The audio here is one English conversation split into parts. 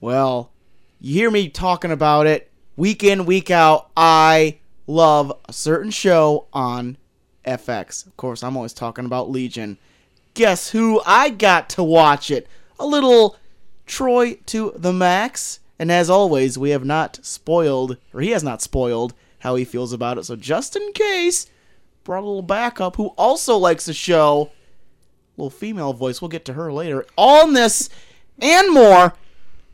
Well, you hear me talking about it week in, week out. I love a certain show on FX. Of course, I'm always talking about Legion. Guess who I got to watch it? A little Troy to the max. And as always, we have not spoiled, or he has not spoiled, how he feels about it. So just in case, brought a little backup who also likes the show. Little female voice. We'll get to her later. All in this and more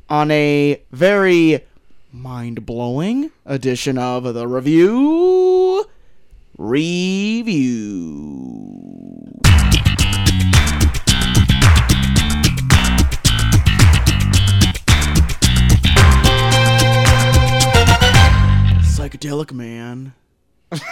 on a very mind blowing edition of the review review. Psychedelic man. Welcome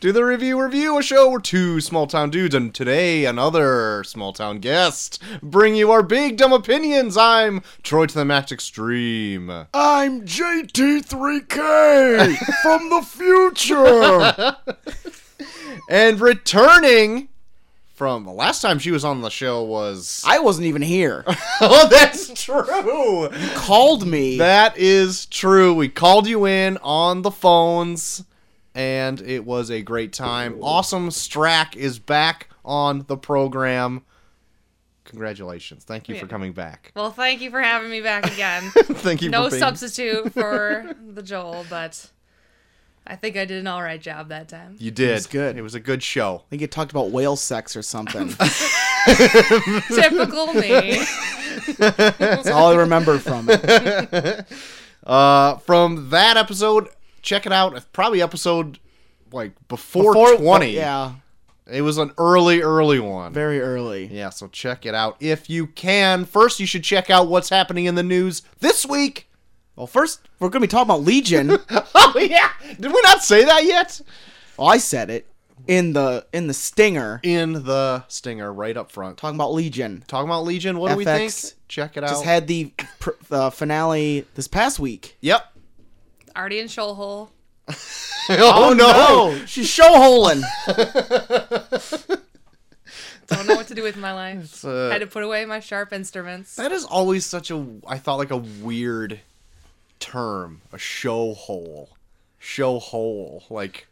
to the review review, a show where two small town dudes and today another small town guest bring you our big dumb opinions. I'm Troy to the Max Extreme. I'm JT3K from the future. And returning from the last time she was on the show was I wasn't even here. Oh, that's true. Called me. That is true. We called you in on the phones, and it was a great time. Awesome Strack is back on the program. Congratulations. Thank you for coming back. Well, thank you for having me back again. Thank you no for being substitute for the Joel, but I think I did an all right job that time. You did. It was good. It was a good show. I think it talked about whale sex or something. Typical me. That's all I remember from it. Uh, from that episode, check it out. It's Probably episode like before, Before- oh, 20. Yeah, It was an early, early one. very early. Yeah, so check it out if you can. First, you should check out what's happening in the news this week. Well, first, we're going to be talking about Legion. Oh yeah, did we not say that yet? well, I said it in the in the stinger. In the stinger, right up front. Talk- Talking about Legion. Talking about Legion. What do we think? FX Check it out. Just had the pr- the finale this past week. yep. Already in shoal hole. oh, no. Oh, she's showholing. Don't know what to do with my life. uh, Had to put away my sharp instruments. That is always such a I thought like a weird term, a show hole, show hole. Like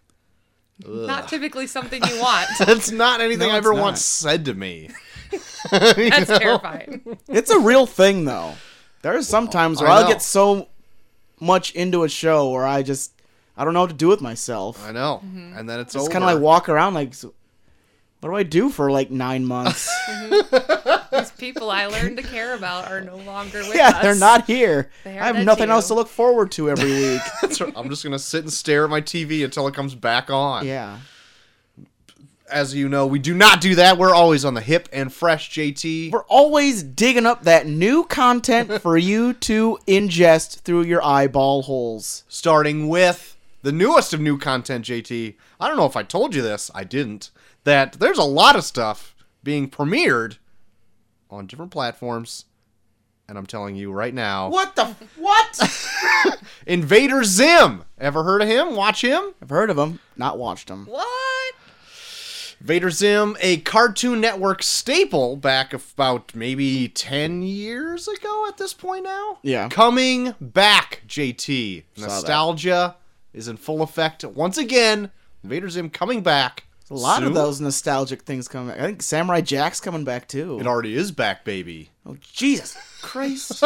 Not typically something you want. that's not anything No, I it's ever not. once said to me. That's terrifying. It's a real thing though. There's sometimes where I I'll know. get so much into a show where I just I don't know what to do with myself. I know, and then Mm-hmm. it's It's over. kind of like walk around like, so- what do I do for like nine months? These people I learned to care about are no longer with yeah, us. they're not here. They I are have dead nothing to else you. to look forward to every week. That's right. I'm just gonna sit and stare at my TV until it comes back on. yeah. As you know, we do not do that. We're always on the hip and fresh, JT. We're always digging up that new content for you to ingest through your eyeball holes. starting with the newest of new content, JT. I don't know if I told you this, I didn't, that there's a lot of stuff being premiered on different platforms. And I'm telling you right now What the? f- What? Invader Zim! Ever heard of him? Watch him? I've heard of them, not watched them. What? Vader Zim, a Cartoon Network staple back about maybe 10 years ago at this point now. Yeah. Coming back, JT. that. Nostalgia is in full effect once again. Vader Zim coming back. A lot soon. of those nostalgic things coming back. I think Samurai Jack's coming back too. It already is back, baby. oh, Jesus Christ.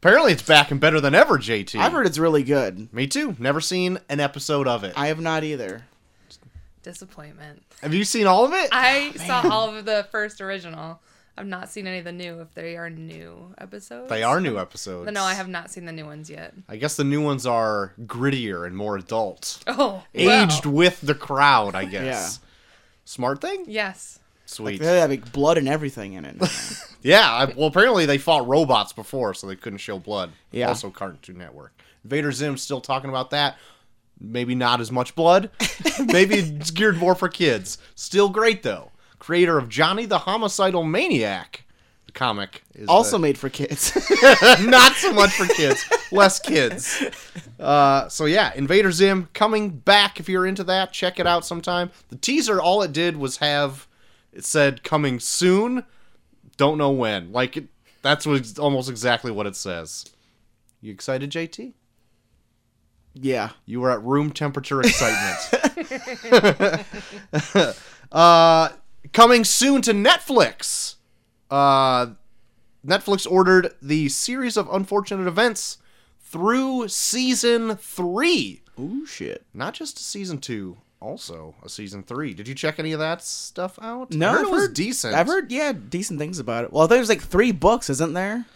Apparently, it's back and better than ever, JT. I've heard it's really good. Me too. Never seen an episode of it. I have not either. Disappointment. Have you seen all of it? I saw all of the first original. I've not seen any of the new, if they are new episodes. they are new episodes. But no, I have not seen the new ones yet. I guess the new ones are grittier and more adult. Oh, Aged wow. with the crowd, I guess. Smart thing? Yes. Sweet. They have like, blood and everything in it. Yeah, I, well, apparently they fought robots before, so they couldn't show blood. Yeah. Also, Cartoon Network. Vader Zim's still talking about that. Maybe not as much blood. Maybe it's geared more for kids. Still great, though. Creator of Johnny the Homicidal Maniac. The comic is also made for kids. the- not so much for kids, less kids. Uh, so yeah, Invader Zim coming back. If you're into that, check it out sometime. The teaser, all it did was have it said coming soon Don't know when. Like it, that's what, almost exactly what it says. You excited, JT? Yeah. You were at room temperature excitement. uh, coming soon to Netflix. Uh, Netflix ordered the series of unfortunate events through season three, Ooh shit. not just season two, also a season three. Did you check any of that stuff out? No, I heard I've it was heard- decent. I've heard yeah decent things about it. Well, there's like three books, isn't there?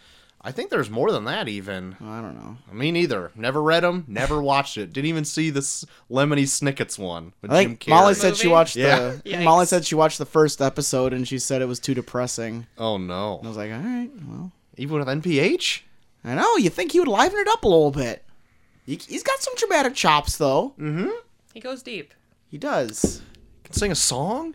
I think there's more than that even. I don't know. Me neither. Never read them. Never watched it. Didn't even see this Lemony Snicket's one. With I Jim think Carrey. Molly said she Movie? watched Yeah. the Molly Yikes. said she watched the first episode and she said it was too depressing. Oh no. I was like, all right, well, Even with NPH? I know you think he would liven it up a little bit. He, he's got some dramatic chops though. He goes deep. He does. Can sing a song?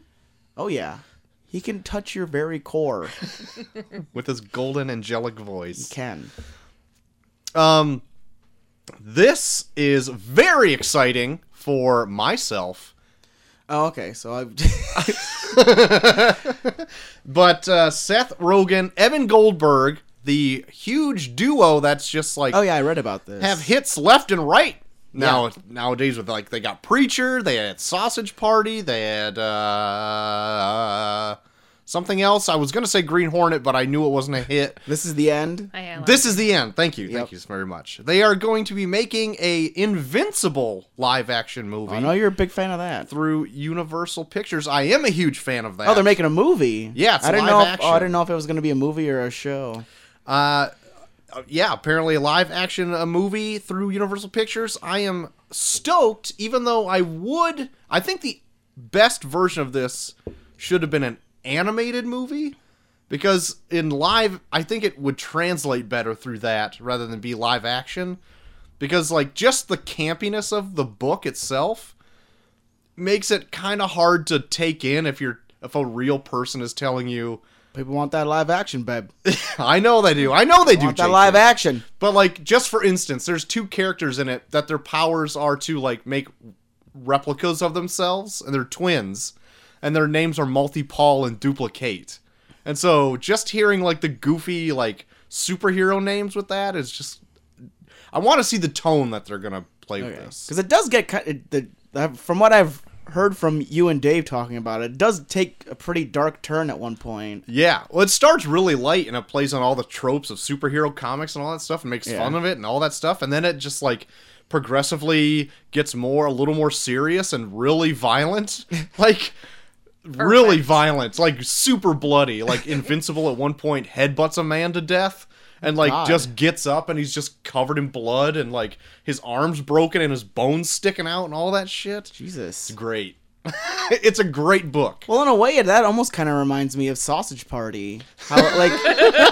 Oh yeah, he can touch your very core. He With his golden angelic voice. can. Um This is very exciting for myself. Oh, okay, so I. But uh, Seth Rogen, Evan Goldberg, the huge duo that's just like oh yeah, I read about this. have hits left and right now Yeah. nowadays with like they got preacher they had sausage party they had uh something else i was gonna say green hornet but i knew it wasn't a hit this is the end. I am. this is the end thank you Yep. thank you very much they are going to be making a invincible live action movie I know you're a big fan of that. through universal pictures i am a huge fan of that Oh, they're making a movie. Yeah, it's I didn't live know. If, action. Oh, I didn't know if it was going to be a movie or a show. Uh, uh, yeah, apparently a live action a movie through Universal Pictures. I am stoked, even though I would. I think the best version of this should have been an animated movie because in live, I think it would translate better through that rather than be live action. Because, like, just the campiness of the book itself makes it kind of hard to take in if you're if a real person is telling you People want that live action, babe. i know they do i know they do want that JT. live action. But like, just for instance, there's two characters in it that their powers are to like make replicas of themselves, and they're twins, and their names are Multi Paul and Duplicate. And so, just hearing like the goofy like superhero names with that is just, I want to see the tone that they're gonna play with this. Because it does get kind it- the the- from what I've heard from you and Dave talking about it, it does take a pretty dark turn at one point. Yeah, well, it starts really light and it plays on all the tropes of superhero comics and all that stuff and makes Yeah. fun of it and all that stuff, and then it just like progressively gets more, a little more serious and really violent, like really violent, like super bloody, like invincible. At one point, headbutts a man to death. And like God. just gets up and he's just covered in blood and like his arms broken and his bones sticking out and all that shit. Jesus. Great, it's a great book. Well, in a way, that almost kind of reminds me of Sausage Party. How it, like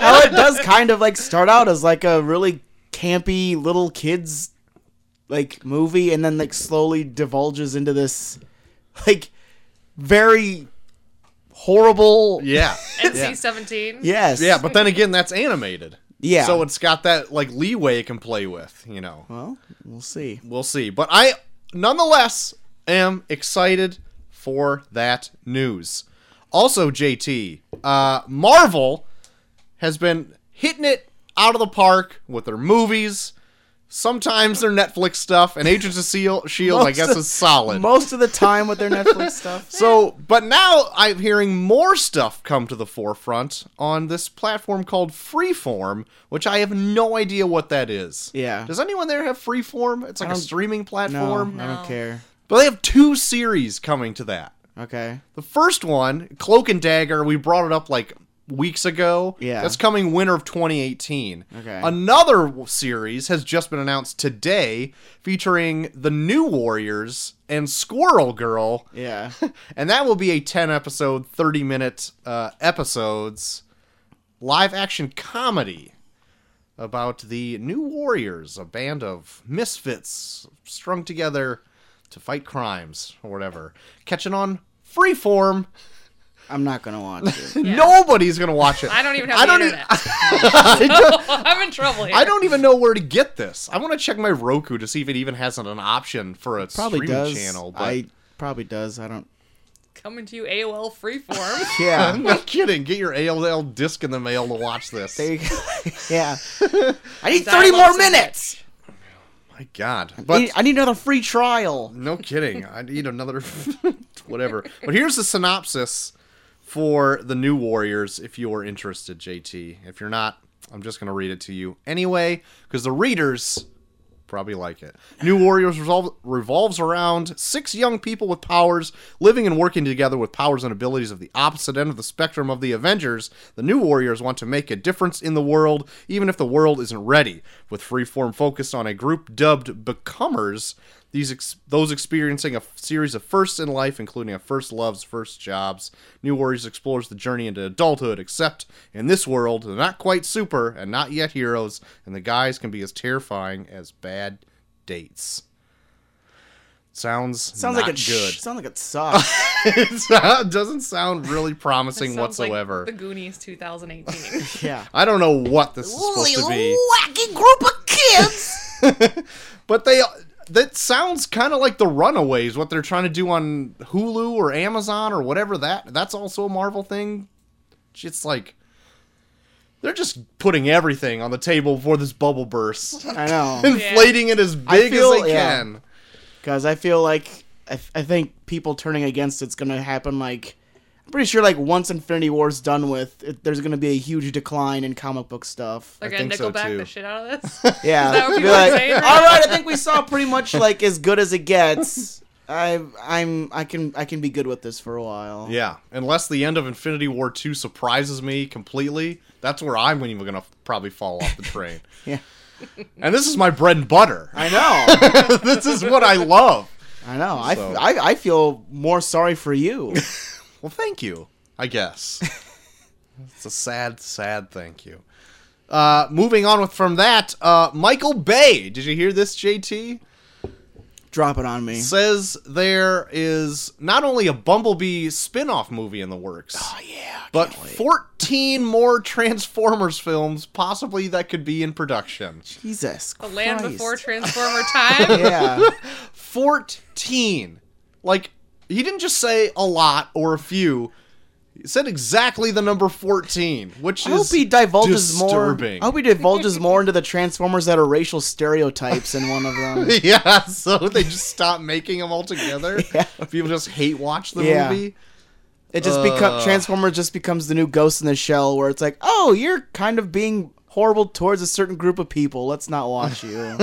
how it does kind of like start out as like a really campy little kids like movie, and then like slowly divulges into this like very horrible. Yeah, yeah. NC-17. Yes. Yeah, but then again, that's animated. Yeah. So it's got that like leeway it can play with, you know. well, we'll see. We'll see. But I nonetheless am excited for that news. Also, JT, uh, Marvel has been hitting it out of the park with their movies. Sometimes their Netflix stuff and Agents of Seal- Shield, I Most guess, of- is solid. Most of the time with their Netflix stuff. So, but now I'm hearing more stuff come to the forefront on this platform called Freeform, which I have no idea what that is. Yeah. Does anyone there have Freeform? It's like a don't- streaming No, platform. I don't No. care. But they have two series coming to that. Okay. The first one, Cloak and Dagger, we brought it up like weeks ago. Yeah. That's coming winter of 2018. Okay. Another w- series has just been announced today featuring the New Warriors and Squirrel Girl Yeah. and that will be a 10 episode 30 minute uh, episodes live action comedy about the new warriors a band of misfits strung together to fight crimes or whatever catching on freeform I'm not gonna watch it. Yeah. nobody's gonna watch it I don't even have I the don't e- internet. I don't- I'm in trouble here. I don't even know where to get this. I want to check my Roku to see if it even has an, an option for a Probably streaming does. channel. But I probably does. I don't. Coming to you AOL Freeform. Yeah. I'm not kidding. Get your ALL disc in the mail to watch this. There you go. yeah. I need Dial up 30 more some- minutes. My God. I But need- I need another free trial. No kidding. I need another whatever. But here's the synopsis for the new Warriors if you are interested, JT. If you're not, I'm just going to read it to you anyway because the readers probably like it. New Warriors resolve, revolves around six young people with powers living and working together with powers and abilities of the opposite end of the spectrum of the Avengers. The New Warriors want to make a difference in the world, even if the world isn't ready. With Freeform focused on a group dubbed Becomers, these ex- those experiencing a f- series of firsts in life, including a first loves, first jobs. New Warriors explores the journey into adulthood, except in this world, they're not quite super and not yet heroes, and the guys can be as terrifying as bad dates. Sounds Sounds not like it good. Sounds like it sucks. It's not- it doesn't sound really promising Sounds like whatsoever. the Goonies 2018. yeah. I don't know what this is supposed to be. wacky group of kids. but they that sounds kind of like the runaways what they're trying to do on hulu or amazon or whatever that that's also a marvel thing it's like they're just putting everything on the table before this bubble bursts I know. inflating it as big as feel- they yeah. can Because I feel like I, th- I think people turning against it's going to happen like. I'm pretty sure like once Infinity War's done with, it, there's going to be a huge decline in comic book stuff. They're I gonna think so, nickelback too. the shit out of this. Yeah. that what Be people are like, saying right All right, I think we saw pretty much like as good as it gets. I I'm I can I can be good with this for a while. yeah unless the end of infinity war 2 surprises me completely that's where i'm even gonna probably fall off the train Yeah. and this is my bread and butter I know. this is what i love I know. I, So- I I feel more sorry for you. Well, thank you, I guess. it's a sad, sad thank you. Uh, moving on with from that, uh, Michael Bay. Did you hear this, JT? Drop it on me. Says there is not only a Bumblebee spin off movie in the works, Oh, yeah. but 14 more Transformers films possibly that could be in production. Jesus. The land before Christ. Transformer time. yeah. 14. Like, he didn't just say a lot or a few. He said exactly the number 14, which I is hope he divulges disturbing. more. I hope he divulges more into the Transformers that are racial stereotypes in one of them. yeah, so they just stopped making them altogether. Yeah. People just hate watch the Yeah. movie. It just become Ugh. Transformers just becomes the new Ghost in the Shell, where it's like, oh, you're kind of being horrible towards a certain group of people. Let's not watch you.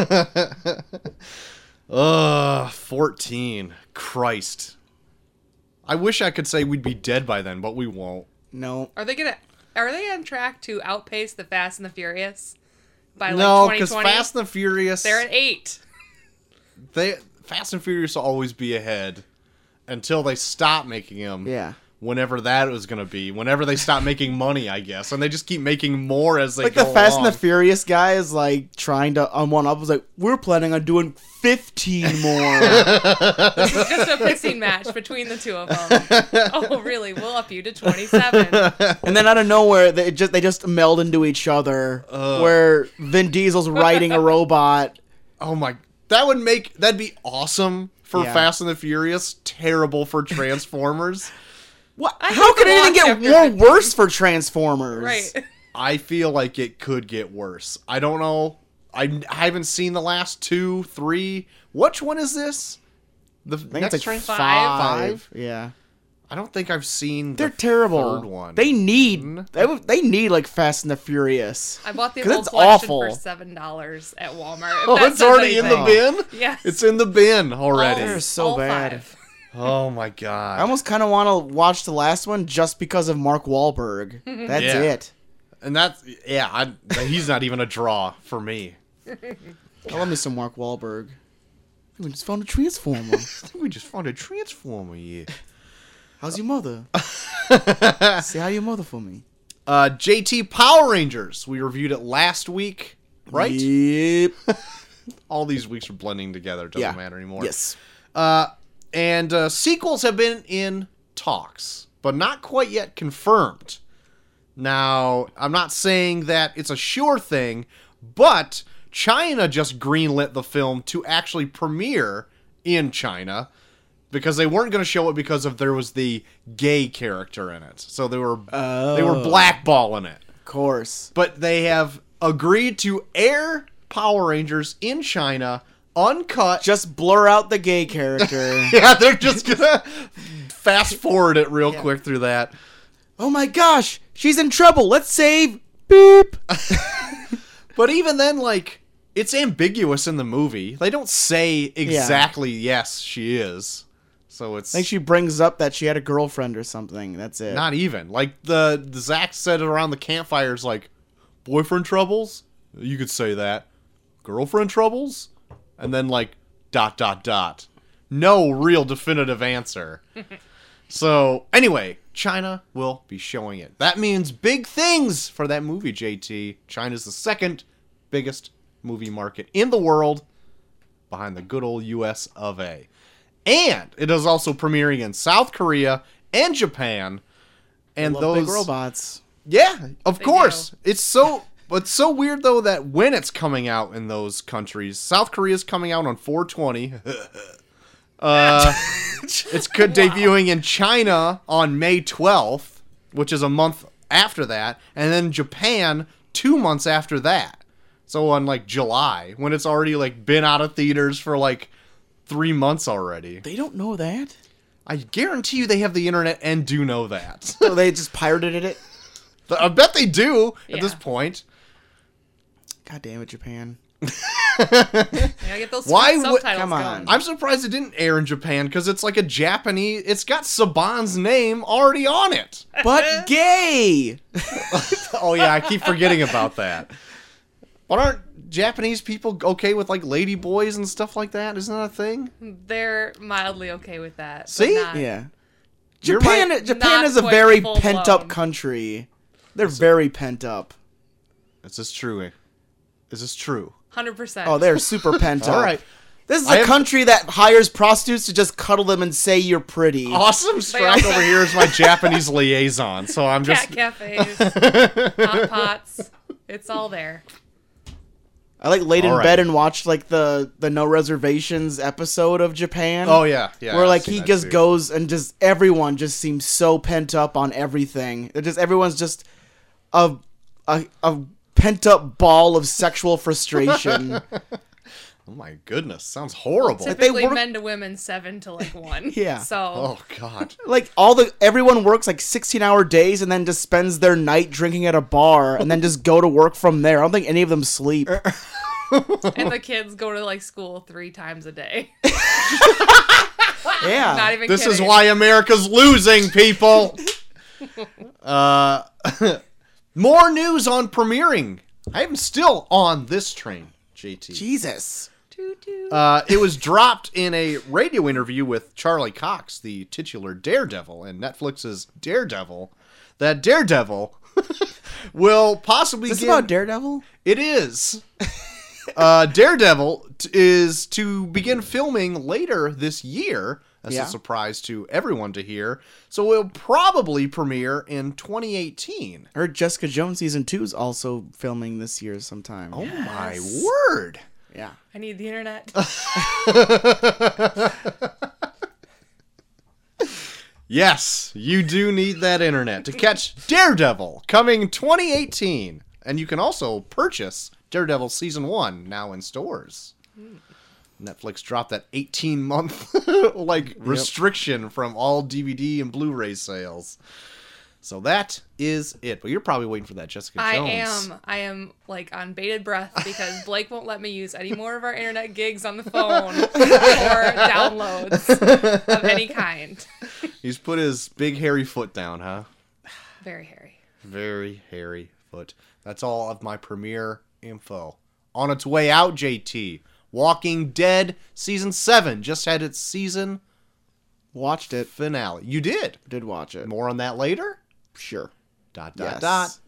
Ugh, 14. Christ. I wish I could say we'd be dead by then, but we won't. no. Are they gonna? Are they on track to outpace the Fast and the Furious by like no, because 2020? Fast and the Furious, They're at eight. they Fast and Furious will always be ahead until they stop making them. Yeah. Whenever that was gonna be, whenever they stop making money, I guess, and they just keep making more as they Like go the Fast and along. the Furious guy is like trying to on one up. Was like, we're planning on doing fifteen more. This is just a pissing match between the two of them. Oh, really? We'll up you to twenty-seven. and then out of nowhere, they just they just meld into each other. Where Vin Diesel's riding a robot. Oh my, that would make that'd be awesome for Yeah. Fast and the Furious. Terrible for Transformers. What? I How think could the anything last get chapter more would be- worse for Transformers? Right. I feel like it could get worse. I don't know. I, I haven't seen the last two, three. Which one is this? The I think next it's like Transformers. five. Five? Yeah. I don't think I've seen. They're the terrible. Third one. They Mm. need they, would- they need like Fast and the Furious. I bought the 'Cause whole it's collection awful. for seven dollars at Walmart. if Oh, that it's says already in the anything. bin. Yes. It's in the bin All- already. They're so all bad. five. oh my god. I almost kind of want to watch the last one just because of Mark Wahlberg. That's Yeah. it. and that's yeah. I, he's not even a draw for me. I love me some Mark Wahlberg. We just found a transformer. I think we just found a transformer here. How's your mother? Say hi to your mother for me. Uh, JT Power Rangers. We reviewed it last week, right? Yep. All these weeks are blending together. Doesn't Yeah. matter anymore. Yes. Uh, and uh, sequels have been in talks, but not quite yet confirmed. Now, I'm not saying that it's a sure thing, but China just greenlit the film to actually premiere in China. because they weren't going to show it because of there was the gay character in it, so they were they were Oh. blackballing it. Of course. But they have agreed to air Power Rangers in China uncut. Just blur out the gay character. yeah, they're just gonna fast forward it real quick through that. oh my gosh, she's in trouble. Let's save. Beep. But even then, like, it's ambiguous in the movie. They don't say exactly yes she is. So it's I think she brings up that she had a girlfriend or something. That's it. not even like the, the Zach said it around the campfires, like boyfriend troubles. You could say that girlfriend troubles, and then like dot dot dot. No real definitive answer. so anyway, China will be showing it. That means big things for that movie. JT China's the second biggest movie market in the world, behind the good old U.S. of A. And it is also premiering in South Korea and Japan. And Love those big robots. yeah, of They course. do. It's so it's so weird though that when it's coming out in those countries, South Korea's coming out on 420. uh, it's co- debuting in China on May 12th, which is a month after that, and then Japan 2 months after that. So on like July when it's already like been out of theaters for like 3 months already. They don't know that. I guarantee you they have the internet and do know that. So they just pirated it. But I bet they do at this Yeah. point. God damn it, Japan. You gotta get those Why Why would- subtitles come on. going. I'm surprised it didn't air in Japan because it's like a Japanese. It's got Saban's name already on it. But gay. oh yeah, I keep forgetting about that. But aren't Japanese people okay with like lady boys and stuff like that? Isn't that a thing? They're mildly okay with that. but See? not- Yeah. You're Japan. right. Japan Not is a quite very full pent blown. up country. They're very pent up. Is this true? eh? Is this true? 100%. Oh, they're super pent up. All right. This is I a have- country that hires prostitutes to just cuddle them and say you're pretty. Awesome Strack also- over here is my Japanese liaison, so I'm Cat just cafes, hot pots. It's all there. I like laid in All right. bed and watched like the the no reservations episode of Japan. Oh yeah, yeah. where I've like seen he that just too. goes and just everyone just seems so pent up on everything. It just everyone's just a a, a pent up ball of sexual frustration. Oh my goodness, sounds horrible. they Typically, work- men to women, seven to like one. Yeah. So Oh god. like all the everyone works like 16 hour days and then just spends their night drinking at a bar and then just go to work from there. I don't think any of them sleep. Oh. and the kids go to like school three times a day. yeah. Not even. This is kidding. why America's losing, people. uh, more news on premiering. I am still on this train, JT. Jesus. Toot, toot. Uh, it was dropped in a radio interview with Charlie Cox, the titular Daredevil in Netflix's Daredevil, that Daredevil will possibly This is give. about Daredevil? It is. uh, Daredevil t- is to begin filming later this year. That's Yeah. a surprise to everyone to hear. So it'll probably premiere in 2018. I heard Jessica Jones season 2 is also filming this year sometime. Oh my word. Yeah. I need the internet. Yes, you do need that internet to catch Daredevil coming 2018. And you can also purchase Daredevil Season 1 now in stores. Netflix dropped that 18 month like restriction from all DVD and Blu-ray sales. So that is it. But you're probably waiting for that Jessica I Jones. am. I am like on bated breath because Blake won't let me use any more of our internet gigs on the phone or downloads of any kind. He's put his big hairy foot down, huh? Very hairy. Very hairy foot. That's all of my premiere info. On its way out, JT. Walking Dead season seven just had its season Watched it. finale. You did. Did watch it. More on that later. Sure. Dot Yes. dot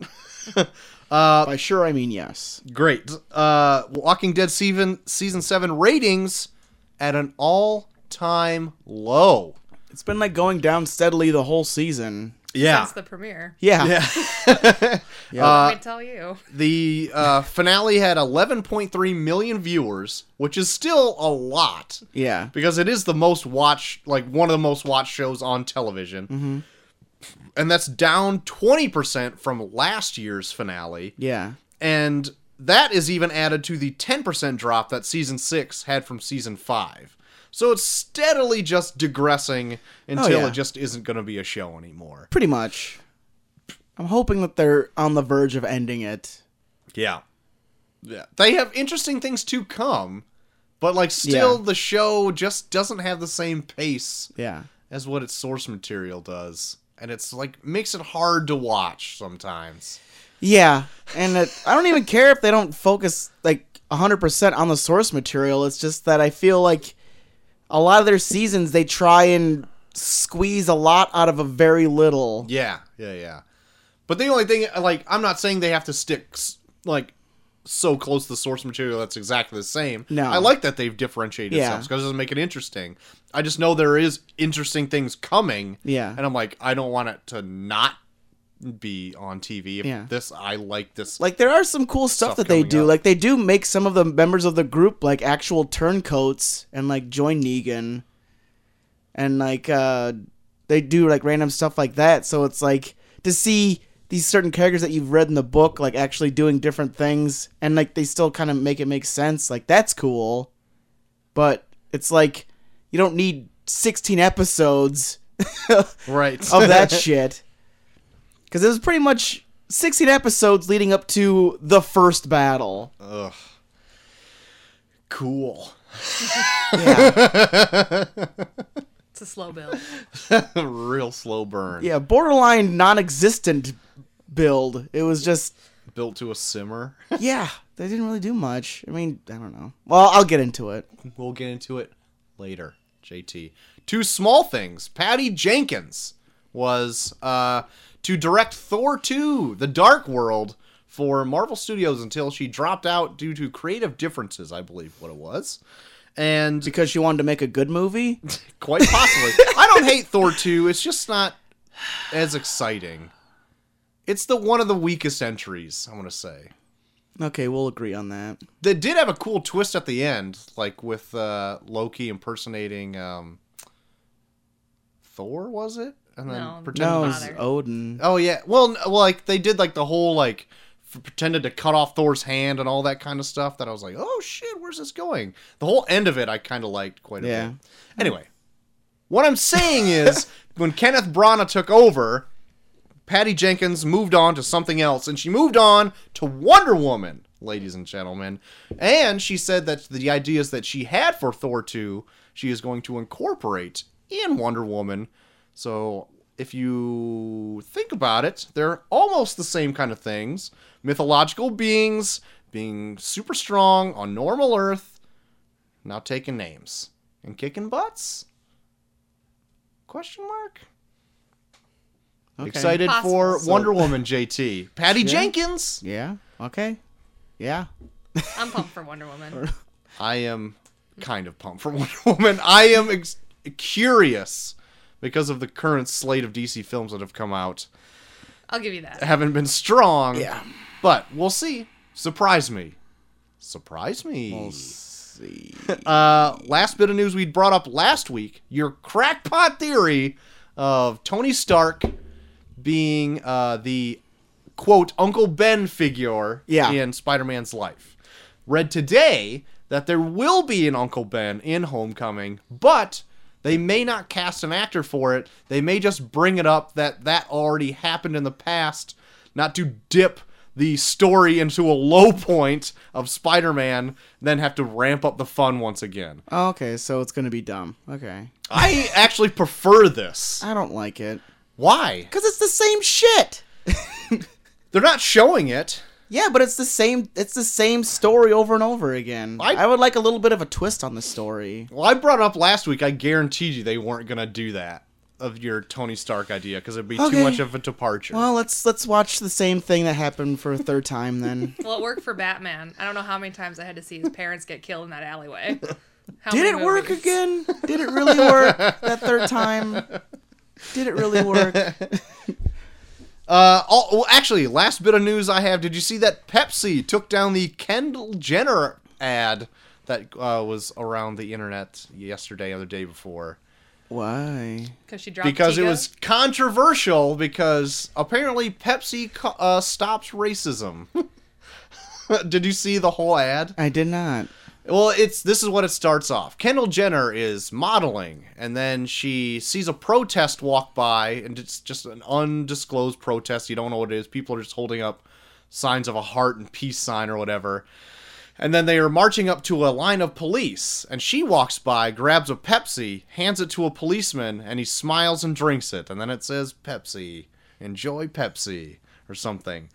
dot. Uh, By sure, I mean yes. Great. Uh, Walking Dead season season seven ratings at an all time low. It's been like going down steadily the whole season. Yeah. since the premiere. Yeah. Yeah. Yeah. Uh, I tell you, the uh, finale had 11.3 million viewers, which is still a lot Yeah. because it is the most watched, like one of the most watched shows on television. Mm-hmm. And that's down 20% from last year's finale. Yeah. And that is even added to the 10% drop that season 6 had from season 5. So it's steadily just digressing until Oh, yeah. it just isn't going to be a show anymore. Pretty much. I'm hoping that they're on the verge of ending it. Yeah. Yeah. They have interesting things to come, but like still Yeah. the show just doesn't have the same pace Yeah. as what its source material does. And it's like makes it hard to watch sometimes. Yeah. And it, I don't even care if they don't focus like 100% on the source material. It's just that I feel like a lot of their seasons they try and squeeze a lot out of a very little. Yeah, yeah, yeah. But the only thing, like, I'm not saying they have to stick s- like so close to the source material that's exactly the same. No. I like that they've differentiated Yeah. yeah. because it doesn't make it interesting. I just know there is interesting things coming. Yeah. and I'm like, I don't want it to not be on TV. If Yeah. this I like this. Like there are some cool stuff, Stuff that they coming do. up. Like they do make some of the members of the group like actual turncoats and like join Negan. And like uh they do like random stuff like that. So it's like to see these certain characters that you've read in the book like actually doing different things and like they still kind of make it make sense. Like that's cool. But it's like you don't need 16 episodes right of that shit. Because it was pretty much 16 episodes leading up to the first battle. Ugh. Cool. Yeah, it's a slow build. Real slow burn. yeah borderline non existent build. It was just, Built to a simmer. yeah, they didn't really do much. I mean, I don't know. Well, I'll get into it. We'll get into it later. JT. Two small things. Patty Jenkins was uh, to direct Thor 2, The Dark World, for Marvel Studios until she dropped out due to creative differences, I believe what it was. And Because she wanted to make a good movie? quite possibly. I don't hate Thor 2, it's just not as exciting. It's the one of the weakest entries, I want to say. Okay, we'll agree on that. They did have a cool twist at the end, like with uh, Loki impersonating um, Thor, was it? And No, No, to- it's bother. Odin. oh yeah, well, n- well, like they did like the whole like f- pretended to cut off Thor's hand and all that kind of stuff. That I was like, oh shit, where's this going? The whole end of it, I kind of liked quite a Yeah. bit. Anyway, what I'm saying is, when Kenneth Branagh took over, Patty Jenkins moved on to something else, and she moved on to Wonder Woman, ladies and gentlemen. And she said that the ideas that she had for Thor 2, she is going to incorporate in Wonder Woman. So if you think about it, they're almost the same kind of things mythological beings being super strong on normal Earth, now taking names and kicking butts? Question mark? Okay. Excited Possible. for So- Wonder Woman JT. Patty Jenkins. Yeah, okay. Yeah. I'm pumped for Wonder Woman. I am kind of pumped for Wonder Woman. I am ex- curious because of the current slate of DC films that have come out. I'll give you that. Haven't been strong. Yeah. But we'll see. Surprise me. Surprise me. see. Uh, last bit of news we brought up last week: your crackpot theory of Tony Stark being uh, the quote Uncle Ben figure Yeah. in Spider-Man's life. Read today that there will be an Uncle Ben in Homecoming, but they may not cast an actor for it. They may just bring it up that that already happened in the past, not to dip the story into a low point of Spider-Man, then have to ramp up the fun once again. Okay, so it's going to be dumb. Okay. I actually prefer this. I don't like it. Why? Because it's the same shit. They're not showing it. Yeah, but it's the same. It's the same story over and over again. I, I- would like a little bit of a twist on the story. Well, I brought up last week. I guaranteed you they weren't gonna do that of your Tony Stark idea because it'd be Okay. too much of a departure. Well, let's let's watch the same thing that happened for a third time then. Well, it worked for Batman. I don't know how many times I had to see his parents get killed in that alleyway. How Did many it work movies? again? Did it really work that third time? Did it really work? Uh, all, well, actually, last bit of news I have. Did you see that Pepsi took down the Kendall Jenner ad that uh, was around the internet yesterday or the day before? Why? because she dropped. Because it Tiga. was controversial. Because apparently Pepsi co- uh, stops racism. Did you see the whole ad? I did not. Well, it's this is what it starts off. Kendall Jenner is modeling, and then she sees a protest walk by, and it's just an undisclosed protest. You don't know what it is. People are just holding up signs of a heart and peace sign or whatever. And then they are marching up to a line of police, and she walks by, grabs a Pepsi, hands it to a policeman, and he smiles and drinks it. And then it says, Pepsi, enjoy Pepsi, or something.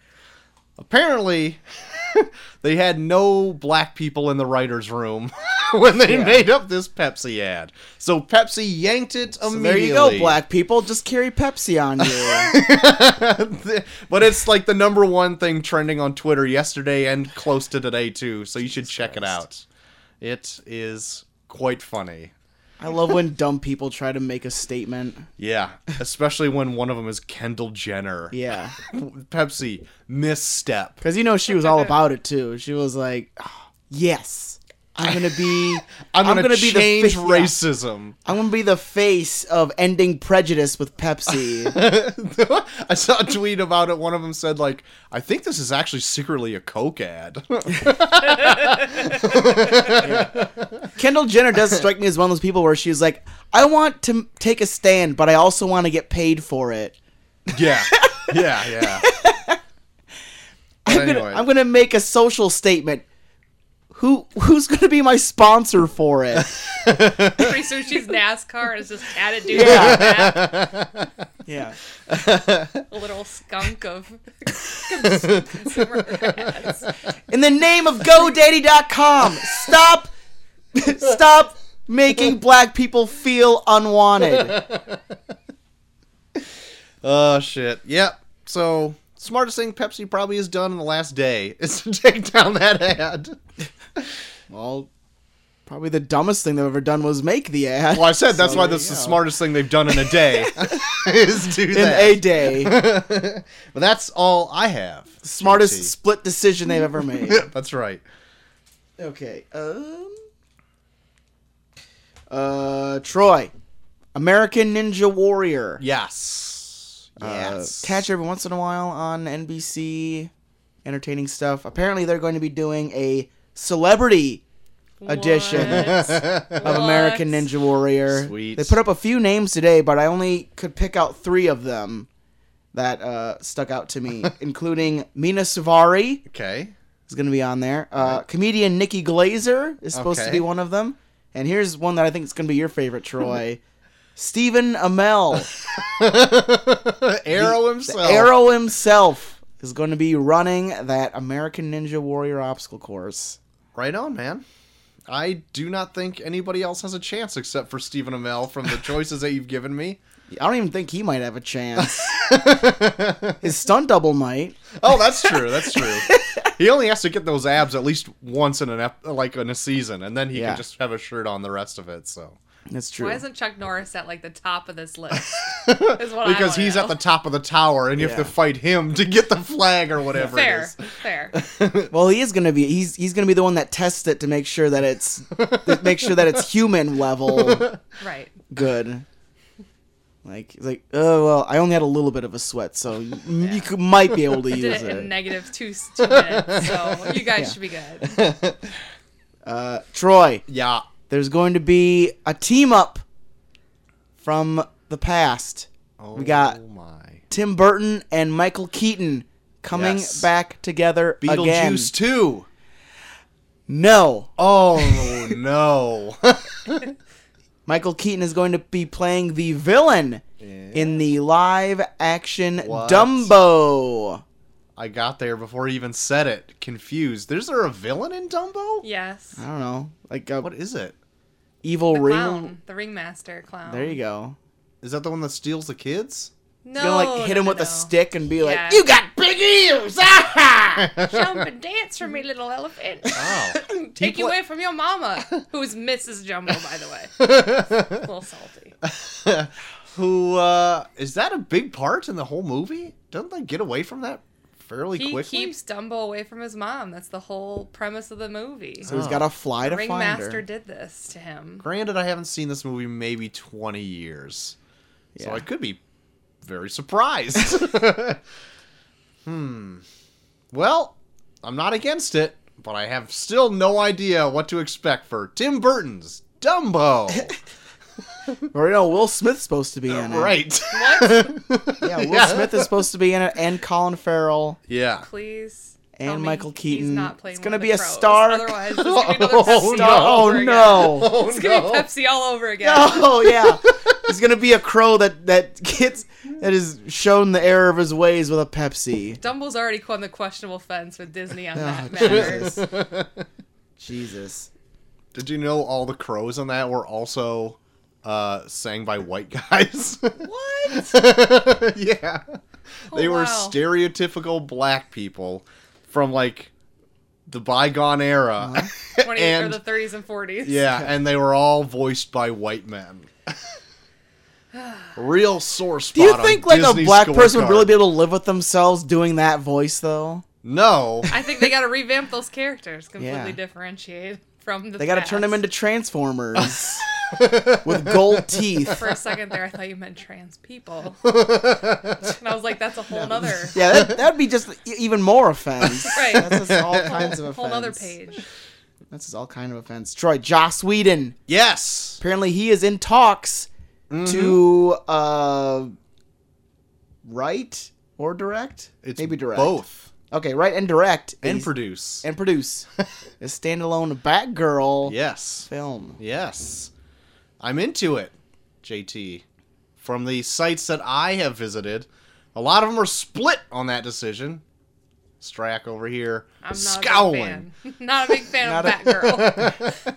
Apparently, they had no black people in the writer's room when they made up this Pepsi ad. So Pepsi yanked it So immediately. there you go, black people. Just carry Pepsi on you. but it's like the number one thing trending on Twitter yesterday and close to today too. So you should check it out. It is quite funny. I love when dumb people try to make a statement. Yeah, especially when one of them is Kendall Jenner. Yeah. Pepsi misstep. Because you know she was all about it too. She was like, "Ah, "Yes, I'm gonna be. I'm gonna, be change the fa- yeah. racism. I'm gonna be the face of ending prejudice with Pepsi. I saw a tweet about it. One of them said, "Like, I think this is actually secretly a Coke ad." Kendall Jenner does strike me as one of those people where she's like, "I want to m- take a stand, but I also want to get paid for it. yeah, yeah, yeah. But I'm gonna, anyway. I'm gonna make a social statement." Who who's gonna be my sponsor for it? pretty soon she's NASCAR and it's just added dude Yeah. like that, Yeah, a literal skunk of consumer ads. in the name of GoDaddy.com, stop, stop making black people feel unwanted. Oh shit. Yep. So smartest thing Pepsi probably has done in the last day is to take down that ad. Well, probably the dumbest thing they've ever done was make the ad Well, I said that's So why there that's you the go. smartest thing they've done in a day is do in a that. day. but that's all I have. Smartest GT. split decision they've ever made. that's right. okay. Um. Uh, Troy, American Ninja Warrior. Yes. Uh, Yes. catch every once in a while on NBC, entertaining stuff. Apparently, they're going to be doing a celebrity Edition. What? of American What? Ninja Warrior. Sweet. They put up a few names today, but I only could pick out three of them that uh, stuck out to me, including Mina Suvari okay. is going to be on there. Uh, comedian Nikki Glazer is supposed to Okay. be one of them. And here's one that I think is going to be your favorite, Troy. Stephen Amell, Arrow the himself. Arrow himself, is going to be running that American Ninja Warrior obstacle course. Right on, man. I do not think anybody else has a chance except for Stephen Amell from the choices that you've given me. I don't even think he might have a chance. His stunt double might. Oh, that's true. That's true. he only has to get those abs at least once in an ep- like in a season, and then he Yeah. can just have a shirt on the rest of it. So That's true. Why isn't Chuck Norris at like the top of this list? Is what I because wanna he's know. at the top of the tower, and you have to Yeah. fight him to get the flag or whatever it fair, is. fair. Well, he is gonna be. He's he's gonna be the one that tests it to make sure that it's to make sure that it's human level Right. good. Like he's like oh well, I only had a little bit of a sweat, so you, you could, might be able to Did use it in it. negative two, s- two minutes, so you guys should be good. Uh, Troy, Yeah. there's going to be a team up from the past. Oh, We got- my Tim Burton and Michael Keaton coming Yes. back together again. Beetlejuice too. No, Oh no. Michael Keaton is going to be playing the villain in the live action What? Dumbo. I got there before he even said it. Confused. Is there a villain in Dumbo? Yes. I don't know, like a What is it? evil The ring. clown, the ringmaster clown. There you go. Is that the one that steals the kids? No, Gonna like hit no, him no, with no. a stick and be Yeah. like, "You got big ears!" Ah! Jump and dance for me, little elephant. Oh. Take He you pla- away from your mama, who is Mrs. Jumbo, by the way. A little salty. who uh is that a big part in the whole movie? Doesn't they get away from that fairly He quickly? keeps Dumbo away from his mom. That's the whole premise of the movie. So he's got to fly to find Ringmaster her. did this to him. Granted, I haven't seen this movie in maybe twenty years, so Yeah. I could be very surprised. hmm. Well, I'm not against it, but I have still no idea what to expect for Tim Burton's Dumbo. Or no, Will Smith's supposed to be in it. right. Yeah, Will Yeah. Smith is supposed to be in it, and Colin Farrell. Yeah. Please. And tell me Michael He's Keaton. not playing It's one gonna of the be a crows. star- Otherwise, it's gonna be another Oh, star no. Oh over again. no! Oh, It's gonna no. be Pepsi all over again. Oh yeah, he's gonna be a crow that that gets that is shown the error of his ways with a Pepsi. Oh, Dumble's already won the questionable fence with Disney on that matter. Jesus. Jesus. Did you know all the crows on that were also uh, sang by white guys? What? yeah. they Oh, were wow. stereotypical black people from like the bygone era. Uh-huh. 20 or and the 30s and 40s. yeah, and they were all voiced by white men. Real sore spot. Do you on think like Disney a black person scorecard. would really be able to live with themselves doing that voice though? No. I think they got to revamp those characters, completely Yeah. differentiate from the. They got to past. turn them into transformers with gold teeth. For a second there, I thought you meant trans people, and I was like, "That's a whole nother, Yeah, that, that'd be just e- even more offense. Right. That's just all kinds of offense. whole nother page." That's just all kind of offense. Troy, Joss Whedon. yes. Apparently, he is in talks Mm-hmm. to uh, write or direct. It's Maybe direct. Both. Okay, write and direct And is- produce. and produce a standalone Batgirl yes. film. Yes. I'm into it, JT. From the sites that I have visited, a lot of them are split on that decision. Strack over here, I'm not scowling. a big fan. Not a big fan of Not Batgirl.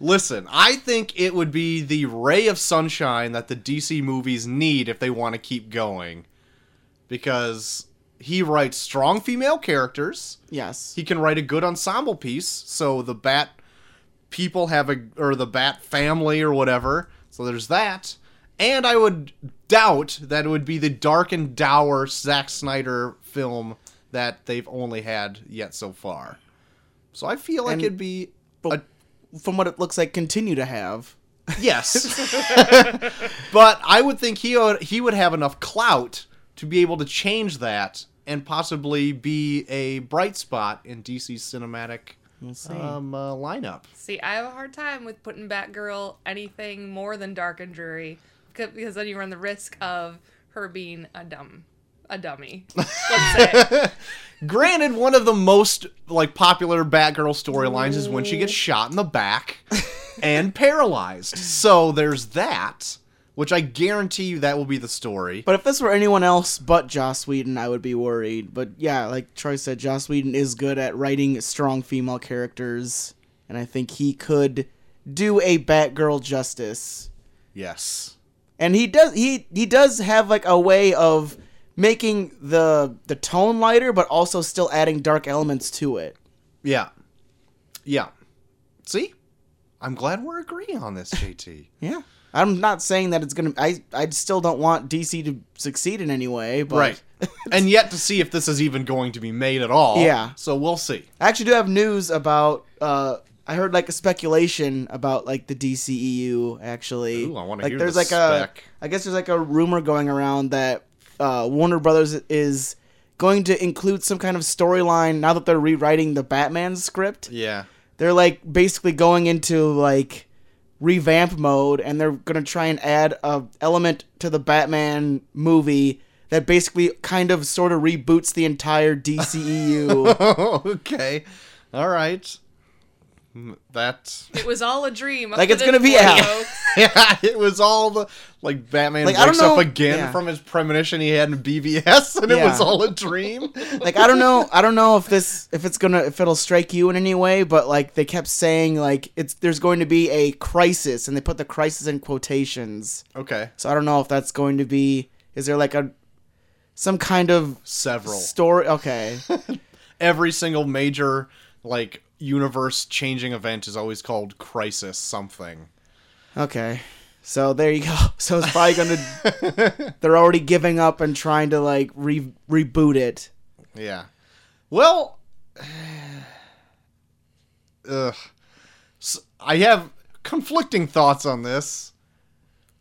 Listen, I think it would be the ray of sunshine that the DC movies need if they want to keep going. Because he writes strong female characters. Yes. he can write a good ensemble piece so the bat people have a or the bat family or whatever so there's that and i would doubt that it would be the dark and dour Zack snyder film that they've only had yet so far so i feel like And- it'd be a, But from what it looks like, continue to have. yes but i would think he would, he would have enough clout to be able to change that and possibly be a bright spot in dc's cinematic We'll see. um, uh, lineup. See, I have a hard time with putting Batgirl anything more than dark and dreary, 'cause- because then you run the risk of her being a dumb, a dummy. Let's say. it. Granted, one of the most like popular Batgirl storylines is when she gets shot in the back and paralyzed. So there's that, which I guarantee you that will be the story. but if this were anyone else but Joss Whedon, I would be worried. But yeah, like Troy said, Joss Whedon is good at writing strong female characters, and I think he could do a Batgirl justice. yes. and he does he he does have like a way of making the the tone lighter but also still adding dark elements to it Yeah. Yeah. See? I'm glad we're agreeing on this, JT. yeah i'm not saying that it's gonna i i still don't want dc to succeed in any way but right. and yet to see if this is even going to be made at all. Yeah. So we'll see. i actually do have news about uh i heard like a speculation about like the dceu actually Ooh, I wanna like hear there's the like spec. a i guess there's like a rumor going around that uh warner brothers is going to include some kind of storyline now that they're rewriting the batman script Yeah. they're like basically going into like revamp mode and they're going to try and add a element to the Batman movie that basically kind of sort of reboots the entire E DCEU. okay. All right. Mm, That It was all a dream. up Like, to it's this gonna be point, out. folks. yeah, it was all the like Batman Like, I wakes don't up know- again yeah. from his premonition he had in BVS, and it Yeah. was all a dream. like I don't know, I don't know if this if it's going to if it'll strike you in any way, but like they kept saying like it's there's going to be a crisis and they put the crisis in quotations. okay, So I don't know if that's going to be is there like a some kind of several story okay. every single major like universe changing event is always called crisis something. Okay. So there you go. So it's probably going to. They're already giving up and trying to like re- reboot it. Yeah. Well, ugh. S- I have conflicting thoughts on this.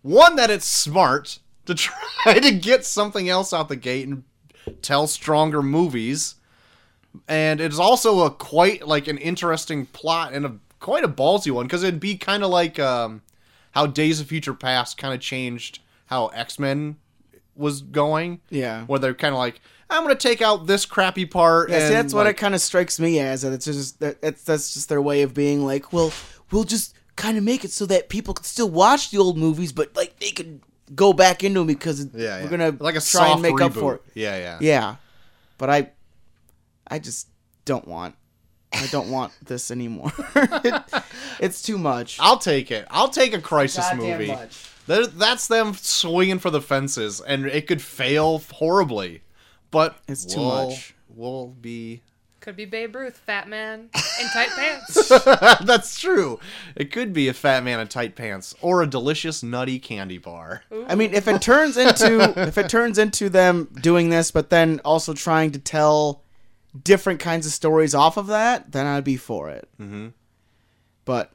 One that it's smart to try to get something else out the gate and tell stronger movies. And it's also a quite like an interesting plot and a quite a ballsy one because it'd be kind of like um, how Days of Future Past kind of changed how X Men was going Yeah. where they're kind of like, I'm gonna take out this crappy part. Yeah, see, and, that's what like, it kind of strikes me as. That it's just that that's, that's just their way of being like, well, we'll just kind of make it so that people can still watch the old movies, but like they can go back into them because yeah, yeah. we're gonna like a try soft and make up reboot. for it. Yeah, yeah, Yeah, but I, I just don't want. I don't want this anymore. It- it's too much. I'll take it. I'll take a crisis Goddamn movie. much. There- That's them swinging for the fences, and it could fail horribly. But It's too we'll- much. We'll be. Could be Babe Ruth, fat man in tight pants. that's true. It could be a fat man in tight pants or a delicious nutty candy bar. I mean, if it turns into if it turns into them doing this, but then also trying to tell different kinds of stories off of that, then I'd be for it. Mm-hmm. But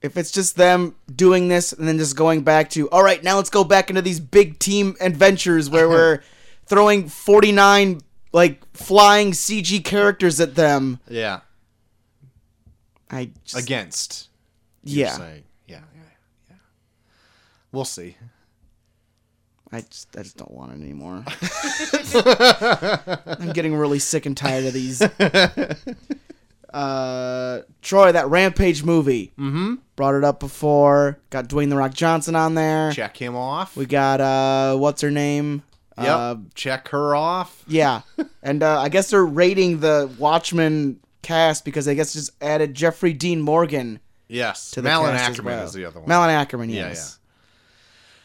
if it's just them doing this and then just going back to all right, now let's go back into these big team adventures where we're throwing forty nine like flying CG characters at them. Yeah, I just, against. you're yeah, saying. yeah, yeah, yeah. We'll see. I just I just don't want it anymore. I'm getting really sick and tired of these. Uh, Troy, that Rampage movie. Mm-hmm. Brought it up before. Got Dwayne the Rock Johnson on there. Check him off. We got uh, what's her name? Yep. Uh, check her off. yeah, and uh, I guess they're rating the Watchmen cast because I guess just added Jeffrey Dean Morgan Yes. to the Malin cast as Ackerman well. is the other one. Malin Ackerman, Yeah, yes.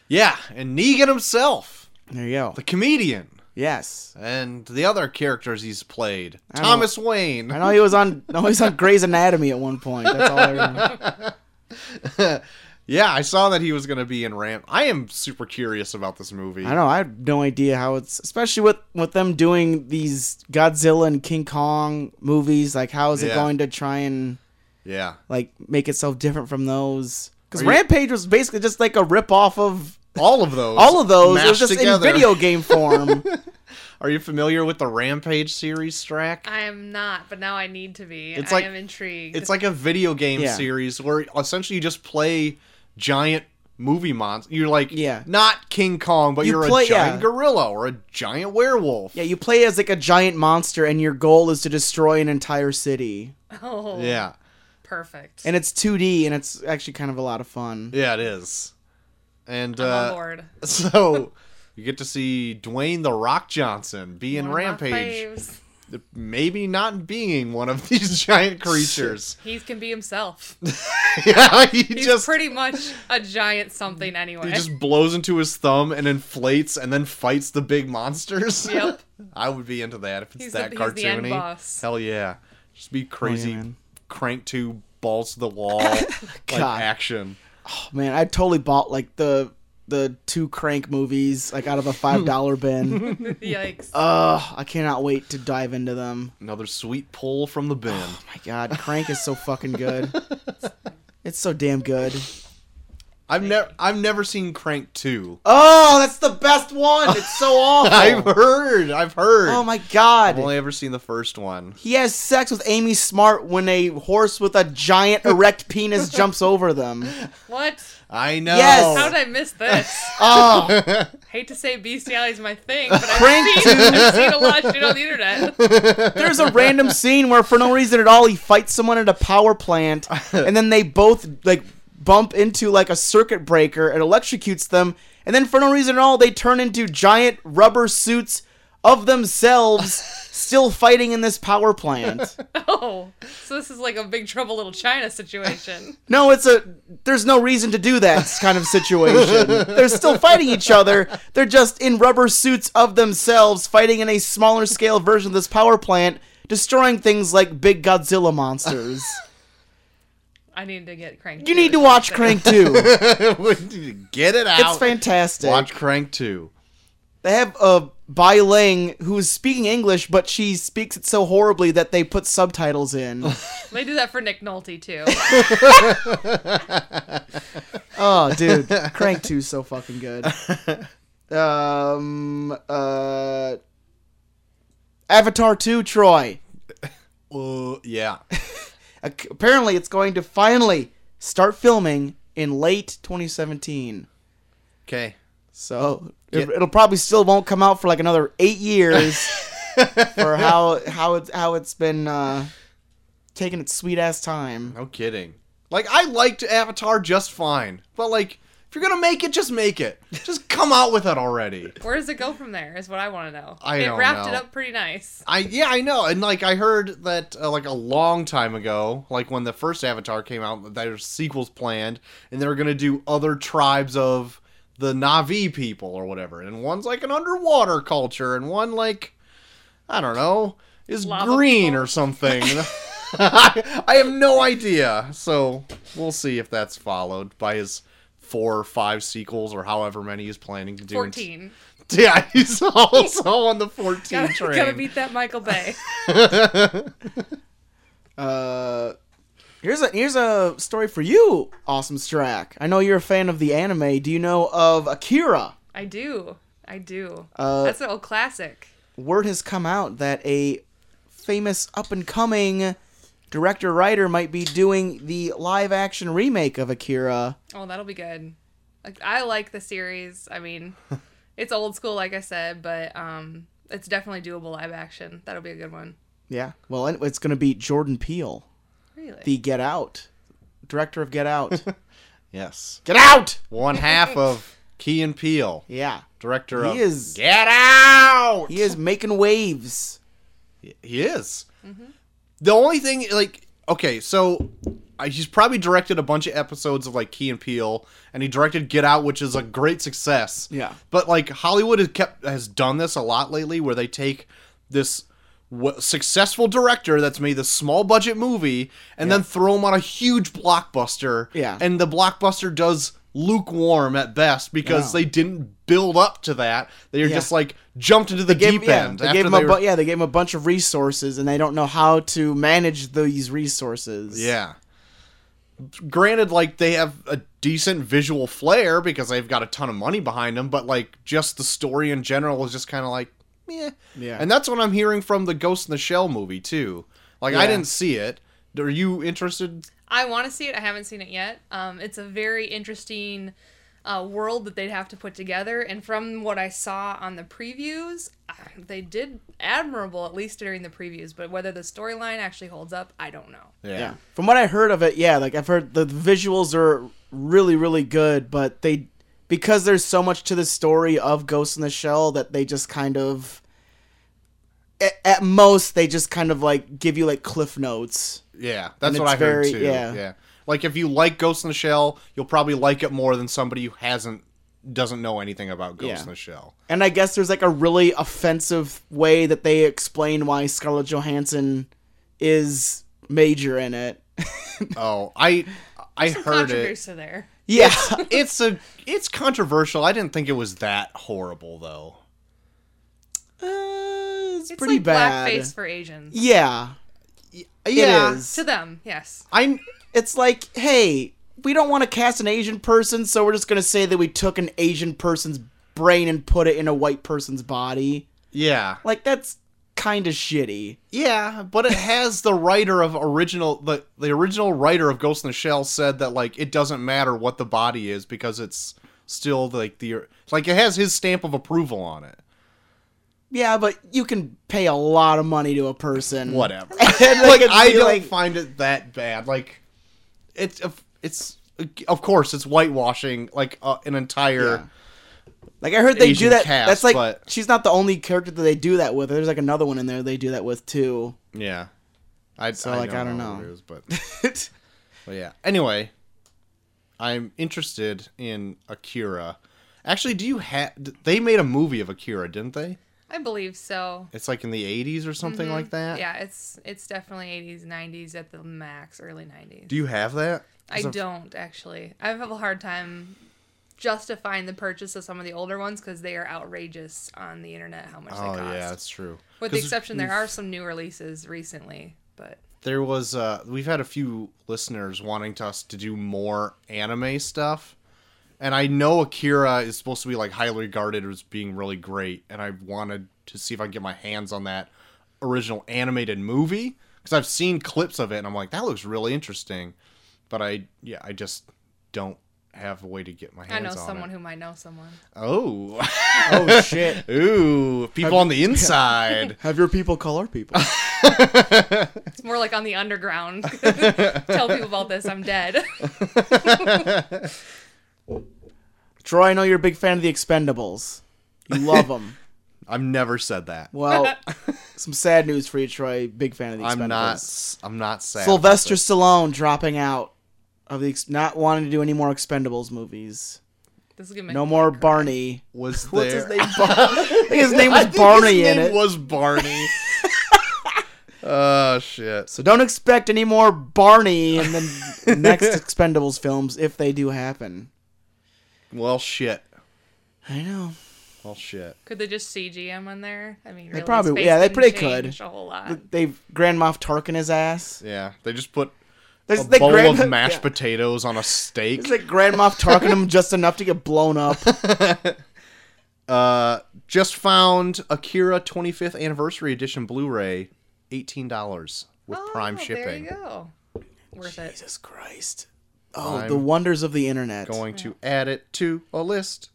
yeah, and Negan himself, There you go. the comedian, yes. and the other characters he's played. I know. Thomas Wayne. I know he was on. I know he was on Grey's Anatomy at one point. That's all I remember. Yeah, I saw that he was going to be in Ramp. I am super curious about this movie. I don't know. I have no idea how it's, especially with with them doing these Godzilla and King Kong movies. Like, how is it Yeah. going to try and Yeah. like make itself different from those? Because Are you- Rampage was basically just like a rip off of All of those. all of those. It was mashed just together. in video game form. Are you familiar with the Rampage series, Strack? I am not, but now I need to be. It's I like- am intrigued. It's like a video game Yeah. series where essentially you just play giant movie monsters. You're like, Yeah. not King Kong, but You you are play- a giant yeah. gorilla or a giant werewolf. yeah, you play as like a giant monster, and your goal is to destroy an entire city. oh, yeah, perfect. And it's 2D, and it's actually kind of a lot of fun. Yeah, it is. And I'm on uh, board. so you get to see Dwayne the Rock Johnson be in One of my Rampage, faves. maybe not being one of these giant creatures. He can be himself. yeah, he He's just pretty much a giant something anyway. He just blows into his thumb and inflates and then fights the big monsters. Yep. I would be into that if it's He's the- that he's cartoony. the end boss. Hell yeah. Just be Oh, crazy yeah, man. crank two balls to the wall like God. action. Oh, man, I totally bought like the the two crank movies like out of a five dollar bin. Yikes. Uh, Ugh, I cannot wait to dive into them. Another sweet pull from the bin. Oh my god, Crank is so fucking good. It's so damn good. I've never I've never seen Crank 2. Oh, that's the best one. It's so I've awful. heard. I've heard. Oh my I've god. only ever seen the first one. He has sex with Amy Smart when a horse with a giant erect penis jumps over them. what? I know. Yes. How did I miss this? Oh, Hate to say bestiality is my thing, but I've Crank seen, I've seen a lot of shit on the internet. there's a random scene where for no reason at all he fights someone at a power plant and then they both like bump into like a circuit breaker and electrocutes them and then for no reason at all they turn into giant rubber suits of themselves still fighting in this power plant. Oh, so this is like a Big Trouble Little China situation. No, it's a there's no reason to do that kind of situation. They're still fighting each other. They're just in rubber suits of themselves fighting in a smaller scale version of this power plant, destroying things like big Godzilla monsters. I need to get cranked. You need to watch Crank 2. Get it out. It's fantastic. Watch Crank 2. They have uh, Bai Ling who's speaking English, but she speaks it so horribly that they put subtitles in. They do that for Nick Nolte too. oh, dude, Crank 2 is so fucking good. Um, uh, Avatar 2, Troy. Uh, yeah. Ac- Apparently, it's going to finally start filming in late 2017. Okay. So it, it'll probably still won't come out for like another eight years for how how it's how it's been uh, taking its sweet ass time. No kidding. Like I liked Avatar just fine, but like if you're gonna make it, just make it. Just come out with it already. Where does it go from there? Is what I want to know. I it don't wrapped it know. up pretty nice. I yeah I know, and like I heard that uh, like a long time ago, like when the first Avatar came out, there's sequels planned, and they were gonna do other tribes of the Navi people or whatever, and one's like an underwater culture, and one like I don't know is Lava green people? or something. I, I have no idea, so we'll see if that's followed by his four or five sequels or however many he's planning to do. in- Fourteen. Yeah, he's also on the 14 Gotta, train. gotta beat that Michael Bay. Uh, here's a here's a story for you, Awesome Strack. I know you're a fan of the anime. Do you know of Akira? I do. I do. Uh, That's an old classic. Word has come out that a famous up and coming director writer might be doing the live action remake of Akira. Oh, that'll be good. Like I like the series. I mean, it's old school, like I said, but um, it's definitely doable live action. That'll be a good one. Yeah. Well, and it's going to be Jordan Peele, Really? the Get Out director of Get Out. Yes. Get Out. One half of Key and Peele, Yeah. director of He is Get Out. he is making waves. He is. The only thing, like, okay, so uh, he's probably directed a bunch of episodes of like Key and Peele, and he directed Get Out, which is a great success. Yeah. But like Hollywood has kept has done this a lot lately, where they take this w- successful director that's made this small budget movie and then throw him on a huge blockbuster. Yeah. And the blockbuster does lukewarm at best because Yeah. they didn't build up to that. They are Oh. Yeah. just like jumped into the Gave- deep yeah, end. they after gave him a they bu- were- yeah, they gave him a bunch of resources and they don't know how to manage these resources. Yeah. Granted, like they have a decent visual flair because they've got a ton of money behind them, but like just the story in general is just kind of like, meh. Yeah. And that's what I'm hearing from the Ghost in the Shell movie too. Like I Yeah. didn't see it. Are you interested? I want to see it. I haven't seen it yet. Um, it's a very interesting uh, world that they'd have to put together. And from what I saw on the previews, uh, they did admirable, at least during the previews. But whether the storyline actually holds up, I don't know. Yeah. From what I heard of it, yeah, like I've heard the visuals are really really good, but they because there's so much to the story of Ghost in the Shell that they just kind of at, at most they just kind of like give you like cliff notes. Yeah, that's And what I it's heard very- too. yeah. Like if you like Ghost in the Shell, you'll probably like it more than somebody who hasn't doesn't know anything about Ghost Yeah. in the Shell. And I guess there's like a really offensive way that they explain why Scarlett Johansson is major in it. Oh, I I Some heard it. controversy there. Yeah. it's a it's controversial. I didn't think it was that horrible though. Uh, it's, It's pretty like bad. blackface for Asians. Yeah. Yeah. It is. To them, yes. I It's like, hey, we don't want to cast an Asian person, so we're just going to say that we took an Asian person's brain and put it in a white person's body. yeah. Like, that's kind of shitty. Yeah, but it has the writer of original the the original writer of Ghost in the Shell said that like it doesn't matter what the body is because it's still like the like it has his stamp of approval on it. Yeah, but you can pay a lot of money to a person. Whatever. And they like could I be don't like- find it that bad. Like it's it's of course it's whitewashing like uh, an entire Yeah. Like I heard they Asian do that. cast, that's like but- she's not the only character that they do that with. There's like another one in there they do that with too. Yeah. I, So, like, I don't what know. it is, but, but yeah. Anyway, I'm interested in Akira. Actually, do you have? They made a movie of Akira, didn't they? I believe so. It's like in the 80s or something Mhm. like that. Yeah, it's it's definitely 80s, 90s at the max, early 90s. Do you have that? I 'Cause I've- don't actually. I have a hard time justifying the purchase of some of the older ones because they are outrageous on the internet how much Oh they cost. yeah, that's true. With the 'Cause exception, there we've- are some new releases recently, but there was uh we've had a few listeners wanting to us to do more anime stuff and i know akira is supposed to be like highly regarded as being really great and i wanted to see if i can get my hands on that original animated movie because i've seen clips of it and i'm like that looks really interesting but i yeah i just don't have a way to get my hands I know on someone it. who might know someone. oh Oh shit! ooh people on the inside Have your people call our people. It's more like on the underground. Tell people about this. I'm dead. Troy, I know you're a big fan of the Expendables. You love them. i've never said that Well, some sad news for you, Troy. Big fan of the Expendables. i'm not i'm not sad about Sylvester this. Stallone dropping out of the ex- not wanting to do any more Expendables movies. This is gonna make No more Barney. was there What's his name? I think his name was Barney His in name it. was Barney. oh shit! so don't expect any more Barney in the next Expendables films if they do happen. Well, shit. I know. Well, shit. Could they just CG him in there? I mean, really, his probably- face yeah, they didn't pretty could. change A whole lot. They Grand Moff Tarkin his ass. Yeah, they just put There's a the bowl Grand- of mashed yeah. potatoes on a steak. It's like Grand Moff Tarkin him just enough to get blown up. uh, just found Akira 25th Anniversary Edition Blu-ray, eighteen dollars with Oh, Prime There shipping. you go. Worth it. Jesus Christ. Oh, I'm the wonders of the internet. Going to add it to a list.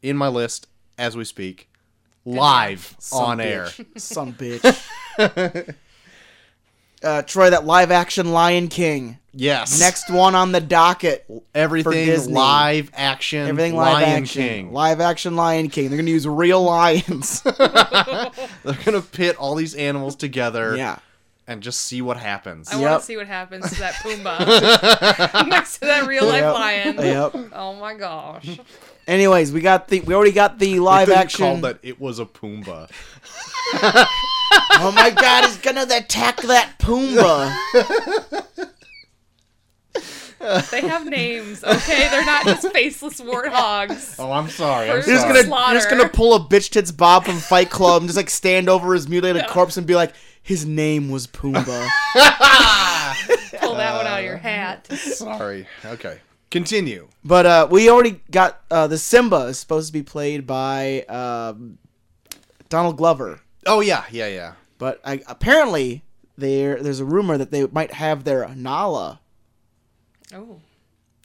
In my list as we speak, live Son on bitch. air. Son bitch. uh, Troy, that live action Lion King. Yes. Next one on the docket. everything Disney. live action. Everything live Lion action. King. Live action Lion King. They're going to use real lions. They're gonna pit all these animals together yeah. and just see what happens. I want Yep. to see what happens to that Pumbaa next to that real life Yep. lion. Yep. Oh my gosh. Anyways, we got the we already got the live They action. called that it was a Pumbaa. Oh my god, he's gonna attack that Pumbaa. They have names, okay? They're not just faceless warthogs. Oh, I'm sorry. I'm He's You're just sorry. gonna Slaughter. you're just gonna pull a bitch tits Bob from Fight Club and just like stand over his mutilated corpse and be like, his name was Pumbaa. Pull that one out of your hat. Uh. sorry. Okay. Continue. But uh, we already got uh, the Simba is supposed to be played by um, Donald Glover, Oh yeah, yeah, yeah. but I, apparently there there's a rumor that they might have their Nala Oh.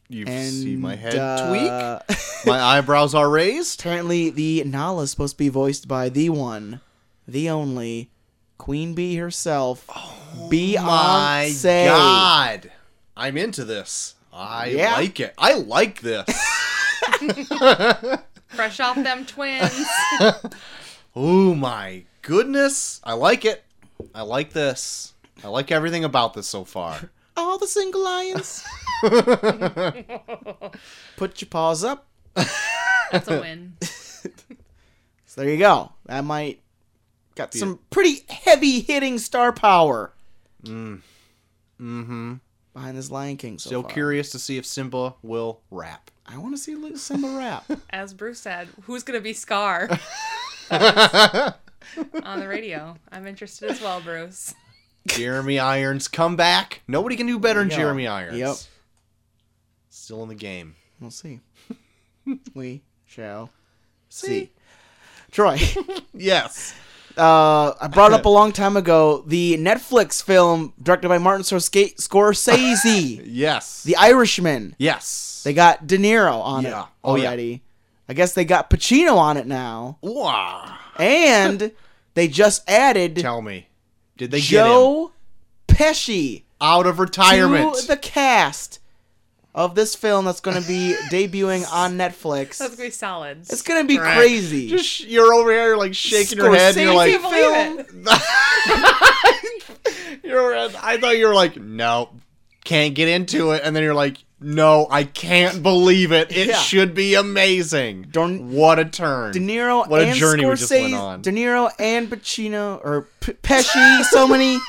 You and see my head uh, tweak. My eyebrows are raised. apparently the Nala is supposed to be voiced by the one, the only Queen Bee herself, Beyonce. Oh My God, I'm into this. I Yeah. like it. I like this. Fresh off them twins. oh my goodness, I like it. I like this. I like everything about this so far. All the single lions. Put your paws up. That's a win. So there you go. That might got some pretty heavy hitting star power. Mm. Mm-hmm. behind this Lion King. So Still far. curious to see if Simba will rap. I want to see Lu- Simba rap. As Bruce said, who's going to be Scar on the radio? I'm interested as well, Bruce. Jeremy Irons comeback. Nobody can do better than Yeah. Jeremy Irons. Yep. Still in the game. we'll see. we shall see. See? Troy, Yes. uh, I brought up a long time ago the Netflix film directed by Martin Scorsese, Scorsese Yes. The Irishman. yes. They got De Niro on Yeah. it Oh, yeah. already. I guess they got Pacino on it now, Wow. and they just added Tell me. Did they get him Joe Pesci. out of retirement? to the cast of this film that's going to be debuting on Netflix. That's going to be solid. It's going to be Right. crazy. Just sh- you're over here like shaking your head. And you're Scorsese like, can't believe it. you're. I thought you were like, no, can't get into it. And then you're like, no, I can't believe it. It Yeah. should be amazing. Darn- what a turn. De Niro What a and journey Scorsese, we just went on. De Niro and Pacino or P- Pesci, so many.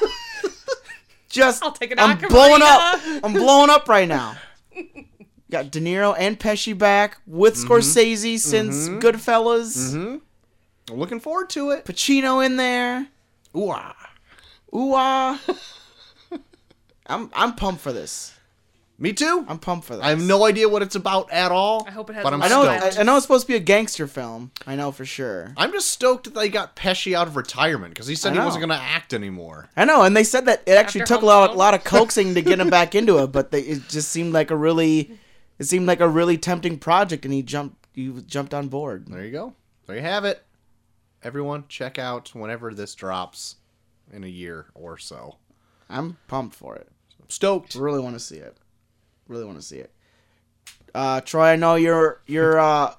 Just I'll take an I'm ocarina. blowing up. I'm blowing up right now. Got De Niro and Pesci back with Mm-hmm. Scorsese since Goodfellas. I'm looking forward to it. Pacino in there. Ooh, ah. Ooh ah. I'm I'm pumped for this. Me too. I'm pumped for this. I have no idea what it's about at all. I hope it has But I'm a I know. lot of stoked. I, I know it's supposed to be a gangster film. I know for sure. I'm just stoked that they got Pesci out of retirement because he said I he know. wasn't going to act anymore. I know, and they said that it actually After took a lot, Homecoming. lot of coaxing to get him back into it, but they, it just seemed like a really, it seemed like a really tempting project, and he jumped, he jumped on board. There you go. There you have it. Everyone, check out whenever this drops in a year or so. I'm pumped for it. I'm stoked. Really want to see it. Really want to see it. Uh, Troy, I know your your uh,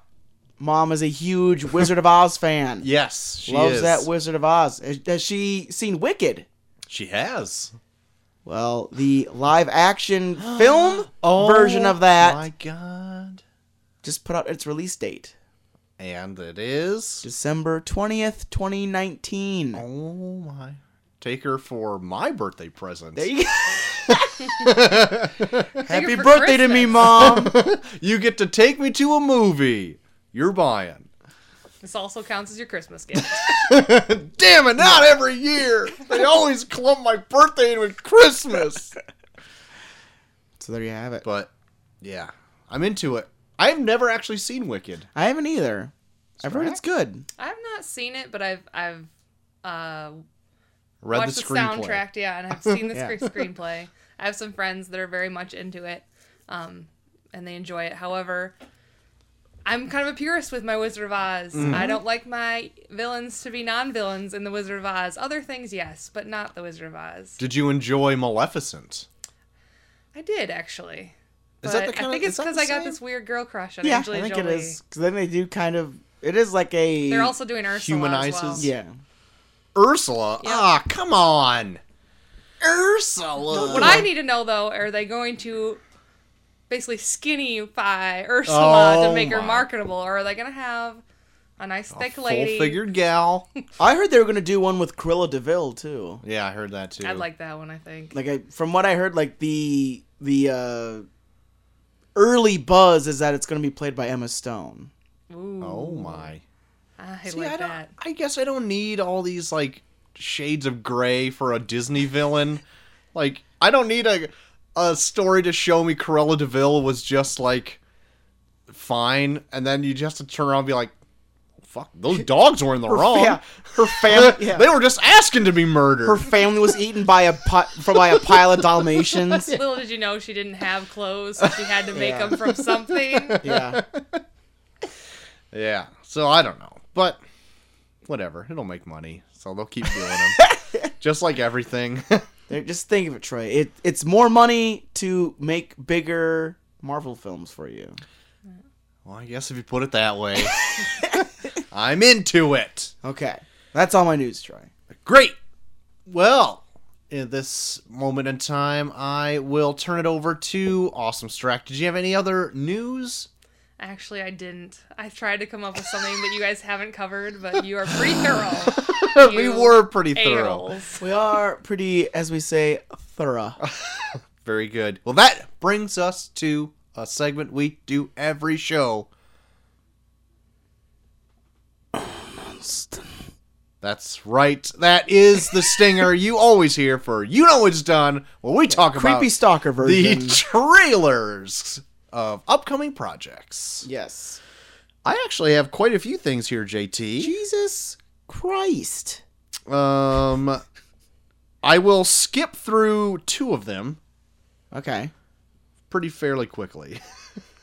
mom is a huge Wizard of Oz fan. Yes, she loves is. that Wizard of Oz. Has, has she seen Wicked? she has Well, the live action film version of that Oh My God. just put out its release date. And it is. December 20th, 2019. oh my. Take her for my birthday present. There you go. Happy for birthday to me, Christmas. Mom. you get to take me to a movie. You're buying. This also counts as your Christmas gift. Damn it, not every year. They always clump my birthday in with Christmas. so there you have it. But yeah, I'm into it. I've never actually seen Wicked. I haven't either. I've heard Alright. it's good. I've not seen it, but I've I've uh, Read watched the, the screenplay. soundtrack, yeah, and I've seen the Yeah. screen screenplay. I have some friends that are very much into it, um, and they enjoy it. However, I'm kind of a purist with my Wizard of Oz. Mm-hmm. I don't like my villains to be non-villains in the Wizard of Oz. Other things, yes, but not the Wizard of Oz. Did you enjoy Maleficent? I did actually. Is that But the kinda- I think is it's that because the I got same? this weird girl crush on Yeah, Angelina I think Jolie. it is. Because then they do kind of. It is like a. They're also doing Ursula as well. Humanizes- Yeah. Ursula? Yeah. Ah, come on. Ursula. What I need to know though, are they going to basically skinnyfy Ursula Oh, to make her my. marketable, or are they going to have a nice thick lady? Full-figured gal. I heard they were going to do one with Cruella DeVille, too. Yeah, I heard that too. I'd like that one. I think. Like, I, from what I heard, like, the. The. Uh, early buzz is that it's going to be played by Emma Stone. Ooh, Oh my. I See, like I, don't, that. I guess I don't need all these like shades of gray for a Disney villain. like I don't need a a story to show me Corella Deville was just like fine, and then you just have to turn around and be like, "Fuck, those dogs were in the wrong." yeah. Her family. yeah. They were just asking to be murdered. Her family was eaten by a pi- from by a pile of Dalmatians. Little did you know she didn't have clothes. So she had to make Yeah. them from something. Yeah. yeah. So I don't know, but whatever. It'll make money, so they'll keep doing them. just like everything. They're- just think of it, Troy. It it's more money to make bigger Marvel films for you. well, I guess if you put it that way, I'm into it. Okay, that's all my news, Troy. Great. Well, in this moment in time, I will turn it over to Awesome Strack. Did you have any other news? Actually, I didn't. I tried to come up with something that you guys haven't covered, but you are pretty thorough. we You were pretty thorough. a-holes. We are pretty, as we say, thorough. Very good. Well, that brings us to a segment we do every show. That's right. That is the stinger you always hear for You Know It's Done when we talk about Creepy stalker the version. trailers of upcoming projects. yes. I actually have quite a few things here, JT. Jesus Christ. Um, I will skip through two of them Okay, pretty fairly quickly.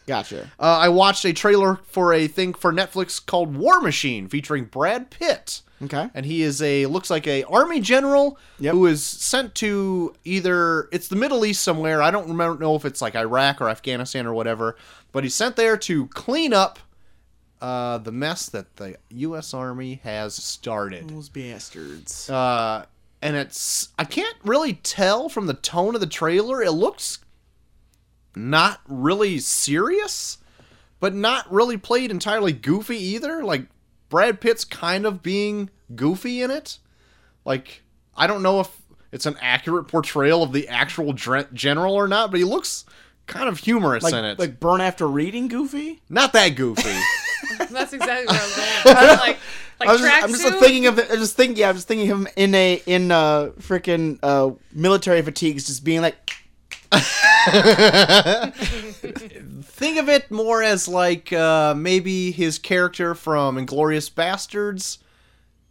gotcha. Uh, I watched a trailer for a thing for Netflix called War Machine featuring Brad Pitt. Okay. And he is a looks like a army general Yep. who is sent to either it's the Middle East somewhere. I don't remember know if it's like Iraq or Afghanistan or whatever, but he's sent there to clean up uh, the mess that the U.S. Army has started. Those bastards. uh, and it's I can't really tell from the tone of the trailer. It looks not really serious, but not really played entirely goofy either. Like Brad Pitt's kind of being goofy in it. Like I don't know if it's an accurate portrayal of the actual dre- general or not, but he looks kind of humorous Like, in it. like burn after reading Goofy. not that goofy. That's exactly what I was going. I was Like, like I was just, I'm just tracksuit? thinking of it. I just think, yeah, I'm just thinking of him in a in uh freaking uh military fatigues, just being like, think of it more as like uh, maybe his character from Inglorious Bastards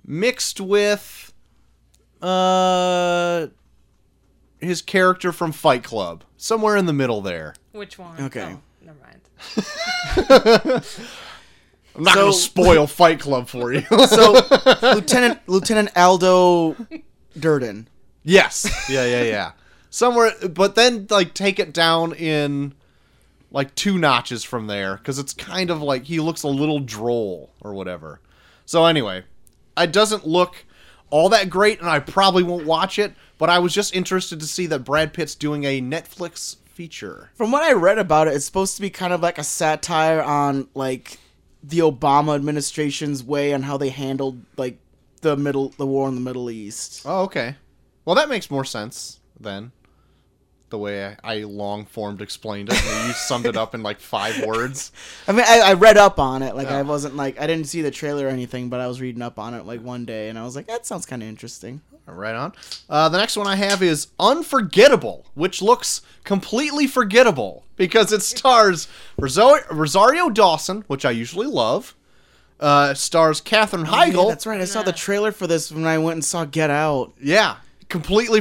mixed with uh, his character from Fight Club. Somewhere in the middle there. Which one? Okay. Oh, never mind. I'm not So- going to spoil Fight Club for you. so Lieutenant Lieutenant Aldo Durden. yes. Yeah, yeah, yeah. Somewhere, but then like take it down in like two notches from there because it's kind of like he looks a little droll or whatever. So anyway, it doesn't look all that great, and I probably won't watch it. But I was just interested to see that Brad Pitt's doing a Netflix feature. From what I read about it, it's supposed to be kind of like a satire on like the Obama administration's way on how they handled like the middle the war in the Middle East. Oh, okay. Well, that makes more sense then. The way I, I long formed explained it, and you summed it up in like five words. I mean, I, I read up on it. Like, Yeah. I wasn't like I didn't see the trailer or anything, but I was reading up on it like one day, and I was like, that sounds kind of interesting. Right on. Uh, the next one I have is Unforgettable, which looks completely forgettable because it stars Rosa- Rosario Dawson, which I usually love. Uh, stars Katherine Oh, Yeah, Heigl. that's right. I saw the trailer for this when I went and saw Get Out. Yeah, completely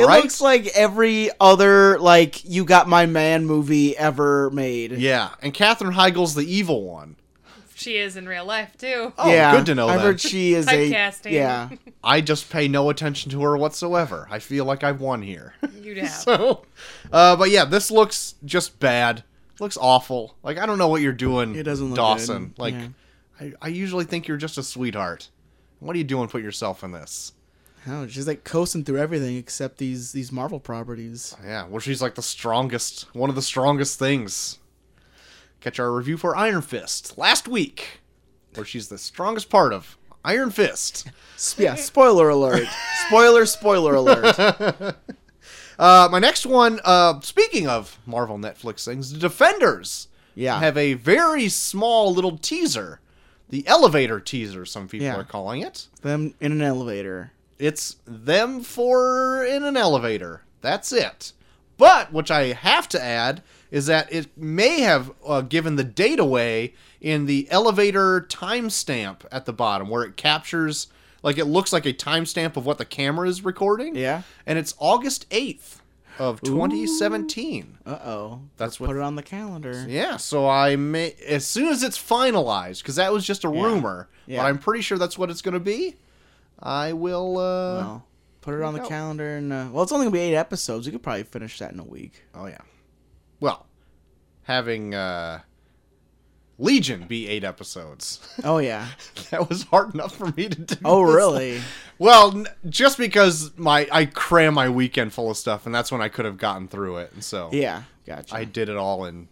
It right? looks like every other like you got my man movie ever made. yeah, and Katherine Heigl's the evil one. She is in real life too. Oh, good to know I that. heard she is a Typecasting. yeah. I just pay no attention to her whatsoever. I feel like I've won here. You'd have. so, uh, but yeah, this looks just bad. Looks awful. Like I don't know what you're doing. It doesn't look Dawson. good. Like Yeah. I, I usually think you're just a sweetheart. What are you doing? Put yourself in this. Oh, she's like coasting through everything except these these Marvel properties. Yeah. Well, she's like the strongest. One of the strongest things. Catch our review for Iron Fist last week, where she's the strongest part of Iron Fist. S- yeah. Spoiler alert. spoiler. Spoiler alert. Uh, my next one. Uh, speaking of Marvel Netflix things, the Defenders. Yeah. have a very small little teaser, the elevator teaser. Some people Yeah. are calling it. Them in an elevator. It's them for in an elevator. That's it. But which I have to add is that it may have uh, given the date away in the elevator timestamp at the bottom where it captures like it looks like a timestamp of what the camera is recording. Yeah. And it's August 8th of 2017. Uh oh. That's put what- it on the calendar. Yeah, so I may as soon as it's finalized because that was just a rumor, Yeah. but I'm pretty sure that's what it's going to be. I will. Uh, Well, Oh. put it on the No. calendar and uh, well, it's only gonna be eight episodes. We could probably finish that in a week. Oh yeah. Well, having uh, Legion be eight episodes, Oh yeah. that was hard enough for me to do. Oh this. really? Well, n- just because my I cram my weekend full of stuff, and that's when I could have gotten through it, and so Yeah. Gotcha. I did it all in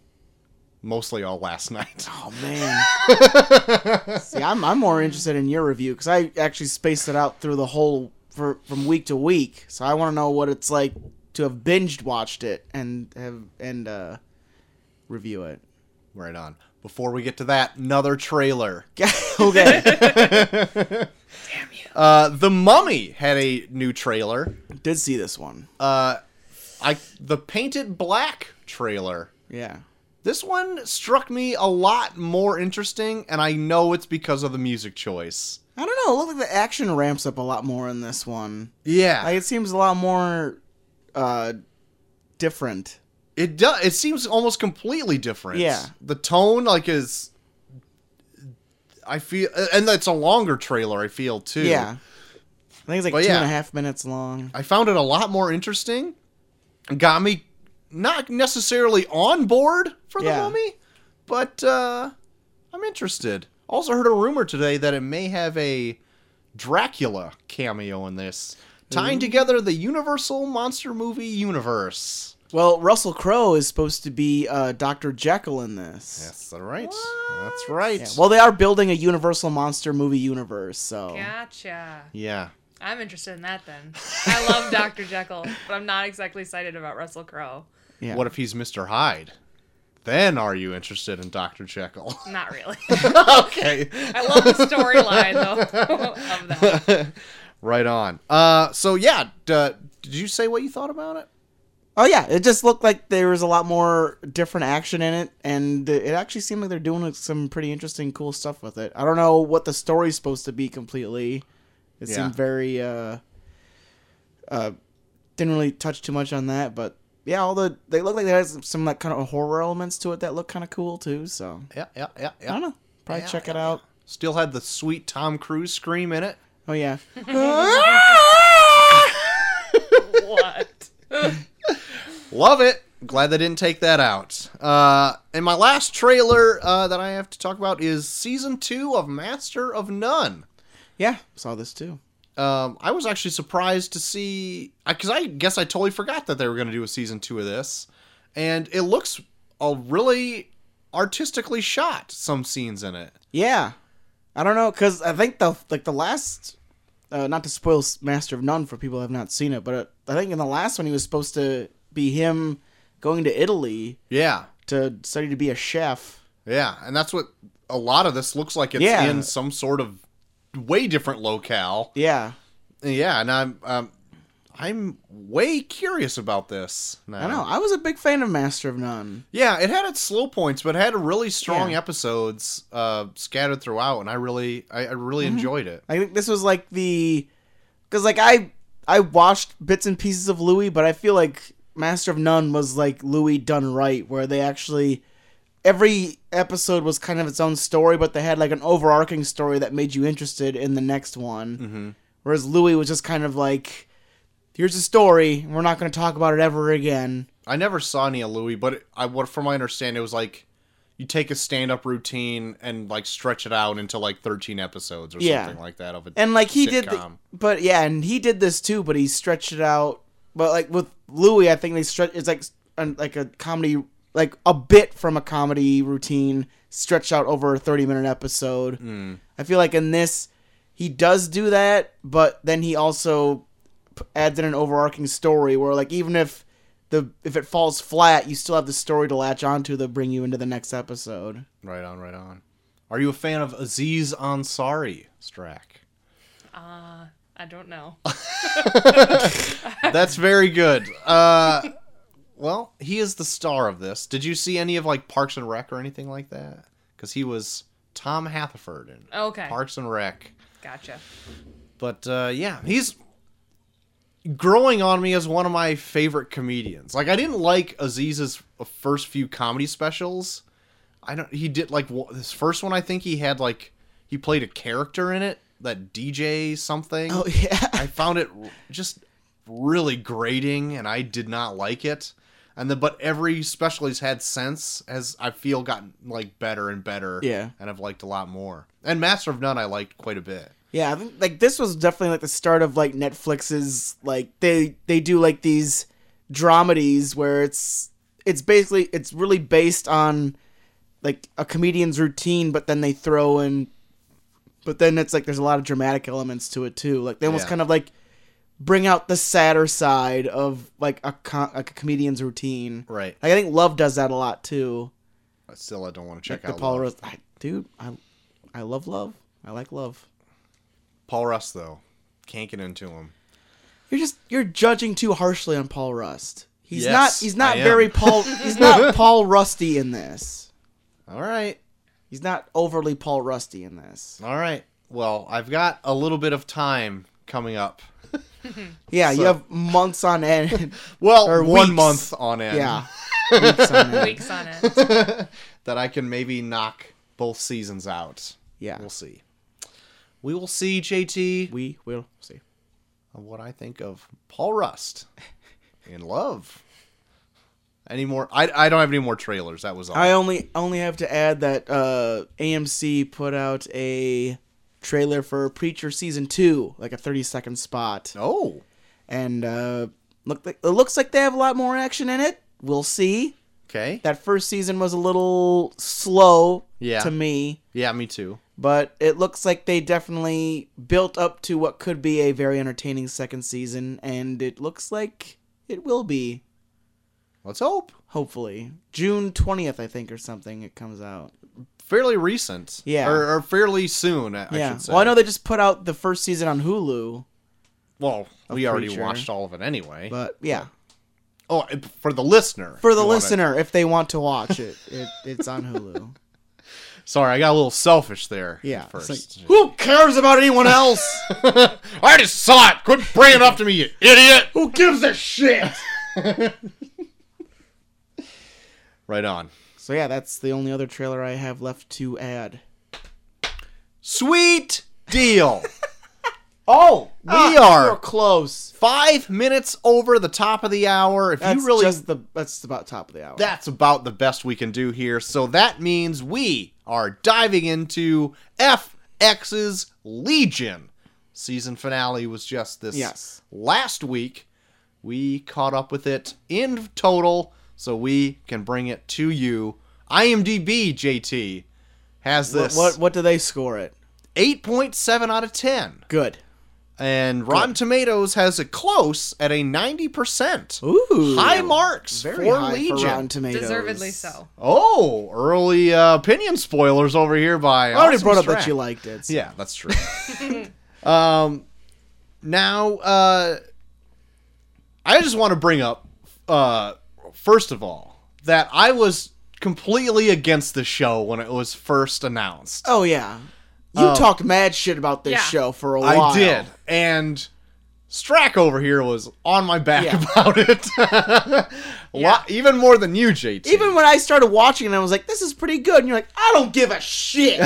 mostly all last night. Oh man. See, I'm I'm more interested in your review because I actually spaced it out through the whole for from week to week. So I want to know what it's like to have binged watched it and have and uh review it. Right on. Before we get to that, another trailer. okay. Uh, the Mummy had a new trailer. Did see this one. Uh, I the Painted Black trailer. Yeah. This one struck me a lot more interesting, and I know it's because of the music choice. I don't know. It looked like the action ramps up a lot more in this one. Yeah, Like it seems a lot more uh different. it does. It seems almost completely different. Yeah. the tone like is. I feel, and it's a longer trailer. I feel too. Yeah. I think it's like Well, two and a half yeah. minutes long. I found it a lot more interesting. Got me not necessarily on board for the Yeah. mummy, but uh, I'm interested. Also heard a rumor today that it may have a Dracula Mm-hmm. cameo in this, tying together the Universal monster movie universe. Well, Russell Crowe is supposed to be uh, Dr. Jekyll in this. That's all right. What? That's right. Yeah, well, they are building a Universal monster movie universe, so Gotcha. yeah. I'm interested in that then. I love Dr. Jekyll, but I'm not exactly excited about Russell Crowe. yeah. What if he's Mr. Hyde? Then are you interested in Dr. Jekyll? Not really. okay. I love the storyline though of that. right on. Uh, so yeah, d- did you say what you thought about it? Oh yeah, it just looked like there was a lot more different action in it, and it actually seemed like they're doing some pretty interesting, cool stuff with it. I don't know what the story's supposed to be completely. It Yeah. seemed very uh, uh, didn't really touch too much on that, but yeah, all the they look like they had some, some like kind of horror elements to it that look kind of cool too. So Yeah, yeah, yeah, I don't yeah. know, probably Yeah, check it yeah, out. Still had the sweet Tom Cruise scream in it. Oh yeah, What? Love it. Glad they didn't take that out. Uh, and my last trailer uh, that I have to talk about is season two of Master of None. yeah, saw this too. Um, I was actually surprised to see because I guess I totally forgot that they were going to do a season two of this, and it looks a really artistically shot. Some scenes in it. Yeah, I don't know because I think the like the last, uh, not to spoil S- Master of None for people who have not seen it, but uh, I think in the last one he was supposed to be him going to Italy Yeah, to study to be a chef. yeah, and that's what a lot of this looks like. It's Yeah. in some sort of way different locale. Yeah, Yeah, and I'm um, I'm way curious about this. Now. I know. I was a big fan of Master of None. Yeah, it had its slow points, but it had really strong Yeah. episodes uh, scattered throughout, and I really I, I really Mm-hmm. enjoyed it. I think this was like the, because like I I watched bits and pieces of Louis, but I feel like Master of None was like Louis done right, where they actually every episode was kind of its own story, but they had like an overarching story that made you interested in the next one. Mm-hmm. Whereas Louis was just kind of like, here's a story, and we're not going to talk about it ever again. I never saw any of Louis, but it, I what from my understanding it was like you take a stand up routine and like stretch it out into like thirteen episodes or Yeah. something like that of a and like he did the- sitcom. but yeah and he did this too but he stretched it out but like with louis i think they stretch it's like an, like a comedy like a bit from a comedy routine stretched out over a 30 minute episode i feel like in this he does do that but then he also p- adds in an overarching story where like even if the if it falls flat you still have the story to latch onto to bring you into the next episode Right on, right on. Are you a fan of Aziz Ansari, Strack? I don't know. That's very good. Uh, well, he is the star of this. Did you see any of like Parks and Rec or anything like that? Because he was Tom Hathaford in Okay. Parks and Rec. Gotcha. But uh, yeah, he's growing on me as one of my favorite comedians. Like I didn't like Aziz's first few comedy specials. I don't. He did like wh- his first one. I think he had like he played a character in it that DJ something. oh yeah I found it r- just really grating, and I did not like it. And then, but every special he's had since has I feel gotten like better and better. Yeah. and I've liked a lot more. And Master of None, I liked quite a bit. Yeah, I think like this was definitely like the start of like Netflix's like they they do like these dramedies where it's it's basically it's really based on like a comedian's routine, but then they throw in but then it's like there's a lot of dramatic elements to it too. Like they almost Yeah. kind of like bring out the sadder side of like a com- like a comedian's routine. Right. Like I think Love does that a lot too. I still, I don't want to Like check the out Paul Love. Rudd, I, dude, I I love Love. I like Love. Paul Russ though. Can't get into him. You're just you're judging too harshly on Paul Rust. He's Yes, not he's not I am. very Paul he's not Paul Rusty in this. All right, He's not overly Paul Rusty in this. all right. Well, I've got a little bit of time coming up. Yeah, So- you have months on end. Well, Or one weeks. month on end. yeah. Weeks on end. Weeks on it. that I can maybe knock both seasons out. Yeah. We'll see. We will see, JT, We will see. on what I think of Paul Rust in love. Any more? I, I don't have any more trailers. That was all. I only only have to add that uh, AMC put out a trailer for Preacher season two, like a thirty second spot. oh, and uh, Look, it looks like they have a lot more action in it. We'll see. Okay. That first season was a little slow Yeah. to me, Yeah, me too. but it looks like they definitely built up to what could be a very entertaining second season, and it looks like it will be. Let's hope. Hopefully, June twentieth, I think, or something. It comes out. Fairly recent. Yeah. Or, or fairly soon, I, I yeah. should say. Well, I know they just put out the first season on Hulu, Well, we already Preacher. watched all of it anyway. but yeah, oh, for the listener. for the you wanna- listener, if they want to watch it, it it's on Hulu. Sorry, I got a little selfish there. Yeah. at First. It's like, who cares about anyone else? I just saw it. Quit bringing it up to me, you idiot. Who gives a shit? right on. so yeah, that's the only other trailer I have left to add. Sweet deal. Oh, we are- we're close. Five minutes over the top of the hour. If That's you really just the that's about top of the hour. that's about the best we can do here. So that means we are diving into FX's Legion. Season finale was just this Yes. last week. We caught up with it in total, so we can bring it to you. IMDb JT has what, this what what do they score it? 8.7 out of 10, Good. and Rotten Tomatoes has it close at a 90%. Ooh, High marks Very for high Legion. for Rotten Tomatoes. Deservedly so. Oh, early uh, opinion spoilers over here by. I already Awesome brought up Strack. that you liked it. so- Yeah, that's true. um, now uh, I just want to bring up uh, first of all that I was completely against the show when it was first announced. Oh yeah. You talked mad shit about this Yeah. show for a while. Um, I did, and Strack over here was on my back Yeah. about it. Lo- Yeah. even more than you, JT. Even when I started watching it, I was like, "This is pretty good," and you're like, "I don't give a shit."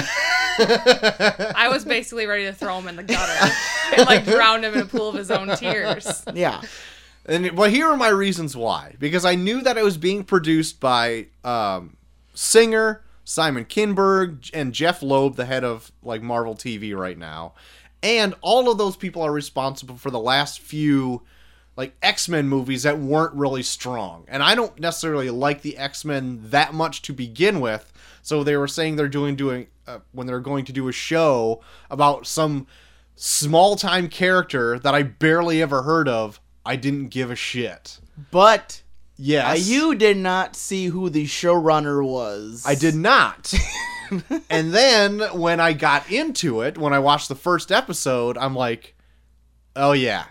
I was basically ready to throw him in the gutter and like drown him in a pool of his own tears. yeah. And well, here are my reasons why. Because I knew that it was being produced by um, Singer, Simon Kinberg, and Jeff Loeb, the head of like Marvel TV right now. And all of those people are responsible for the last few like X Men movies that weren't really strong. And I don't necessarily like the X Men that much to begin with. So they were saying they're doing doing uh, when they're going to do a show about some small time character that I barely ever heard of. I didn't give a shit. But uh, Yes, you did not see who the showrunner was. I did not. and then when I got into it, when I watched the first episode, I'm like, oh yeah,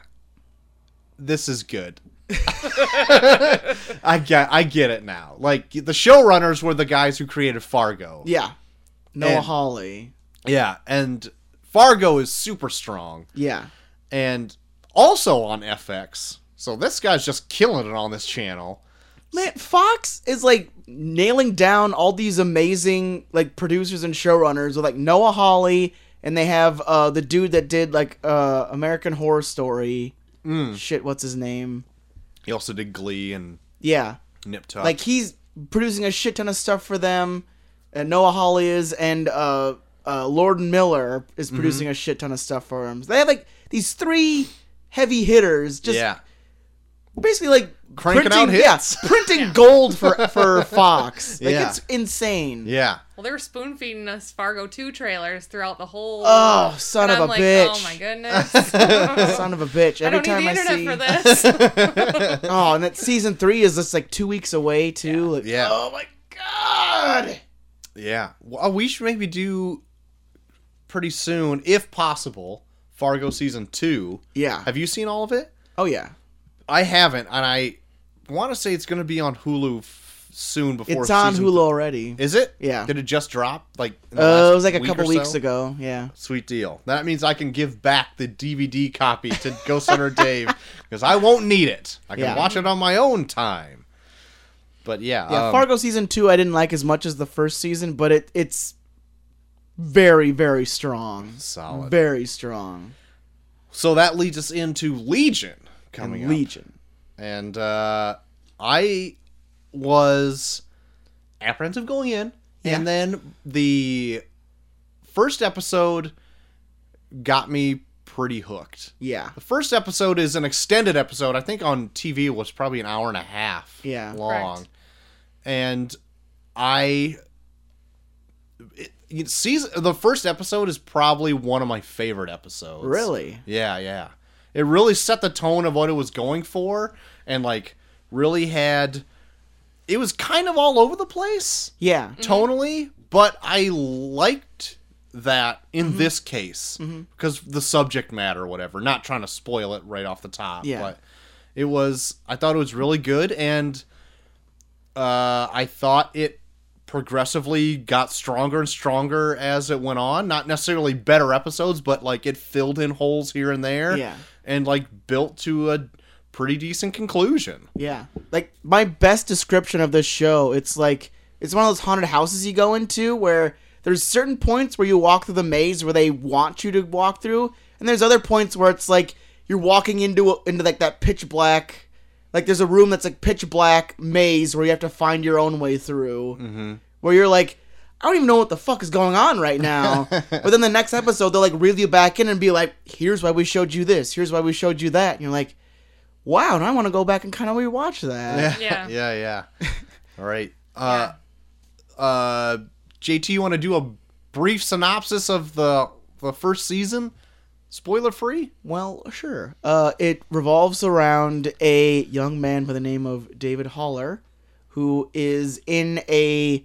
this is good. I get, I get it now. Like the showrunners were the guys who created Fargo. Yeah. Noah And- Hawley. yeah, and Fargo is super strong, Yeah. and also on FX. So this guy's just killing it on this channel. Man, Fox is like nailing down all these amazing like producers and showrunners with like Noah Hawley, and they have uh the dude that did like uh American Horror Story. Shit, what's his name? He also did Glee and Yeah, Nip Tuck. like he's producing a shit ton of stuff for them. And Noah Hawley is, and uh, uh, Lord Miller is producing a shit ton of stuff for him. So they have like these three heavy hitters just yeah, basically like Cranking out printing- yeah, hits. printing gold for for Fox. Like Yeah. it's insane. yeah. Well, they were spoon feeding us Fargo 2 trailers throughout the whole. Oh, son and of I'm a like, bitch! oh my goodness. Son of a bitch! I Every don't time need the I internet see, for this. oh, and that season three is just like two weeks away too. Like, Yeah. Oh my god! Yeah. Well, uh, we should maybe do pretty soon, if possible, Fargo season two. Yeah. Have you seen all of it? Oh yeah. I haven't, and I want to say it's going to be on Hulu f- soon before It's on season Hulu th- already. Is it? Yeah. Did it just drop? Like in the Uh, last it was like a week couple or weeks so? ago. Yeah. Sweet deal. That means I can give back the DVD copy to Ghost Hunter Dave because I won't need it. I can Yeah. watch it on my own time. But yeah, Yeah, um, Fargo season two I didn't like as much as the first season, but it it's very very strong, solid. very strong. so that leads us into Legion coming up. Legion. and uh, I was apprehensive going in, Yeah. and then the first episode got me pretty hooked. Yeah. The first episode is an extended episode. I think on TV it was probably an hour and a half Yeah. long. Correct. And I it, you- season the first episode is probably one of my favorite episodes. Really? Yeah, yeah. It really set the tone of what it was going for and like really had it was kind of all over the place Yeah. tonally, but I liked that in Mm-hmm. this case because the subject matter, whatever. Not trying to spoil it right off the top, Yeah. but it was. I thought it was really good, and uh, I thought it progressively got stronger and stronger as it went on. Not necessarily better episodes, but like it filled in holes here and there, Yeah. and like built to a pretty decent conclusion. Yeah. Like my best description of this show, it's like it's one of those haunted houses you go into where there's certain points where you walk through the maze where they want you to walk through, and there's other points where it's like you're walking into a, into like that pitch black like there's a room that's like pitch black maze where you have to find your own way through. Mm-hmm. Where you're like I don't even know what the fuck is going on right now. but then the next episode they'll like reel you back in and be like, "Here's why we showed you this. Here's why we showed you that." And you're like, wow, now I want to go back and kind of rewatch that. Yeah. yeah, yeah. All right. Uh, uh, JT, you want to do a brief synopsis of the the first season, spoiler free? Well, sure. Uh, it revolves around a young man by the name of David Haller, who is in a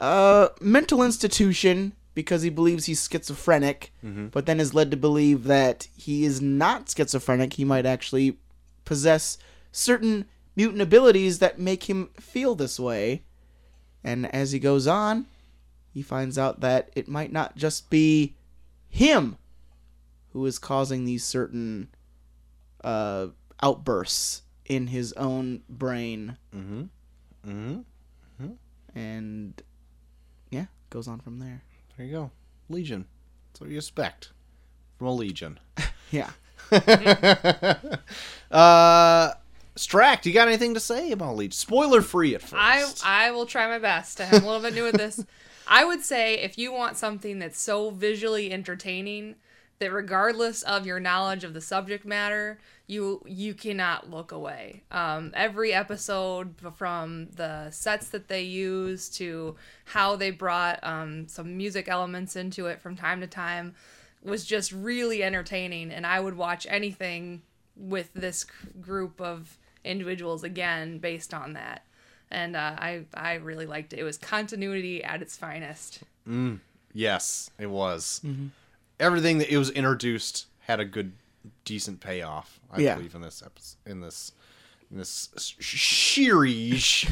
uh, mental institution because he believes he's schizophrenic, but then is led to believe that he is not schizophrenic. He might actually possess certain mutant abilities that make him feel this way. And as he goes on, he finds out that it might not just be him who is causing these certain uh, outbursts in his own brain. Mm-hmm. Mm-hmm. And yeah, goes on from there. There you go, Legion. That's what you expect from a Legion. Yeah. Uh, Strack, do you got anything to say about Legion? Spoiler free at first. I I will try my best. I'm a little bit new at this. I would say if you want something that's so visually entertaining that regardless of your knowledge of the subject matter, you you cannot look away. Um, every episode from the sets that they use to how they brought um, some music elements into it from time to time was just really entertaining, and I would watch anything with this c- group of individuals again based on that and uh, I I really liked it. It was continuity at its finest. yes, it was. Mm-hmm. Everything that it was introduced had a good, decent payoff. I Yeah. believe in this episode, in this, in this s- series.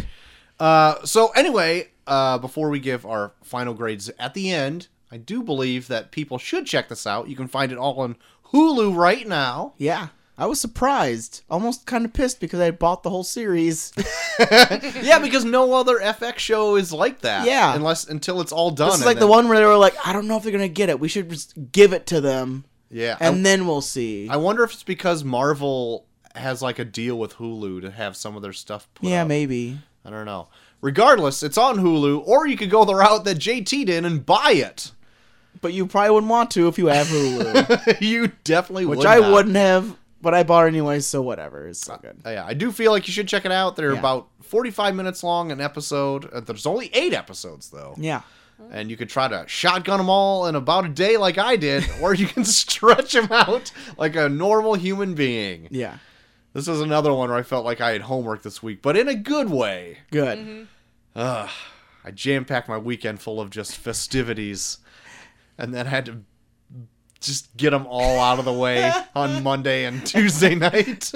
Uh, so anyway, uh, before we give our final grades at the end, I do believe that people should check this out. You can find it all on Hulu right now. Yeah. I was surprised, almost kind of pissed because I bought the whole series. yeah, Yeah, because no other FX show is like that. Yeah. unless until it's all done. this and is like the then- one where they were like, I don't know if they're gonna get it. We should just give it to them, Yeah, I- and then we'll see. I wonder if it's because Marvel has like a deal with Hulu to have some of their stuff put yeah, up. maybe. I don't know. Regardless, it's on Hulu, or you could go the route that JT did and buy it. But you probably wouldn't want to if you have Hulu, you definitely which would I not. wouldn't have. But I bought it anyway, so whatever. It's so good. Uh, yeah, I do feel like you should check it out. They're Yeah. about 45 minutes long an episode. Uh, there's only eight episodes though, Yeah. and you could try to shotgun them all in about a day, like I did, or you can stretch them out like a normal human being. Yeah. This is another one where I felt like I had homework this week, but in a good way. Good. Ugh, I jam packed my weekend full of just festivities, and then had to just get them all out of the way on Monday and Tuesday night.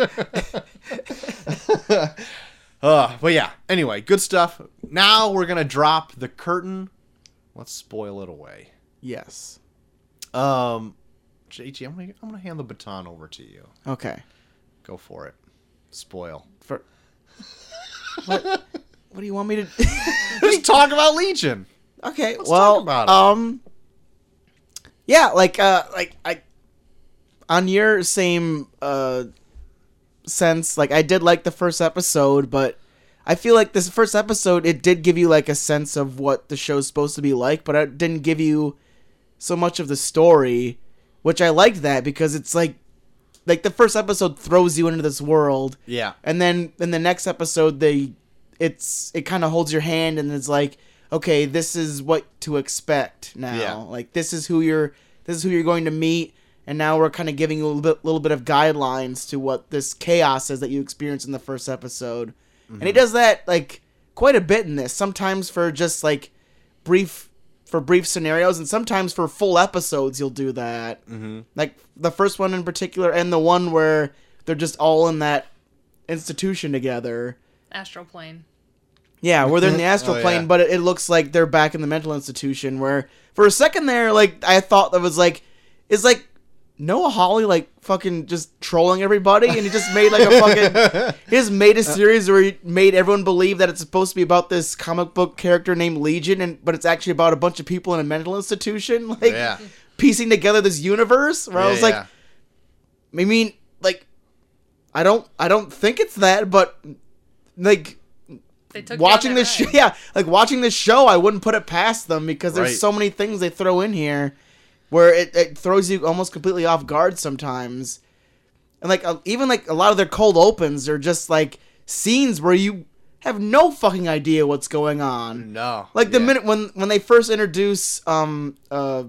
Ugh, Uh, but yeah, anyway, good stuff. Now we're gonna drop the curtain. Let's spoil it away. Yes. Um, JT, I'm gonna I'm gonna hand the baton over to you. Okay. Go for it. Spoil. For what? What do you want me to? Let's talk about Legion. okay. Let's well, talk about it. um, yeah, like, uh, like I, on your same uh sense, like I did like the first episode, but I feel like this first episode it did give you like a sense of what the show's supposed to be like, but it didn't give you so much of the story. which I liked that because it's like like the first episode throws you into this world Yeah. and then in the next episode they it's it kind of holds your hand and it's like okay this is what to expect now Yeah. like this is who you're this is who you're going to meet and now we're kind of giving you a little bit, little bit of guidelines to what this chaos is that you experience in the first episode and he does that like quite a bit in this sometimes for just like brief for brief scenarios and sometimes for full episodes you'll do that mm-hmm. like the first one in particular and the one where they're just all in that institution together. Astral plane. Yeah, where they're in the astral Oh, yeah. plane, but it, it looks like they're back in the mental institution. Where for a second there, like I thought that was like, is like Noah Hawley like fucking just trolling everybody, and he just made like a fucking he just made a series where he made everyone believe that it's supposed to be about this comic book character named Legion, and but it's actually about a bunch of people in a mental institution, like Yeah. piecing together this universe. Where I Yeah, was like, yeah. I mean, like, I don't, I don't think it's that, but like They took watching down this, that sh- ride. yeah, like watching this show, I wouldn't put it past them because Right. there's so many things they throw in here where it, it throws you almost completely off guard sometimes, and like uh, even like a lot of their cold opens are just like scenes where you have no fucking idea what's going on. no. Like the Mm. Yeah. minute when when they first introduce um uh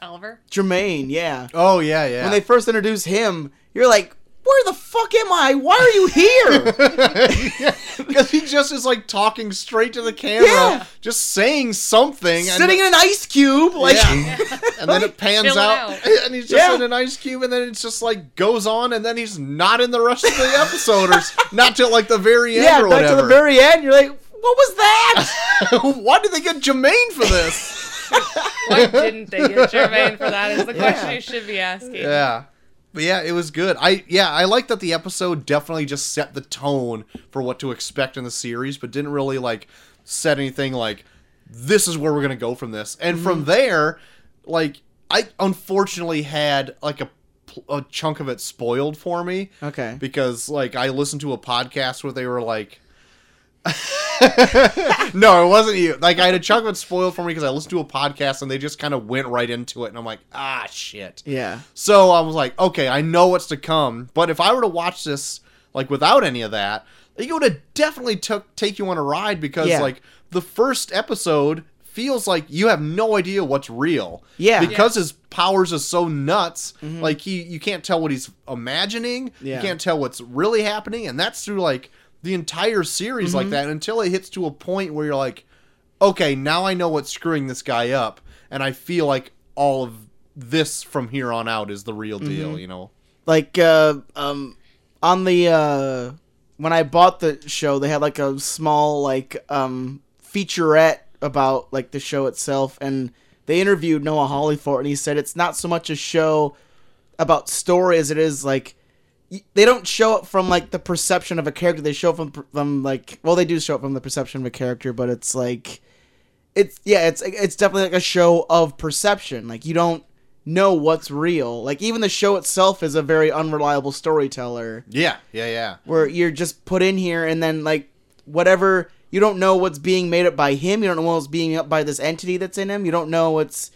Oliver. Jermaine, yeah Oh yeah, yeah. when they first introduce him, you're like, where the fuck am I? Why are you here? because he just is like talking straight to the camera, Yeah. just saying something, Sitting and, in an ice cube, like yeah. and then it pans Filling out, out. and he's just Yeah. in an ice cube, and then it's just like goes on, and then he's not in the rest of the episode, or s- not till like the very end yeah, or back to the whatever. very end, you're like, what was that? Why did they get Jermaine for this? Why didn't they get Jermaine for that? Is the question you should be asking. yeah. But yeah, it was good. I yeah, I like that the episode definitely just set the tone for what to expect in the series, but didn't really like set anything like this is where we're gonna go from this. And from there, like I unfortunately had like a pl- a chunk of it spoiled for me. Okay. Because like I listened to a podcast where they were like no, it wasn't you. Like I had a chunk of it spoiled for me because I listened to a podcast and they just kind of went right into it, and I'm like, ah, shit. yeah. So I was like, okay, I know what's to come. But if I were to watch this like without any of that, it would have definitely took take you on a ride because Yeah. like the first episode feels like you have no idea what's real. Yeah. Mm-hmm. Because his powers are so nuts, like he you can't tell what he's imagining. You Yeah. can't tell what's really happening, and that's through like the entire series Mm-hmm. like that until it hits to a point where you're like, okay, now I know what's screwing this guy up, and I feel like all of this from here on out is the real deal, Mm-hmm. you know? Like, uh, um, on the, uh, when I bought the show, they had like a small, like, um, featurette about like the show itself, and they interviewed Noah Hawley for it, and he said it's not so much a show about story as it is like y- they don't show it from like the perception of a character. They show it from from like well, they do show it from the perception of a character, but it's like it's yeah, it's it's definitely like a show of perception. Like you don't know what's real. Like even the show itself is a very unreliable storyteller Yeah, yeah, yeah. where you're just put in here and then like whatever you don't know what's being made up by him. You don't know what's being up by this entity that's in him. You don't know what's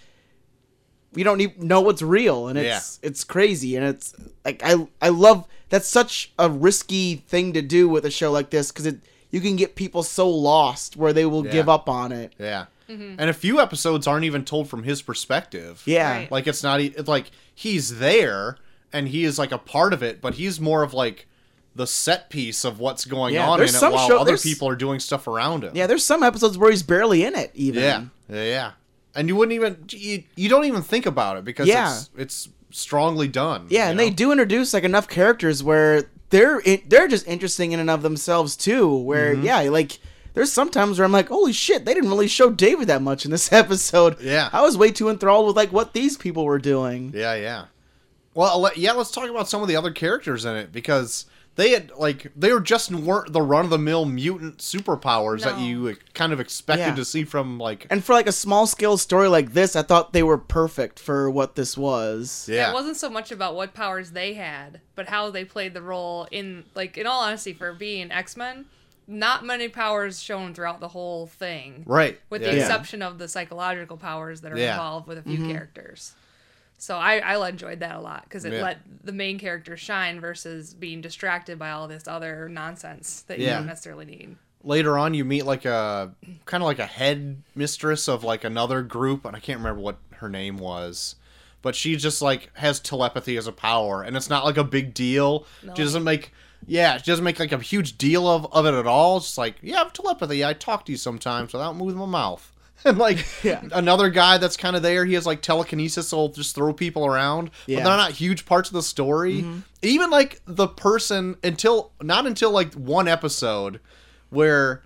you don't even know what's real, and it's it's crazy, and it's like I I love that's such a risky thing to do with a show like this because it you can get people so lost where they will Yeah. give up on it. Yeah. And a few episodes aren't even told from his perspective. Mm-hmm. Yeah, Right. Like it's not e- it's like he's there and he is like a part of it, but he's more of like the set piece of what's going Yeah, on in there's it some while show- other there's- people are doing stuff around him. yeah. There's some episodes where he's barely in it even. Yeah, yeah, yeah. And you wouldn't even you, you don't even think about it because Yeah. it's it's strongly done. Yeah, you and know? they do introduce like enough characters where they're in, they're just interesting in and of themselves too. Where Mm-hmm. yeah, like there's sometimes where I'm like, holy shit, they didn't really show David that much in this episode. Yeah. I was way too enthralled with like what these people were doing. Yeah, yeah. Well, le- yeah, let's talk about some of the other characters in it because they had like they were just weren't the run of the mill mutant superpowers that No. you like, kind of expected Yeah. to see from like And for like a small scale story like this, I thought they were perfect for what this was. yeah. It wasn't so much about what powers they had, but how they played the role in like in all honesty for being X-Men, not many powers shown throughout the whole thing. right. With yeah, the yeah. exception of the psychological powers that are Yeah. Mm-hmm. involved with a few characters. So I, I enjoyed that a lot because it Yeah. let the main character shine versus being distracted by all this other nonsense that you Yeah. don't necessarily need. later on you meet like a kind of like a head mistress of like another group and i can't remember what her name was but she just like has telepathy as a power and it's not like a big deal No. she doesn't make yeah she doesn't make like a huge deal of, of it at all it's just like yeah i have telepathy i talk to you sometimes without moving my mouth and like another guy that's kind of there he has like telekinesis so he'll just throw people around Yeah. but they're not huge parts of the story even like the person until not until like one episode where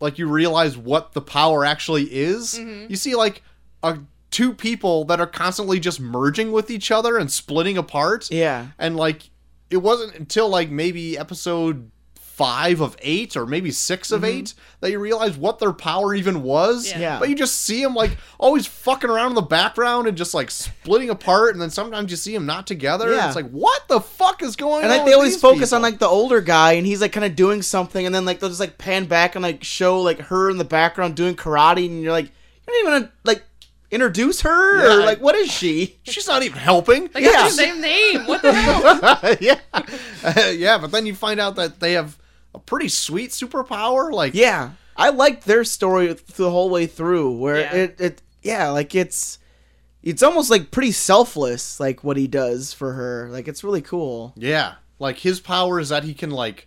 like you realize what the power actually is. You see like a two people that are constantly just merging with each other and splitting apart. Yeah. And like it wasn't until like maybe episode 5 of 8 or maybe 6 of 8 that you realize what their power even was. Mm-hmm. Yeah. Yeah. But you just see them like always fucking around in the background and just like splitting apart and then sometimes you see them not together. Yeah. It's like what the fuck is going And on? like they with always these focus on people? like the older guy, and he's like kind of doing something, and then like they'll just like pan back and like show like her in the background doing karate, and you're like, you're not even like introduce her or Yeah. like what is she? she's not even helping. Like Yeah. it's the same name. What the hell? yeah, yeah. But then you find out that they have a pretty sweet superpower. Like, Yeah, I liked their story the whole way through, where Yeah. it it yeah like it's it's almost like pretty selfless like what he does for her, like it's really cool. yeah. Like his power is that he can like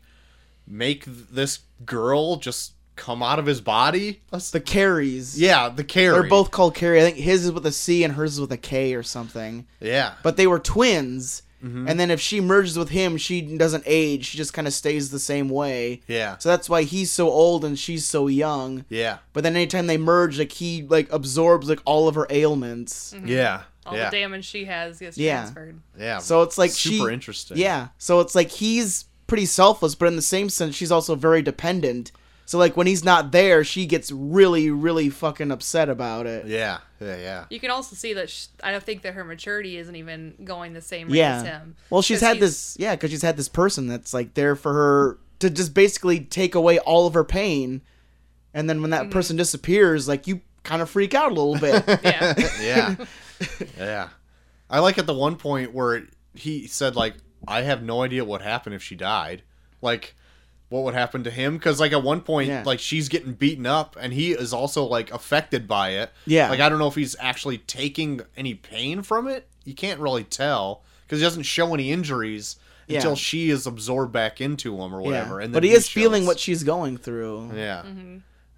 make th- this girl just come out of his body. That's The Carries, yeah, the carry. they're both called Carrie. I think his is with a C and hers is with a K or something. yeah, but they were twins. Mm-hmm. And then if she merges with him, she doesn't age. She just kind of stays the same way. yeah, So that's why he's so old and she's so young. yeah, But then anytime they merge, like he like absorbs like all of her ailments. yeah, Mm-hmm. All yeah, the damage she has gets Yeah. transferred. yeah. So it's like she, super interesting. yeah. So it's like he's pretty selfless, but in the same sense, she's also very dependent. So like when he's not there, she gets really, really fucking upset about it. yeah, yeah, yeah. You can also see that sh I don't think that her maturity isn't even going the same rate yeah. as him. Well, she's 'Cause had he's- this, yeah, because she's had this person that's like there for her to just basically take away all of her pain, and then when that Mm-hmm. person disappears, like you kind of freak out a little bit. Yeah. yeah yeah i like at the one point where he said like i have no idea what happened if she died like what would happen to him because like at one point Yeah. like she's getting beaten up and he is also like affected by it Yeah. like i don't know if he's actually taking any pain from it you can't really tell because he doesn't show any injuries Yeah. until she is absorbed back into him or whatever yeah. and then but he, is feeling shows. what she's going through. yeah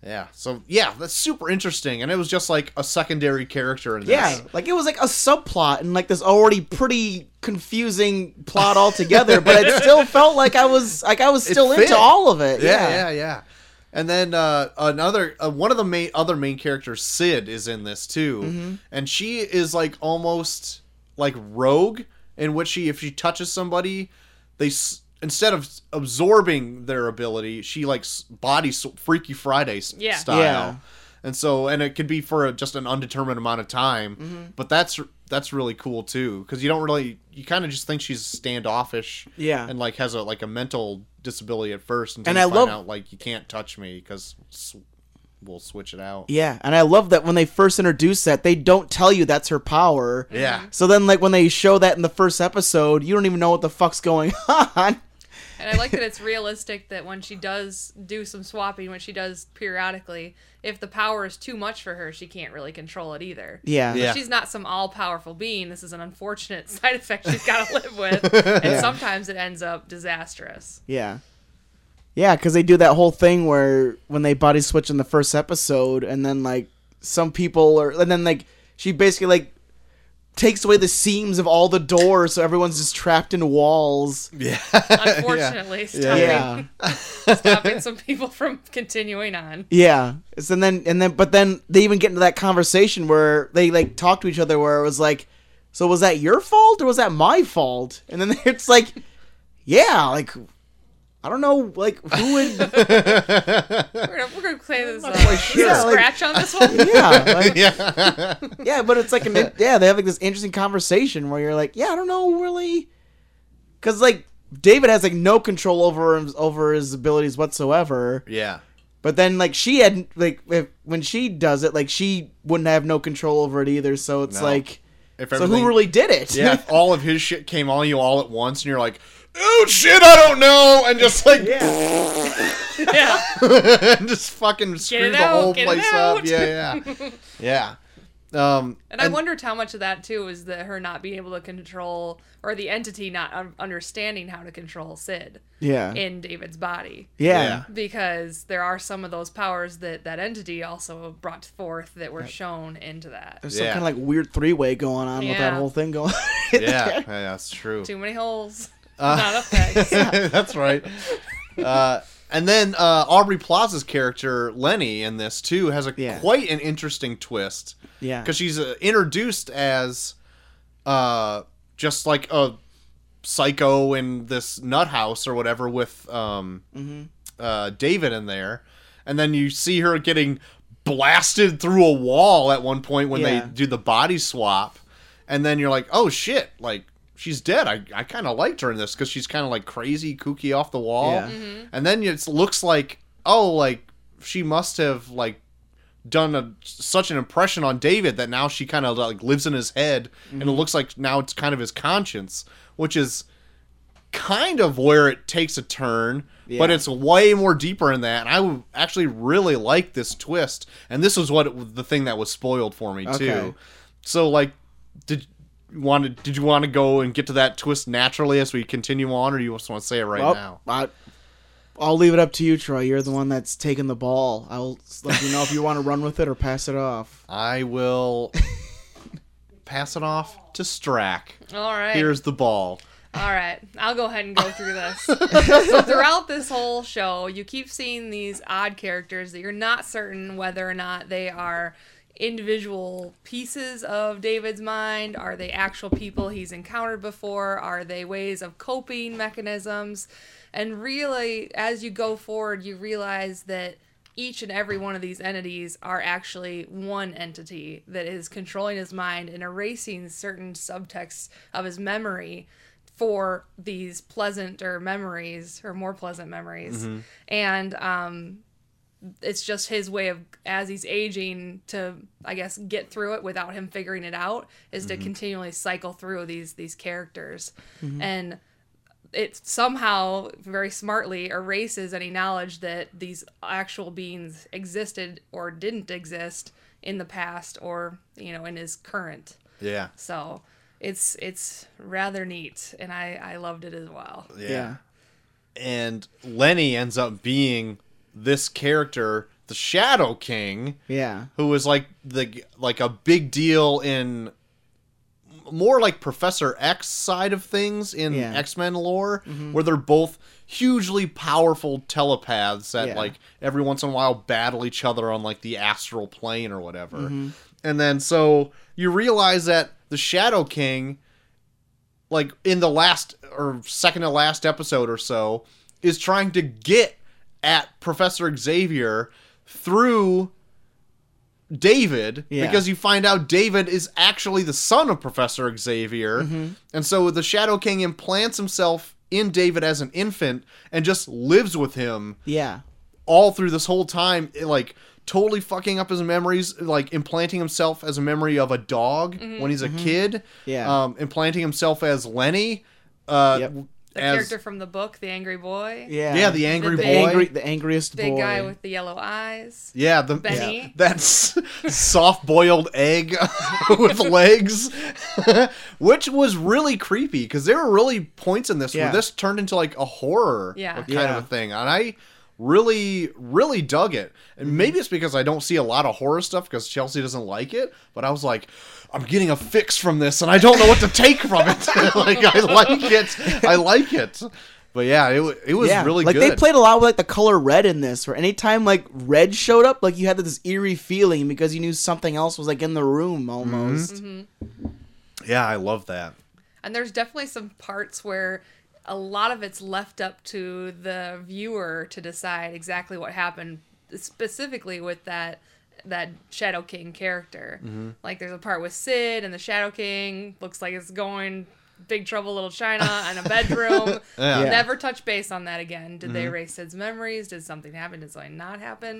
yeah so yeah that's super interesting and it was just like a secondary character in this Yeah, like it was like a subplot and like this already pretty confusing plot altogether, but it still felt like I was like I was still fit. into all of it. yeah, Yeah, yeah, yeah. And then uh, another uh, one of the main other main characters, Sid, is in this too, Mm-hmm. and she is like almost like rogue in which she if she touches somebody, they s- instead of absorbing their ability, she like s- body s- Freaky Friday s- Yeah. style. Yeah. And so, and it could be for a, just an undetermined amount of time, Mm-hmm. but that's that's really cool too, because you don't really, you kind of just think she's standoffish, Yeah. and like has a like a mental disability at first, until And and you I find love- out like you can't touch me because sw- we'll switch it out. Yeah, and I love that when they first introduce that, they don't tell you that's her power. Yeah. So then, like when they show that in the first episode, you don't even know what the fuck's going on. And I like that it's realistic that when she does do some swapping, when she does periodically, if the power is too much for her, she can't really control it either. Yeah, Yeah. She's not some all powerful being. This is an unfortunate side effect she's got to live with. And sometimes it ends up disastrous. yeah, yeah. Because they do that whole thing where when they body switch in the first episode, and then like some people are, and then like she basically like takes away the seams of all the doors, so everyone's just trapped in walls. Unfortunately, Yeah. stopping, Yeah. stopping some people from continuing on. Yeah. It's, and then and then but then they even get into that conversation where they like talk to each other where it was like, so was that your fault or was that my fault? And then it's like, yeah, like I don't know, like who would We're gonna, we're gonna play this. Uh, this is a Yeah, like- scratch on this one. yeah, like- Yeah, yeah, but it's like an in- yeah, they have like this interesting conversation where you're like, yeah, I don't know really, because like David has like no control over him, over his abilities whatsoever. yeah, But then, like she had, like if, when she does it, like she wouldn't have no control over it either. So it's No. like, If So everything, who really did it? yeah, if all of his shit came on you all at once, and you're like, oh shit, I don't know, and just like, yeah. yeah. and just fucking screw it the out, whole get it place up. out. Yeah, yeah, yeah. Um, And, I wondered how much of that too was the her not being able to control, or the entity not un- understanding how to control Sid Yeah. Yeah. in David's body, Yeah. because there are some of those powers that that entity also brought forth that were shown into that. There's some Yeah. kind of like weird three way going on with that Yeah. whole thing going. on. yeah, yeah, that's true. Too many holes, Uh, not up next. That's right. Uh, and then uh, Aubrey Plaza's character Lenny in this too has a Yeah. quite an interesting twist yeah. because she's uh, introduced as uh, just like a psycho in this nut house or whatever with um, Mm-hmm. uh, David in there, and then you see her getting blasted through a wall at one point when Yeah. they do the body swap, and then you're like, oh shit, like she's dead. I, I kind of liked her in this because she's kind of like crazy, kooky off the wall, Yeah. and then it looks like oh like she must have like done a, such an impression on David that now she kind of like lives in his head, and Mm-hmm. it looks like now it's kind of his conscience, which is kind of where it takes a turn, but Yeah. it's way more deeper in that. And I w- actually really like this twist, and this was what it, the thing that was spoiled for me Okay. too. So like, did wanted did you want to go and get to that twist naturally as we continue on, or you just want to say it right Well, now? I, I'll leave it up to you, Troy. You're the one that's taking the ball. I'll s- let you know if you want to run with it or pass it off. I will pass it off to Strack. All right. Here's the ball. All right, I'll go ahead and go through this. so throughout this whole show, you keep seeing these odd characters that you're not certain whether or not they are individual pieces of David's mind. Are they actual people he's encountered before? Are they ways of coping mechanisms? And really, as you go forward, you realize that each and every one of these entities are actually one entity that is controlling his mind and erasing certain subtexts of his memory for these pleasanter memories or more pleasant memories. And um, it's just his way of, as he's aging, to I guess get through it without him figuring it out, is to continually cycle through these these characters, and it somehow very smartly erases any knowledge that these actual beings existed or didn't exist in the past or you know in his current. Yeah. So it's it's rather neat, and I I loved it as well. Yeah. And Lenny ends up being this character, the Shadow King, Yeah. Yeah. who was like the like a big deal in more like Professor X side of things in Yeah. X Men lore, where they're both hugely powerful telepaths that Yeah. like every once in a while battle each other on like the astral plane or whatever. And then so you realize that the Shadow King, like in the last or second to last episode or so, is trying to get at Professor Xavier through David Yeah. because you find out David is actually the son of Professor Xavier. And so the Shadow King implants himself in David as an infant and just lives with him Yeah. all through this whole time, like totally fucking up his memories, like implanting himself as a memory of a dog Mm-hmm. when he's a kid. Mm-hmm. Yeah. Um, implanting himself as Lenny. Uh, Yep. The as, character from the book, the angry boy, Yeah. yeah, the angry The boy. angry, the angriest big boy. guy with the yellow eyes. Yeah, the Benny. yeah, that's soft boiled egg with legs, which was really creepy because there were really points in this Yeah. where this turned into like a horror Yeah. kind Yeah. of a thing, and I really really dug it. Mm-hmm. And maybe it's because I don't see a lot of horror stuff because Chelsea doesn't like it, but I was like, I'm getting a fix from this, and I don't know what to take from it. like I like it, I like it. But yeah, it, wa- it was yeah, really like good. they played a lot with like the color red in this. Where anytime like red showed up, like you had this eerie feeling because you knew something else was like in the room almost. Mm-hmm. Mm-hmm. yeah, I love that. And there's definitely some parts where a lot of it's left up to the viewer to decide exactly what happened, specifically with that that Shadow King character. Like there's a part with Sid and the Shadow King looks like it's going big trouble little China in a bedroom. Yeah. Never touch base on that again. Did Mm-hmm. they erase Sid's memories? Did something happen? Did something not happen?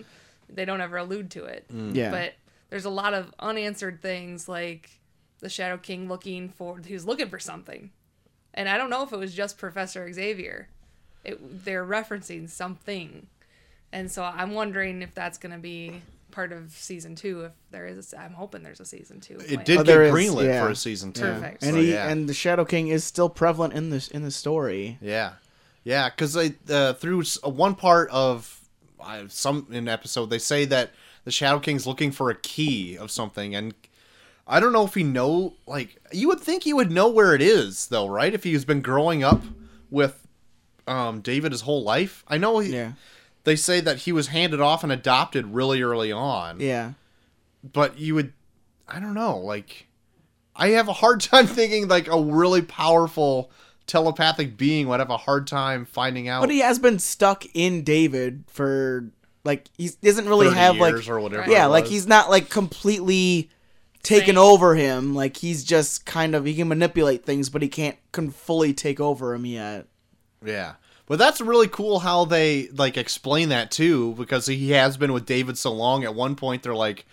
Mm. They don't ever allude to it Yeah, but there's a lot of unanswered things like the Shadow King looking for he was looking for something, and I don't know if it was just Professor Xavier. It, they're referencing something, and so I'm wondering if that's going to be part of season two. If there is, a, I'm hoping there's a season two. It planned. did Oh, get there is, greenlit yeah. for a season two. Perfect. so and he yeah. and the Shadow King is still prevalent in this in the story. Yeah, yeah, because they uh, through s- uh, one part of I some in episode they say that the Shadow King's looking for a key of something, and I don't know if he know like you would think he would know where it is though, right? If he's been growing up with um, David his whole life, I know. He, Yeah, They say that he was handed off and adopted really early on, yeah. but you would, I don't know, like. I have a hard time thinking like a really powerful telepathic being would have a hard time finding out. But he has been stuck in David for like he doesn't really 30 have like years or whatever yeah it like was. he's not like completely taken Same. over him like he's just kind of he can manipulate things but he can't can fully take over him yet yeah but that's really cool how they like explain that too because he has been with david so long at one point they're like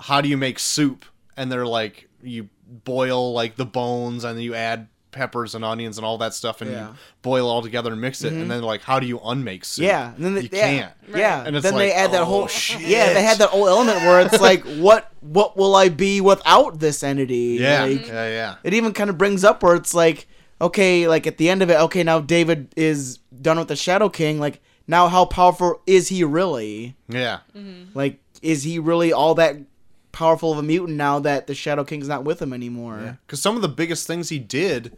how do you make soup and they're like you boil like the bones and then you add peppers and onions and all that stuff and Yeah. Mm-hmm. you boil it all together and mix it and then like how do you unmake soup yeah and then they, you yeah, can't yeah And it's then they like, add that oh, whole yeah shit. they had that whole element where it's like what what will i be without this entity yeah Like, yeah yeah it even kind of brings up where it's like okay like at the end of it okay now david is done with the shadow king like now how powerful is he really yeah like is he really all that powerful of a mutant now that the shadow king's not with him anymore because some of the biggest things he did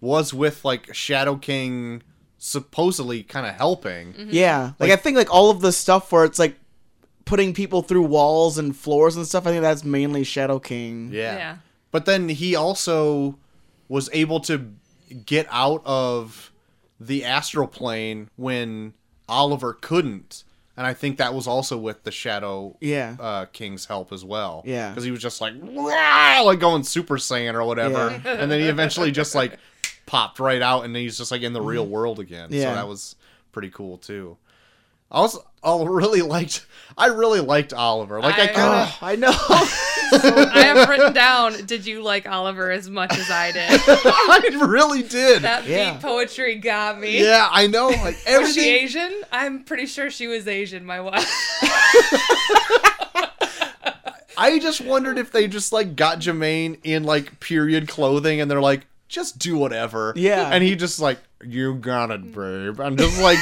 was with like shadow king supposedly kind of helping Yeah, like, I think like all of the stuff where it's like putting people through walls and floors and stuff. I think that's mainly Shadow King. Yeah. Yeah. But then he also was able to get out of the astral plane when Oliver couldn't. And I think that was also with the Shadow Yeah. uh, King's help as well. Yeah. Because he was just like, "Wah!" like going Super Saiyan or whatever. And then he eventually just like popped right out and he's just like in the real world again. So Mm-hmm. Yeah. that was pretty cool too. I also I really liked I really liked Oliver. Like I, I- kinda Oh, I know. I have written down. Did you like Oliver as much as I did? I really did. That Yeah. beat poetry got me. Yeah, I know. Like Was she everything. Asian? I'm pretty sure she was Asian, my wife. I just wondered if they just like got Jermaine in like period clothing, and they're like, just do whatever. Yeah. And he just like, you got it, babe. I'm just like,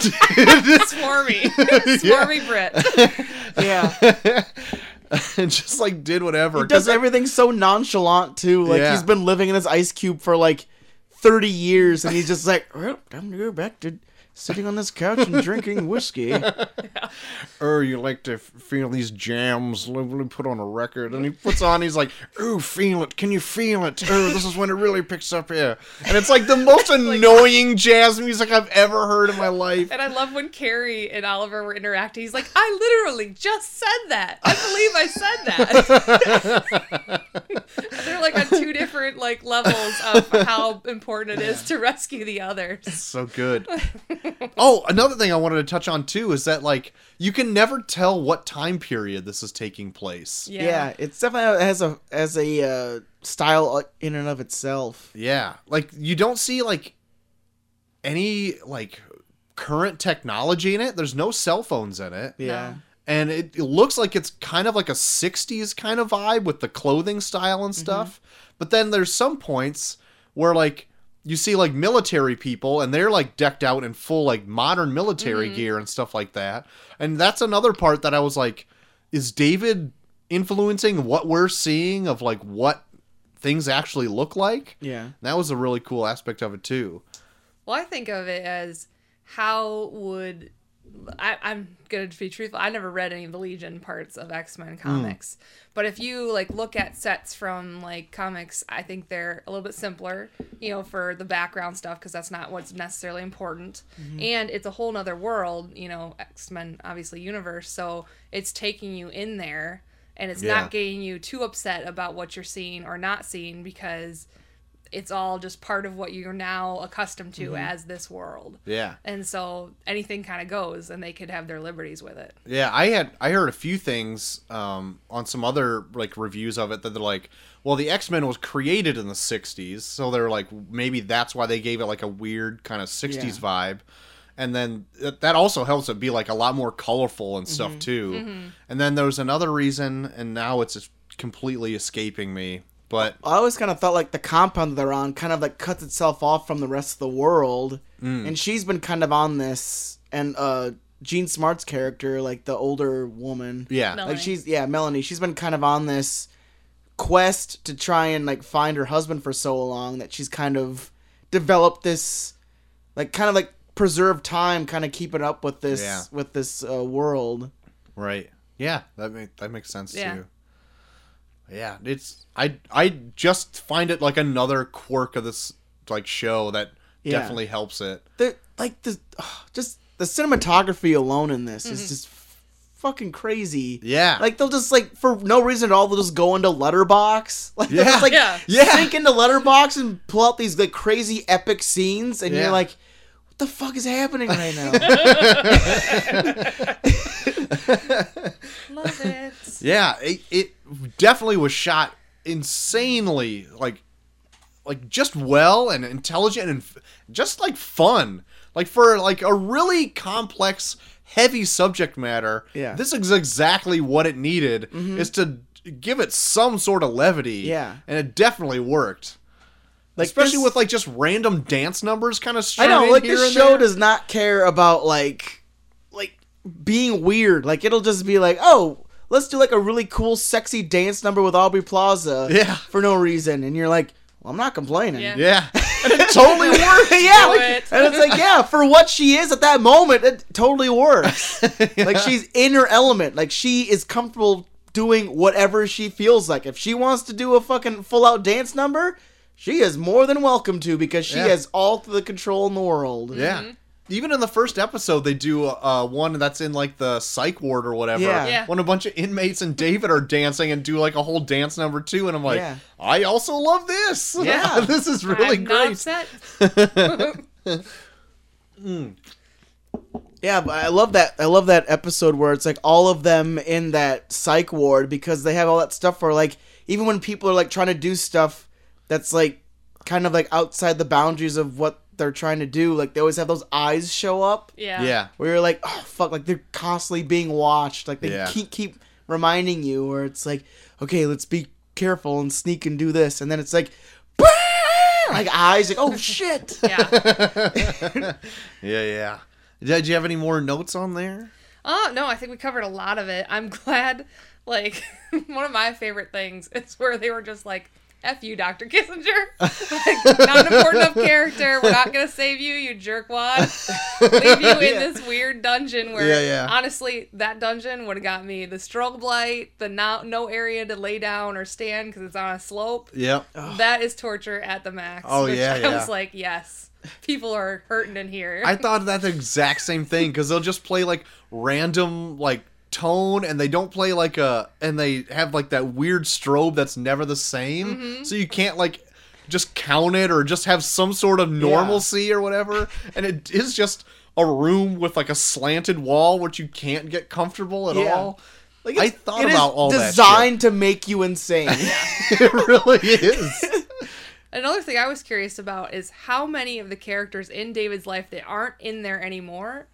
dude, Swarmy. Yeah. Swarmy Brit. yeah, and just like did whatever. he does 'Cause everything so nonchalant too. Like Yeah. he's been living in his ice cube for like thirty years, and he's just like, "Well, time to go back to sitting on this couch and drinking whiskey. oh, you like to f- feel these jams lovely put on a record. And he puts on, he's like, oh, feel it. Can you feel it? Oh, this is when it really picks up here. And it's like the most annoying jazz music I've ever heard in my life. And I love when Carrie and Oliver were interacting. He's like, I literally just said that. I believe I said that. They're like on two different like levels of how important it is to rescue the others. so good. oh, another thing I wanted to touch on too is that like you can never tell what time period this is taking place. Yeah. it's definitely has a has a uh, style in and of itself. Yeah. Like you don't see like any like current technology in it. There's no cell phones in it. Yeah, And it, it looks like it's kind of like a 60s kind of vibe with the clothing style and stuff. But then there's some points where like you see like military people and they're like decked out in full like modern military gear and stuff like that. And that's another part that I was like is David influencing what we're seeing of like what things actually look like? yeah, That was a really cool aspect of it too. Well, I think of it as how would I, I'm going to be truthful. I never read any of the Legion parts of X Men comics, but if you like look at sets from like comics, I think they're a little bit simpler, you know, for the background stuff because that's not what's necessarily important. And it's a whole nother world, you know, X Men obviously universe, so it's taking you in there, and it's Yeah. not getting you too upset about what you're seeing or not seeing because it's all just part of what you're now accustomed to Mm-hmm. as this world. Yeah. And so anything kind of goes, and they could have their liberties with it. Yeah, I had I heard a few things um, on some other like reviews of it that they're like, well, the X Men was created in the '60s, so they're like maybe that's why they gave it like a weird kind of '60s Yeah. vibe, and then th- that also helps it be like a lot more colorful and stuff too. And then there was another reason, and now it's just completely escaping me. But I always kind of felt like the compound that they're on kind of like cuts itself off from the rest of the world. And she's been kind of on this, and uh, Jean Smart's character, like the older woman, yeah, No. like Melanie. she's yeah, Melanie, she's been kind of on this quest to try and like find her husband for so long that she's kind of developed this, like kind of like preserve time, kind of keeping up with this Yeah. with this uh, world. Right. Yeah, that make, that makes sense Yeah. too. Yeah, it's I I just find it like another quirk of this like show that Yeah. definitely helps it. The like the ugh, just the cinematography alone in this is just f- fucking crazy. Yeah. Like they'll just like for no reason at all they'll just go into Letterbox. Like they'll Yeah. just, like Yeah. Yeah. sink into Letterbox and pull out these like crazy epic scenes, and Yeah. you're like, what the fuck is happening right now? Love it. yeah, it, it definitely was shot insanely like like just well and intelligent and f- just like fun. Like for like a really complex heavy subject matter, Yeah. Mm-hmm. this is exactly what it needed is to give it some sort of levity. Yeah. And it definitely worked. like especially this- with like just random dance numbers kind of I strung know in like here this and show there. does not care about like like being weird. Like it'll just be like, oh, let's do like a really cool, sexy dance number with Aubrey Plaza, Yeah. for no reason, and you're like, well, I'm not complaining. Yeah. yeah and it totally worked yeah, Do like- it. and it's like, yeah, for what she is at that moment, it totally works. Like she's in her element. Like she is comfortable doing whatever she feels like. If she wants to do a fucking full out dance number, she is more than welcome to because she Yeah. has all the control in the world. yeah Mm-hmm. even in the first episode they do uh, one that's in like the psych ward or whatever Yeah. Yeah. when a bunch of inmates and david are dancing and do like a whole dance number too and i'm like Yeah. i also love this Yeah. this is really I'm not great upset. Yeah, but I love that. I love that episode where it's like all of them in that psych ward because they have all that stuff where like even when people are like trying to do stuff that's like kind of like outside the boundaries of what they're trying to do, like they always have those eyes show up Yeah. yeah. where you're like, oh fuck, like they're constantly being watched. Like they Yeah. keep keep reminding you where it's like, okay, let's be careful and sneak and do this, and then it's like, like eyes, like oh shit. Yeah. yeah yeah did you have any more notes on there Oh no, I think we covered a lot of it. I'm glad. Like one of my favorite things is where they were just like, "F you, Doctor Kissinger, like, not an important enough character. We're not gonna save you, you jerkwad. Leave you in this weird dungeon where, Yeah, yeah. honestly, that dungeon would have got me the strobe light, the no, no area to lay down or stand because it's on a slope. yep That is torture at the max. Oh, which yeah, I yeah. was like, yes, people are hurting in here. I thought that the exact same thing because they'll just play like random like tone and they don't play like a and they have like that weird strobe that's never the same so you can't like just count it or just have some sort of normalcy or whatever and it is just a room with like a slanted wall which you can't get comfortable at Yeah. all Like I it's- thought it is about all that shit. designed to make you insane. it really is Another thing I was curious about is how many of the characters in David's life that aren't in there anymore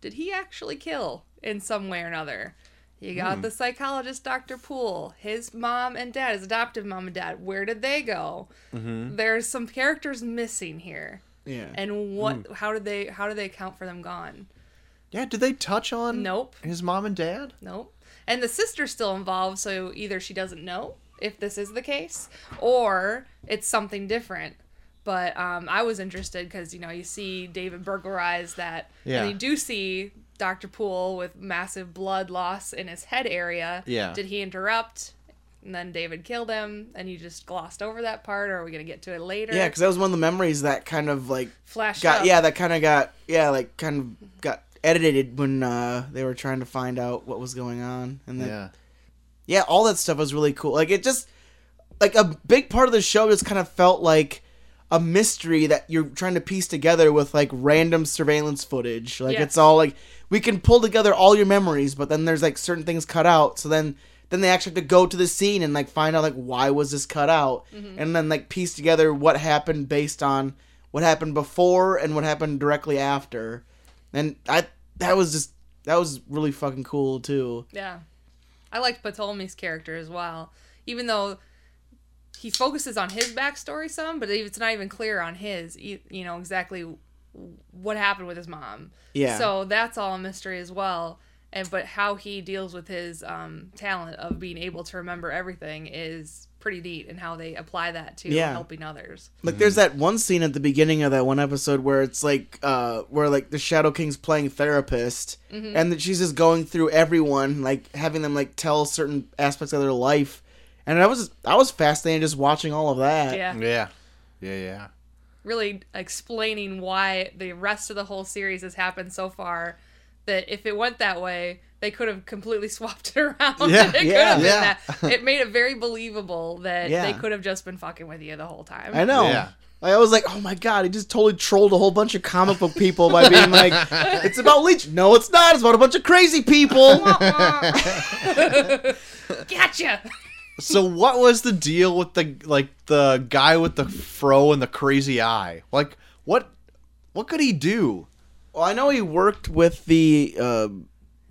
did he actually kill in some way or another? You got the psychologist, Dr. Poole, his mom and dad, his adoptive mom and dad. Where did they go? There's some characters missing here. yeah. And what? How did they? How do they account for them gone? yeah did they touch on Nope. his mom and dad Nope. And the sister's still involved, so either she doesn't know if this is the case, or it's something different. But um, I was interested because you know you see David burglarize that, Yeah. and you do see Doctor Poole with massive blood loss in his head area. Yeah. Did he interrupt? And then David killed him, and you just glossed over that part. Or are we gonna get to it later? Yeah, because that was one of the memories that kind of like flash got up. yeah that kind of got yeah like kind of got edited when uh, they were trying to find out what was going on and then yeah. yeah all that stuff was really cool like it just like a big part of the show just kind of felt like a mystery that you're trying to piece together with like random surveillance footage. Like Yeah. it's all like we can pull together all your memories, but then there's like certain things cut out. So then then they actually have to go to the scene and like find out like why was this cut out and then like piece together what happened based on what happened before and what happened directly after. And I that was just that was really fucking cool too. Yeah. I liked Ptolemy's character as well. Even though he focuses on his backstory some, but it's not even clear on his, e- you know, exactly what happened with his mom. Yeah. So that's all a mystery as well. And but how he deals with his um, talent of being able to remember everything is pretty neat, and how they apply that to Yeah. helping others. Like there's that one scene at the beginning of that one episode where it's like uh where like the Shadow King's playing therapist and that she's just going through everyone like having them like tell certain aspects of their life and I was I was fascinated just watching all of that. Yeah. Yeah. Yeah, yeah. really explaining why the rest of the whole series has happened so far. That if it went that way, they could have completely swapped it around. Yeah, it could yeah, have been yeah. that. It made it very believable that Yeah. they could have just been fucking with you the whole time. I know. Yeah. Like, I was like, oh my god, he just totally trolled a whole bunch of comic book people by being like, it's about Leech. No, it's not. It's about a bunch of crazy people. gotcha. So what was the deal with the like the guy with the fro and the crazy eye? Like what what could he do? well, I know he worked with the uh,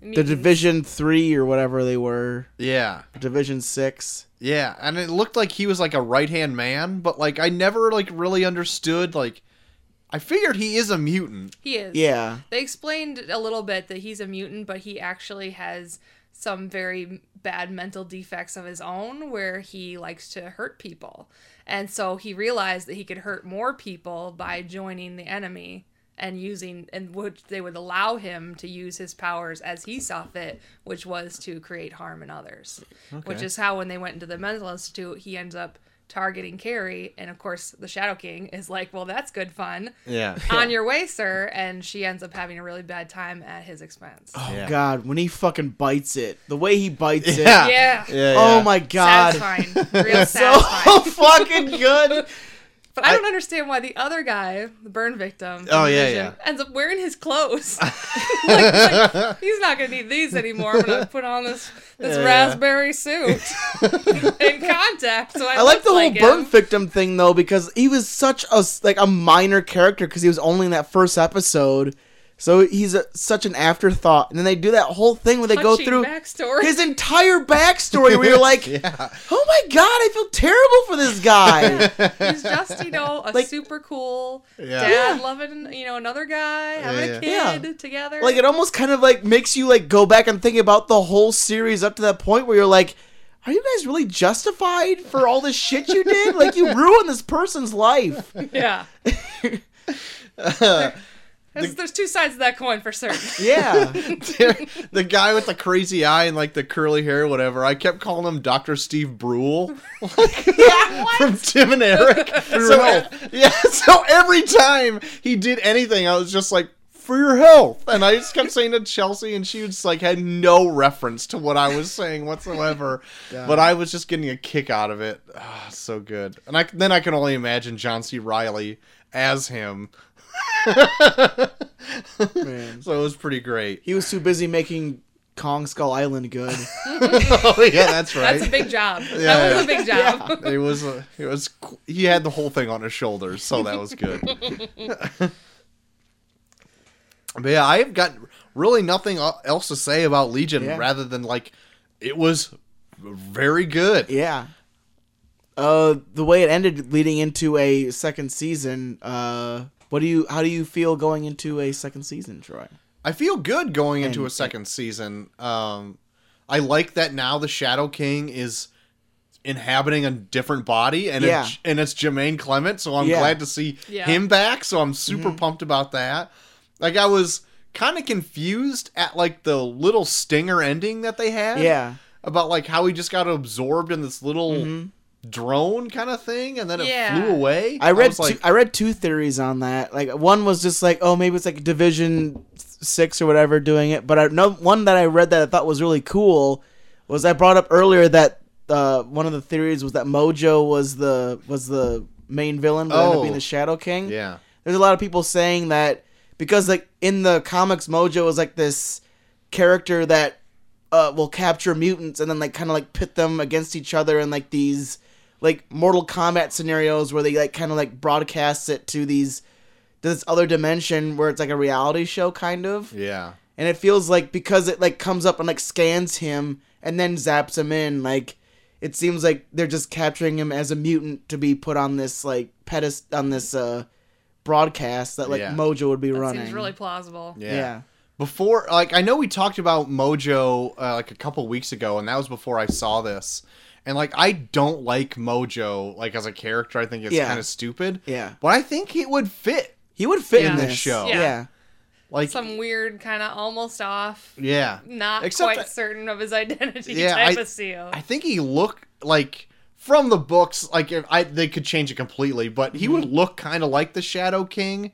the Division Three or whatever they were, Yeah. Division Six. Yeah, and it looked like he was like a right-hand man, but like I never like really understood like I figured he is a mutant. He is. Yeah. They explained a little bit that he's a mutant, but he actually has some very bad mental defects of his own where he likes to hurt people. And so he realized that he could hurt more people by joining the enemy and using and which they would allow him to use his powers as he saw fit, which was to create harm in others. Which Okay. is how when they went into the mental institute, he ends up targeting Carrie and of course the Shadow King is like, "Well, that's good fun." Yeah. on your way, sir. And she ends up having a really bad time at his expense. Oh Yeah. God, when he fucking bites it, the way he bites it. Yeah. yeah. Yeah. Oh yeah. my God. Satisfying. Real So satisfying. fucking good. but I don't understand why the other guy, the burn victim, Oh, in the yeah, vision, yeah. ends up wearing his clothes. Like, like, he's not going to need these anymore. I'm going to put on this, this Yeah, yeah. raspberry suit in contact. So I, I like look the whole like him. burn victim thing though because he was such a s- like a minor character because he was only in that first episode, so he's a, such an afterthought. And then they do that whole thing where they go Touching through backstory. his entire backstory. Where you're like, Yeah. oh my God, I feel terrible for this guy. He's just, you know, a Like- super cool Yeah. dad loving, you know, another guy, having a yeah. kid Yeah. together. like it almost kind of like makes you like go back and think about the whole series up to that point where you're like are you guys really justified for all this shit you did like you ruined this person's life Yeah. Uh, there's, there's two sides of that coin for certain. yeah the guy with the crazy eye and like the curly hair, whatever. I kept calling him Doctor Steve Brule from Tim and Eric. so, yeah, so every time he did anything, I was just like, "For your health," and I just kept saying to Chelsea, and she was like, had no reference to what I was saying whatsoever. But I was just getting a kick out of it. Ah, so good, and I then I can only imagine John C. Riley as him. Man. So it was pretty great. he was too busy making kong skull island good oh yeah, that's right. That's a big job. Yeah, that was yeah. a big job. it was uh, it was qu- he had the whole thing on his shoulders, so that was good. but yeah, I have got really nothing el- else to say about Legion Yeah. rather than like it was very good. yeah uh the way it ended leading into a second season uh what do you how do you feel going into a second season troy I feel good going into And- a second season. Um, I like that now the Shadow King is inhabiting a different body, and Yeah. it's, and it's Jermaine Clement. So I'm Yeah. Mm-hmm. glad to see Yeah. him back. So I'm super pumped about that. Like I was kind of confused at like the little stinger ending that they had. yeah About like how he just got absorbed in this little drone kind of thing, and then it Yeah. flew away. Mm-hmm. I read was like, two, I read two theories on that. Like one was just like, oh, maybe it's like Division Six or whatever doing it. But I no one that I read that I thought was really cool was I brought up earlier that uh, one of the theories was that Mojo was the was the main villain would end up Oh. being the Shadow King. Yeah. There's a lot of people saying that because like in the comics, Mojo is like this character that uh, will capture mutants and then like kind of like pit them against each other in like these like Mortal Kombat scenarios where they like kind of like broadcast it to these this other dimension where it's like a reality show kind of Yeah. and it feels like because it like comes up and like scans him and then zaps him in like it seems like they're just capturing him as a mutant to be put on this like pedest on this uh broadcast that like Yeah. mojo would be running Seems really plausible. Yeah. yeah. Before, like, I know we talked about Mojo uh, like a couple weeks ago, and that was before I saw this. And like, I don't like Mojo like as a character. I think it's Yeah. kind of stupid. Yeah. But I think it would fit. he would fit in Yeah. this show. yeah, Yeah. Like, Some weird kind of almost off, yeah. not Except quite I- certain of his identity Yeah, type I- of seal. I think he looked like from the books. Like, if I they could change it completely, but he would look kind of like the Shadow King.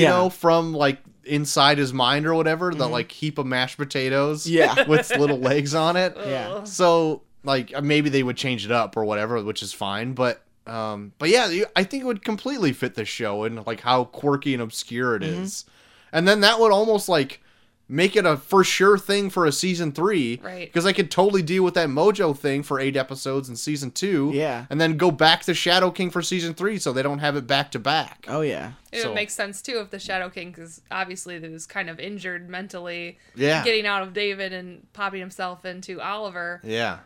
Mhm. Yeah. Mhm. know, from like inside his mind or whatever, the like heap of mashed potatoes. Yeah. With little legs on it. yeah. Ugh. So like uh, maybe they would change it up or whatever, which is fine. But um, but yeah, you- I think it would completely fit the show and like how quirky and obscure it is. Mm-hmm. And then that would almost like make it a for sure thing for a season three, Right. Because I could totally deal with that Mojo thing for eight episodes in season two, Yeah. and then go back to Shadow King for season three, so they don't have it back to back. oh yeah It So- would make sense too if the Shadow King, because obviously he was kind of injured mentally, Yeah. getting out of David and popping himself into Oliver Yeah,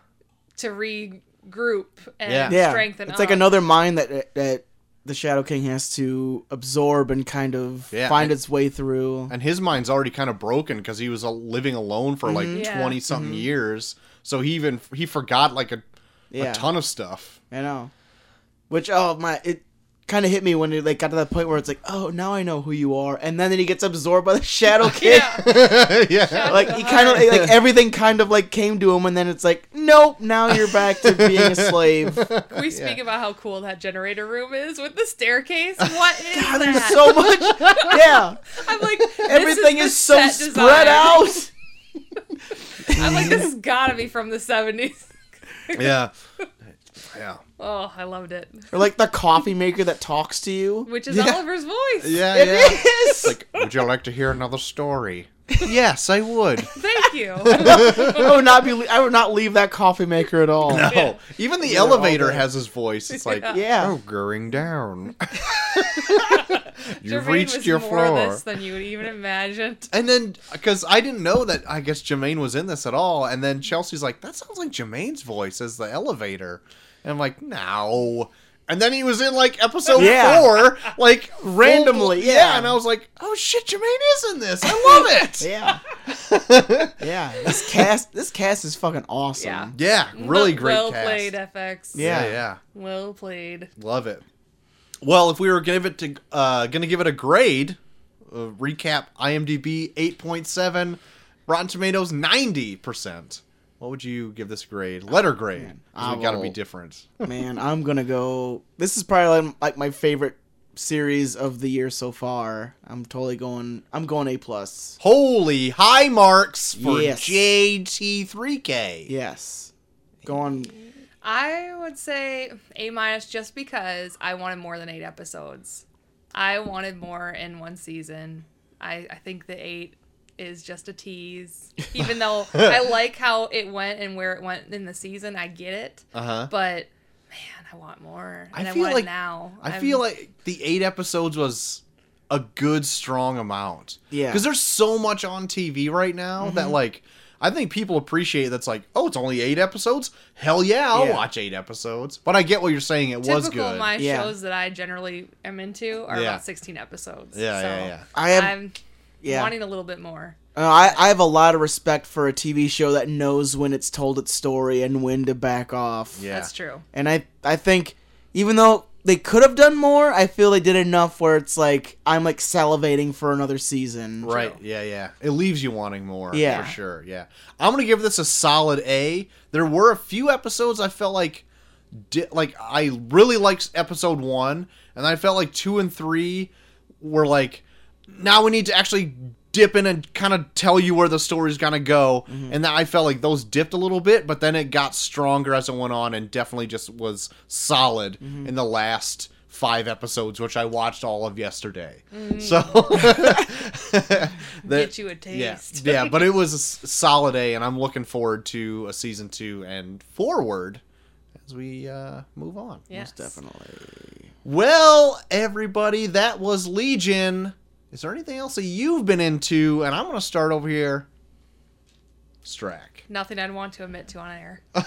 to regroup and Yeah. yeah strengthen. it's like up. another mind that that the shadow king has to absorb and kind of Yeah. find its way through and his mind's already kind of broken because he was uh, living alone for like 20 Mm-hmm. Yeah. something Mm-hmm. years so he even he forgot like a, yeah a ton of stuff I know. Which oh my, it kind of hit me when it like got to that point where it's like, oh, now I know who you are, and then, he gets absorbed by the Shadow Kid. Yeah. yeah Like he kind of like everything kind of like came to him, and then it's like, nope, now you're back to being a slave. We speak about how cool that generator room is with the staircase. What is God, there's that? so much. Yeah, I'm like, this everything is, is, the so set spread design. out. I'm like, this has gotta be from the 70s. yeah yeah Oh, I loved it. Or like the coffee maker that talks to you. Which is Yeah. Oliver's voice. yeah It yeah is. like would you like to hear another story yes i would Thank you. I would not be. I would not leave that coffee maker at all. oh even the all elevator day. has his voice it's like Yeah. oh going down you've Jermaine reached was your more floor This than you would even imagine. And then, because I didn't know that, I guess Jermaine was in this at all. And then Chelsea's like, "That sounds like Jermaine's voice as the elevator," and I'm like, "No." And then he was in like episode Yeah. four, like Randomly, full- yeah. And I was like, "Oh shit, Jermaine is in this. I love it." Yeah. yeah. This cast this cast is fucking awesome. Yeah. yeah, really Well- great Well cast. played, FX. Yeah, Yeah. yeah, Well played. love it. Well, if we were give it to uh, gonna give it a grade, uh, recap IMDb eight point seven, Rotten Tomatoes ninety percent. What would you give this grade? Letter grade. 'cause Oh, I we got to be will- different. Man, I'm gonna go. This is probably like, like my favorite series of the year so far. I'm totally going. I'm going A plus. Holy high marks for Yes. JT three K. Yes, going. I would say A minus just because I wanted more than eight episodes. I wanted more in one season. I, I think the eight is just a tease. Even though I like how it went and where it went in the season, I get it. Uh huh. But man, I want more. I And I, feel want like- it now. I I'm- feel like the eight episodes was a good strong amount. Yeah. Mm-hmm. Because there's so much on TV right now that like I think people appreciate that's like, oh, it's only eight episodes? Hell yeah, I'll Yeah. watch eight episodes. But I get what you're saying, it typical was good. my Yeah. shows that I generally am into are Yeah. about sixteen episodes. yeah, so yeah, yeah. I have. I'm yeah. wanting a little bit more. Uh, I I have a lot of respect for a TV show that knows when it's told its story and when to back off. Yeah. That's true. And I I think even though they could have done more, I feel they did enough where it's like I'm like salivating for another season. Right. Yeah, yeah. It leaves you wanting more. Yeah. For sure. Yeah. I'm gonna give this a solid A. There were a few episodes I felt like, di- like I really liked episode one, and I felt like two and three were like, now we need to actually dip in and kind of tell you where the story's gonna go, Mm-hmm. and that I felt like those dipped a little bit, Mm-hmm. but then it got stronger as it went on, and definitely just was solid in the last five episodes, which I watched all of yesterday. So that- Mm. Get you a yeah, taste. yeah, but it was a s- solid A, and I'm looking forward to a season two and forward as we uh, move on. Yes. Definitely. Well, everybody, that was Legion. Is there anything else that you've been into? And I'm going to start over here. Strack. Nothing I'd want to admit to on air. okay,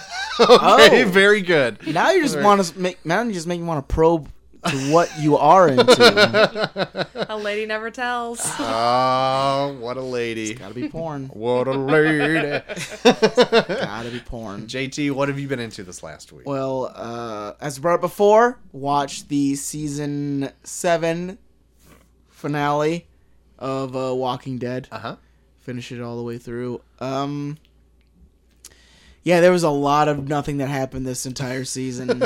Oh. very good. Now you just Right. want to make. Now you just make me want to probe to what you are into. a lady never tells. Oh, what a lady. Gotta be porn. What a lady. Gotta be porn. JT, what have you been into this last week? Well, uh, as brought up before, watch the season seven finale of uh, Walking Dead. Uh huh. Finish it all the way through. Um, yeah, there was a lot of nothing that happened this entire season.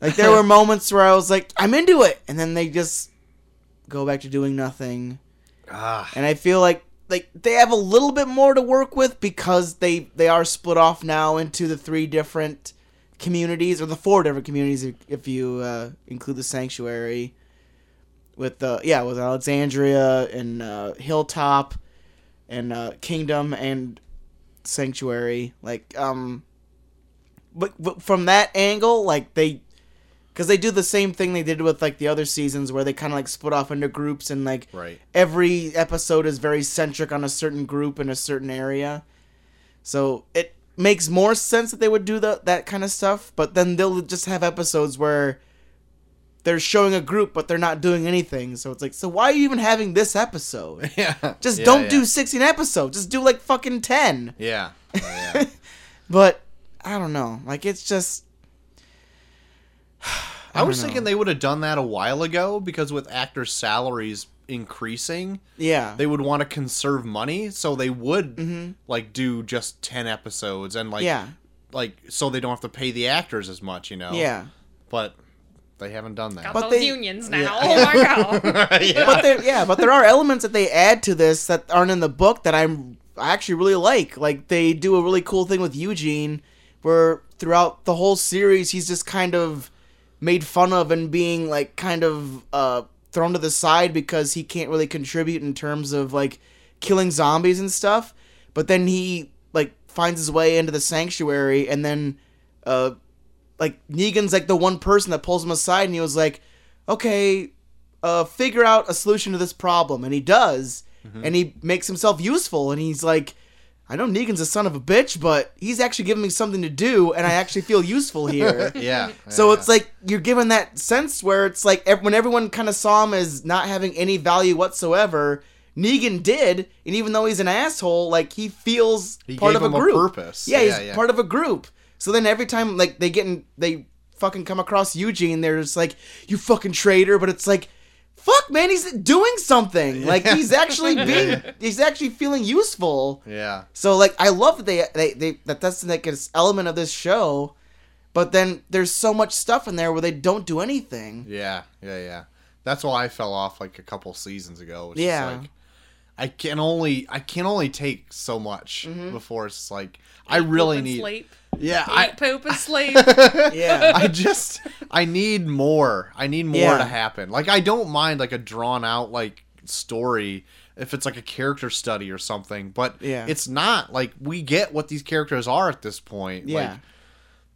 like there were moments where I was like, I'm into it, and then they just go back to doing nothing. Ah, And I feel like like they have a little bit more to work with because they they are split off now into the three different communities or the four different communities if, if you uh, include the sanctuary with the yeah with Alexandria and uh, Hilltop and uh, Kingdom and Sanctuary like um but, but from that angle like they because they do the same thing they did with like the other seasons where they kind of like split off into groups and like right. every episode is very centric on a certain group in a certain area. So it makes more sense that they would do the, that kind of stuff, but then they'll just have episodes where they're showing a group but they're not doing anything. So it's like, so why are you even having this episode? Yeah. Just Yeah, don't yeah. do 16 episodes. Just do like fucking 10. Yeah. Oh, yeah. But I don't know. Like it's just I, was don't know. thinking they would have done that a while ago because with actors' salaries increasing, yeah. they would want to conserve money, so they would like do just ten episodes and like Mm-hmm. yeah. like so they don't have to pay the actors as much, you know. Yeah. But they haven't done that. Got But those they- unions now. Oh my god. yeah. but there, yeah, but there are elements that they add to this that aren't in the book that I'm I actually really like. Like they do a really cool thing with Eugene, where throughout the whole series he's just kind of made fun of and being like kind of uh, thrown to the side because he can't really contribute in terms of like killing zombies and stuff. But then he like finds his way into the sanctuary and then uh, like Negan's like the one person that pulls him aside and he was like, okay, uh, figure out a solution to this problem, and he does, and he makes himself useful, and he's like, I know Negan's a son of a bitch, but he's actually giving me something to do, and I actually feel useful here. yeah. So yeah. it's like you're given that sense where it's like ev- when everyone kind of saw him as not having any value whatsoever, Negan did, and even though he's an asshole, like he feels He part gave of him a a group. purpose. Yeah, Yeah, he's yeah. part of a group. So then every time like they get in, they fucking come across Eugene, they're just like, "You fucking traitor!" But it's like, "Fuck, man, he's doing something. Like he's actually being, he's actually feeling useful." yeah. So like I love that they they, they that that's the next element of this show, but then there's so much stuff in there where they don't do anything. Yeah, yeah, yeah. That's why I fell off like a couple seasons ago. Which Yeah. Is like, I can only I can only take so much Mm-hmm. before it's just like I Poop really and need. sleep. Yeah, Eat, I poop, and sleep. Yeah. I just I need more. I need more Yeah. to happen. Like I don't mind like a drawn out like story if it's like a character study or something, but Yeah. it's not like we get what these characters are at this point. Yeah. Like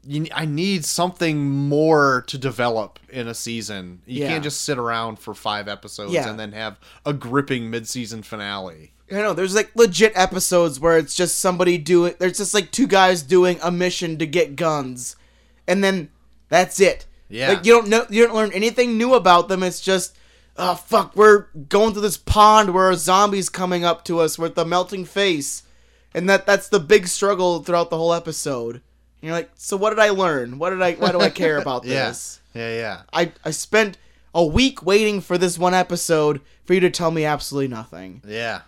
you, I need something more to develop in a season. You Yeah. can't just sit around for five episodes Yeah. and then have a gripping mid-season finale. I know there's like legit episodes where it's just somebody doing there's just like two guys doing a mission to get guns and then that's it. Yeah. Like you don't know you don't learn anything new about them. It's just oh fuck, we're going through this pond where a zombie's coming up to us with a melting face. And that that's the big struggle throughout the whole episode. And you're like, so what did I learn? What did I why do I care about this? Yes. Yeah. yeah, I I spent a week waiting for this one episode for you to tell me absolutely nothing. yeah,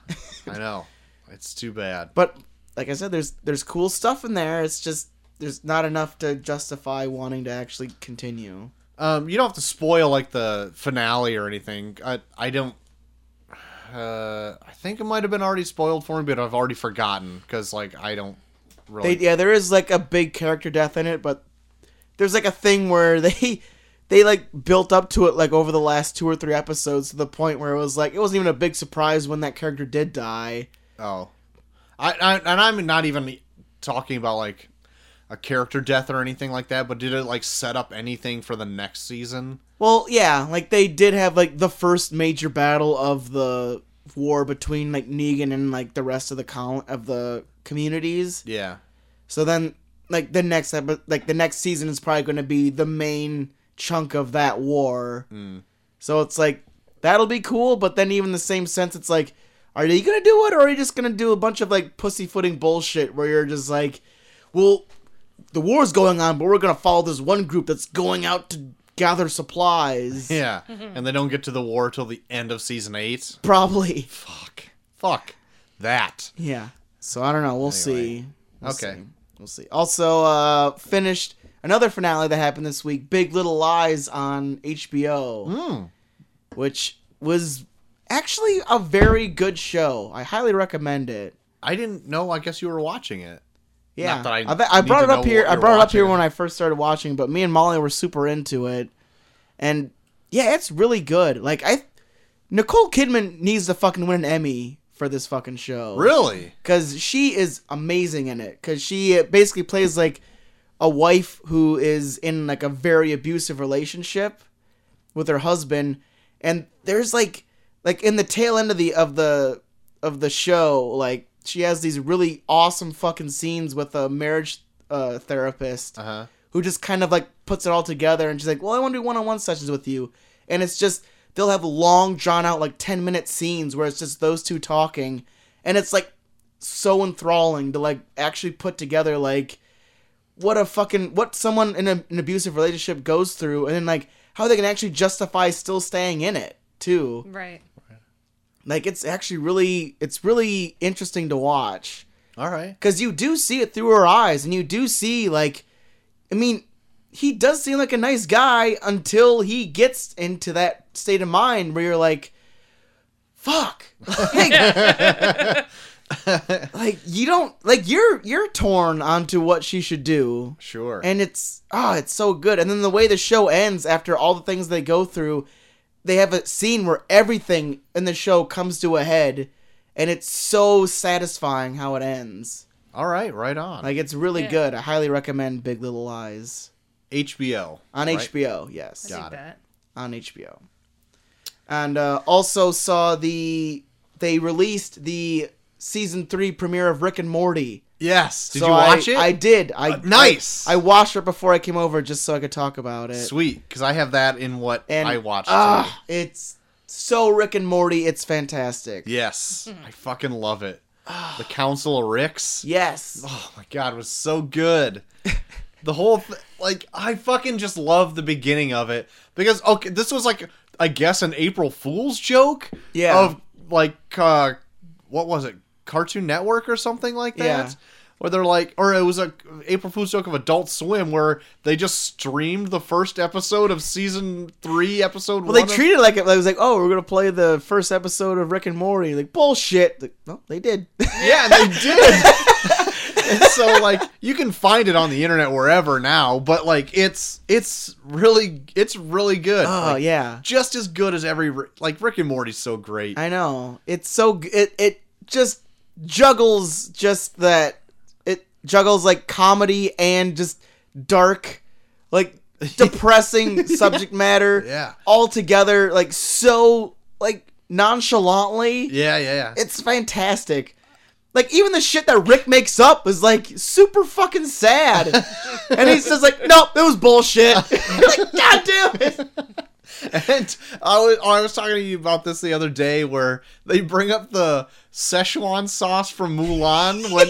yeah. I know. It's too bad. But like I said, there's there's cool stuff in there. It's just there's not enough to justify wanting to actually continue. Um, you don't have to spoil like the finale or anything. I I don't. Uh, I think it might have been already spoiled for me, but I've already forgotten because like I don't really. They, yeah, there is like a big character death in it, but there's like a thing where they they like built up to it like over the last two or three episodes to the point where it was like it wasn't even a big surprise when that character did die. Oh, I, I and I'm not even talking about like a character death or anything like that. But did it like set up anything for the next season? Well, yeah, like they did have like the first major battle of the war between like Negan and like the rest of the col- of the communities. Yeah. So then like the next epi- like the next season is probably going to be the main chunk of that war. Mm. So it's like that'll be cool, but then even the same sense, it's like, are you gonna do it, or are you just gonna do a bunch of like pussyfooting bullshit where you're just like, well, the war's going on, but we're gonna follow this one group that's going out to gather supplies. Yeah. and they don't get to the war till the end of season eight. Probably. Fuck. Fuck that. Yeah. So I don't know. We'll see. We'll Okay. see. We'll see. Also, uh, finished another finale that happened this week: Big Little Lies on HBO. Hmm. which was actually a very good show. I highly recommend it. I didn't know. I guess you were watching it. Yeah, Not that I I, bet- I need brought to it up know here. what I you're brought it up here watching. when I first started watching, but me and Molly were super into it, and yeah, it's really good. Like I, Nicole Kidman needs to fucking win an Emmy for this fucking show. Really? because she is amazing in it. Because she uh, basically plays like a wife who is in like a very abusive relationship with her husband, and there's like like in the tail end of the of the of the show, like she has these really awesome fucking scenes with a marriage uh, therapist Uh huh. who just kind of like puts it all together and she's like, "Well, I want to do one-on-one sessions with you." And it's just they'll have long drawn out like 10-minute scenes where it's just those two talking and it's like so enthralling to like actually put together like what a fucking what someone in a, an abusive relationship goes through and then like how they can actually justify still staying in it too Right. like it's actually really it's really interesting to watch All right. because you do see it through her eyes and you do see like i mean he does seem like a nice guy until he gets into that state of mind where you're like fuck like, like, you don't like you're you're torn onto what she should do Sure. and it's ah, it's so good. And then the way the show ends after all the things they go through, they have a scene where everything in the show comes to a head, and it's so satisfying how it ends. All right. Right on. Like it's really Yeah. good. I highly recommend Big Little Lies HBO. on right? HBO. Yes, I Got dig it. that. on HBO. And uh, also saw the they released the season three premiere of Rick and Morty. Yes. Did So you watch I, it? I did. I Uh, nice. I, I watched it before I came over just so I could talk about it. Sweet, because I have that in what and I watched. too. ah, it's so Rick and Morty. It's fantastic. Yes, I fucking love it. the Council of Ricks. Yes. Oh my god, it was so good. the whole th- like I fucking just love the beginning of it because okay, this was like I guess an April Fool's joke. Yeah. Of like uh, what was it? Cartoon Network or something like that. Yeah. Where they're like, or it was a April Fool's joke of Adult Swim, where they just streamed the first episode of season three, episode Well, one. they of- treated it like it, like it was like, oh, we're gonna play the first episode of Rick and Morty. Like bullshit. Like, no, they did. Yeah, and they did. and so like you can find it on the internet wherever now, but like it's it's really it's really good. oh Like, yeah, Just as good as every like Rick and Morty's so great. I know. It's so g- it it just juggles just that it juggles like comedy and just dark, like depressing subject matter. Yeah. All together, like so, like nonchalantly. yeah, yeah, yeah. It's fantastic. Like even the shit that Rick makes up is like super fucking sad, and he's just like, "Nope, it was bullshit." like, god damn it! and I was oh, I was talking to you about this the other day where they bring up the Szechuan sauce from Mulan when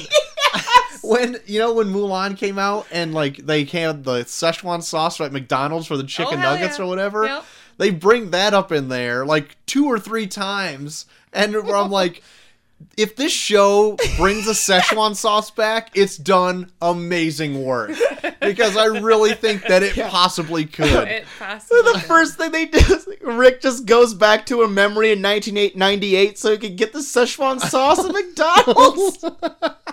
when you know when Mulan came out and like they had the Szechuan sauce at McDonald's for the chicken Oh, hell nuggets yeah. or whatever. Yep. They bring that up in there like two or three times, and where I'm like, if this show brings the Szechuan sauce back, it's done amazing work because I really think that it possibly could. It possibly. The first thing they do is like, Rick just goes back to a memory in 1998 so he could get the Szechuan sauce at McDonald's.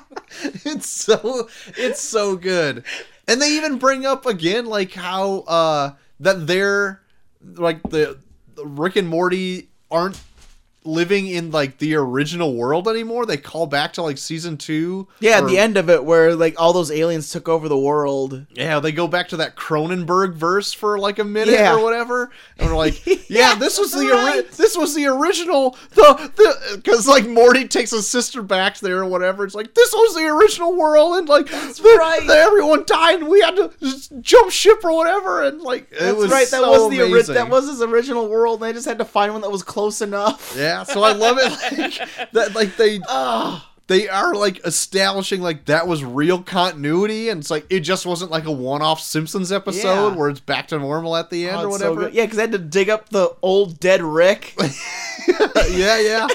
it's so it's so good and they even bring up again like how uh that they're like the, the Rick and Morty aren't living in like the original world anymore. They call back to like season two. Yeah, at or- the end of it, where like all those aliens took over the world. Yeah, they go back to that Cronenberg verse for like a minute Yeah. or whatever, and we're like, "Yeah, this was the ori- right. this was the original the the because like Morty takes his sister back there or whatever. It's like this was the original world, and like the- right. the- everyone died, and we had to just jump ship or whatever, and like it That's was right. That so was the ori- amazing. that was his original world. And they just had to find one that was close enough. yeah. So I love it like, that like they Ugh. they are like establishing like that was real continuity and it's like it just wasn't like a one-off simpsons episode Yeah. where it's back to normal at the end Oh, or it's so whatever good. yeah, because they had to dig up the old dead Rick. yeah yeah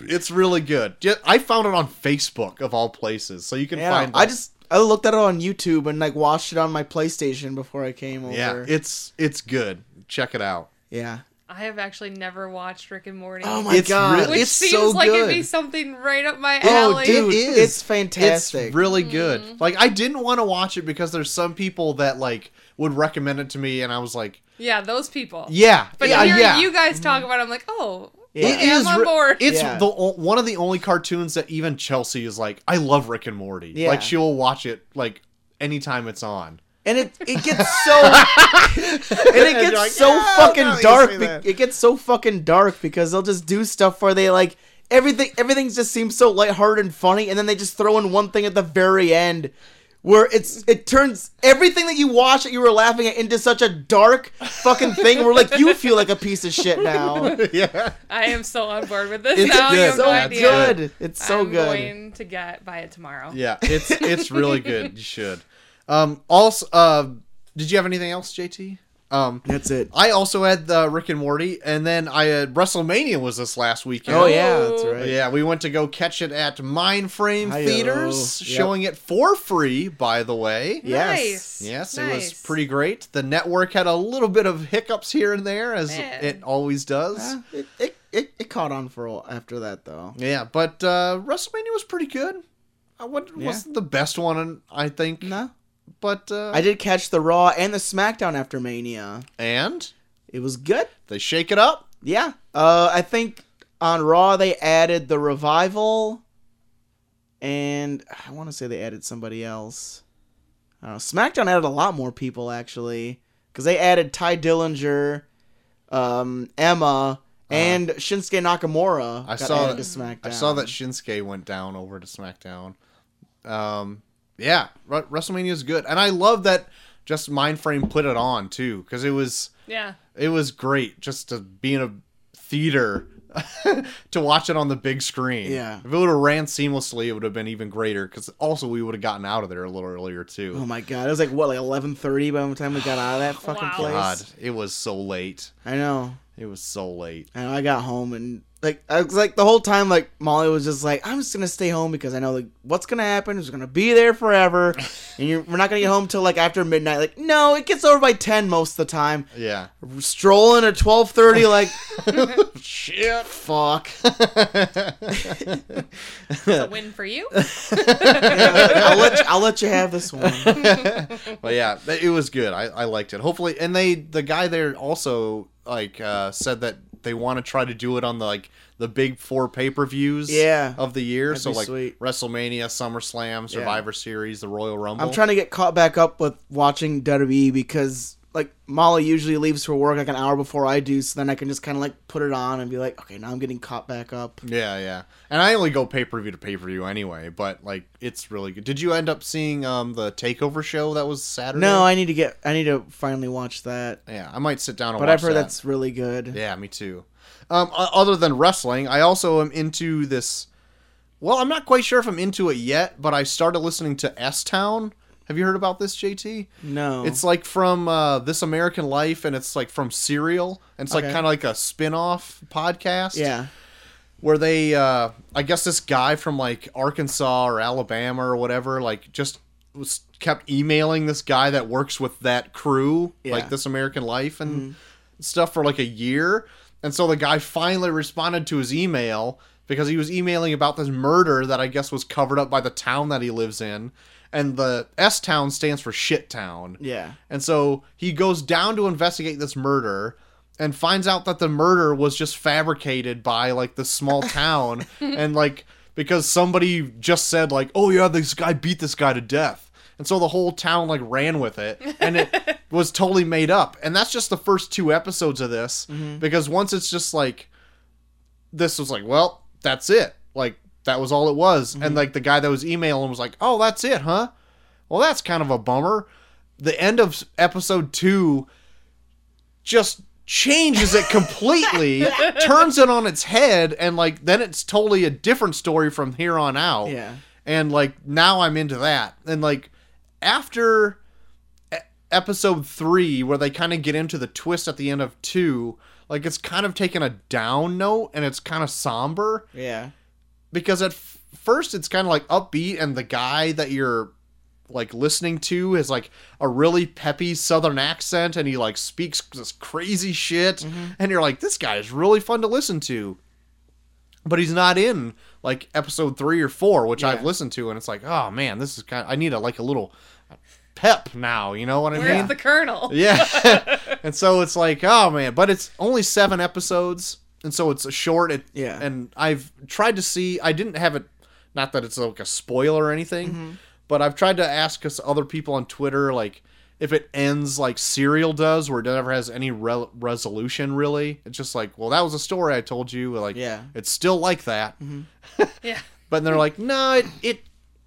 it's really good Yeah, i found it on facebook of all places so you can yeah, find I that. just I looked at it on YouTube and like watched it on my PlayStation before I came over. yeah it's it's good check it out yeah. I have actually never watched Rick and Morty. Oh my It's god, really- Which it's seems so like it'd be good. something right up my Oh, alley. dude, It is. it's fantastic. It's really good. Like I didn't want to watch it because there's some people that like would recommend it to me, and I was like, Yeah, those people. yeah, But yeah, hearing yeah. Mm-hmm. you guys talk about it, I'm like, oh, Yeah. okay, I'm on re- board. It's Yeah. the o- one of the only cartoons that even Chelsea is like, I love Rick and Morty. Yeah. Like she'll watch it like anytime it's on. and it it gets so and it You're gets like, so "Yeah, fucking now you dark. say be- that." it gets so fucking dark because they'll just do stuff where they like everything. Everything just seems so lighthearted and funny, and then they just throw in one thing at the very end where it's it turns everything that you watch that you were laughing at into such a dark fucking thing where like you feel like a piece of shit now. yeah. I am so on board with this It's now. you have so no That's idea. good. It's so I'm good. going to get buy it tomorrow. Yeah. It's it's really good. You should. Um also uh did you have anything else, JT? Um That's it. I also had the Rick and Morty and then I had WrestleMania was this last weekend. Oh yeah, that's right. Yeah, we went to go catch it at Mindframe Hi-yo. Theaters, Yep. showing it for free, by the way. Yes. Nice. Yes, it was Nice. pretty great. The network had a little bit of hiccups here and there, as Man. it always does. Uh, it, it, it, it caught on for a while after that though. Yeah, but uh, WrestleMania was pretty good. I wa- Yeah. wasn't the best one, I think. No, But uh, I did catch the Raw and the SmackDown after Mania. and It was good. they shake it up. Yeah. Uh, I think on Raw they added the revival, and I want to say they added somebody else. I don't know. SmackDown added a lot more people actually, because they added Ty Dillinger, um, Emma, and Shinsuke Nakamura. Uh-huh. I got saw added that- to SmackDown. I saw that Shinsuke went down over to SmackDown. Um, yeah, Ru- WrestleMania is good, and I love that just Mindframe put it on too, because it was. Yeah. it was great just to be in a theater to watch it on the big screen. Yeah. If it would have ran seamlessly, it would have been even greater because also we would have gotten out of there a little earlier too. Oh my god! It was like what, like eleven thirty by the time we got out of that fucking Wow. place. God, it was so late. I know. It was so late. And I got home and like I was like the whole time like Molly was just like I'm just gonna stay home because I know like what's gonna happen is gonna be there forever, and you're, we're not gonna get home till like after midnight. Like no, it gets over by ten most of the time. Yeah. Strolling at twelve thirty, like Shit. fuck. It's a win for you. I'll let you, I'll let you have this one. but yeah, th- it was good. I, I liked it. Hopefully, and they the guy there also like uh, said that they want to try to do it on the like the big four pay per views Yeah. of the year. That'd so be like sweet. WrestleMania, SummerSlam, Survivor Series, the Royal Rumble. I'm trying to get caught back up with watching WWE because like Molly usually leaves for work like an hour before I do, so then I can just kind of like put it on and be like, okay, now I'm getting caught back up. Yeah, yeah. And I only go pay per view to pay per view anyway. But like, it's really good. Did you end up seeing um the Takeover show that was Saturday? No, I need to get I need to finally watch that. yeah, I might sit down and. But watch I've heard that. that's really good. Yeah, me too. Um, o- other than wrestling, I also am into this. Well, I'm not quite sure if I'm into it yet, but I started listening to S Town. Have you heard about this, JT? No. It's like from uh, This American Life, and it's like from Serial, and it's like Okay. kind of like a spin-off podcast. yeah. where they uh i guess this guy from like arkansas or alabama or whatever like just was kept emailing this guy that works with that crew Yeah. like this american life and stuff for like a year and so the guy finally responded to his email because he was emailing about this murder that I guess was covered up by the town that he lives in. And the S town stands for shit town. Yeah. And so he goes down to investigate this murder and finds out that the murder was just fabricated by like this small town and like because somebody just said like, "Oh yeah, this guy beat this guy to death." And so the whole town like ran with it and it was totally made up. And that's just the first two episodes of this because once it's just like this was like, well, that's it. Like that was all it was. And like the guy that was emailing was like, "Oh, that's it, huh?" Well, that's kind of a bummer. The end of s- episode 2 just changes it completely, turns it on its head and like then it's totally a different story from here on out. Yeah. And like now I'm into that. And like after e- episode 3 where they kind of get into the twist at the end of 2, like it's kind of taken a down note and it's kind of somber Yeah. because at f- first it's kind of like upbeat and the guy that you're like listening to is like a really peppy southern accent and he like speaks this crazy shit and you're like this guy is really fun to listen to but he's not in like episode 3 or 4 which I've Yeah. listened to and it's like oh man this is kind of, I need a like a little pep now you know what I Where's mean the Colonel? yeah. and so it's like, oh man, but it's only seven episodes, and so it's a short. It, Yeah. And I've tried to see. I didn't have it. Not that it's like a spoiler or anything, Mm-hmm. but I've tried to ask us other people on Twitter like if it ends like Serial does, where it never has any re- resolution. Really, it's just like, well, that was a story I told you. Like, Yeah. Mm-hmm. it's still like that. Yeah. But they're like, no, it, it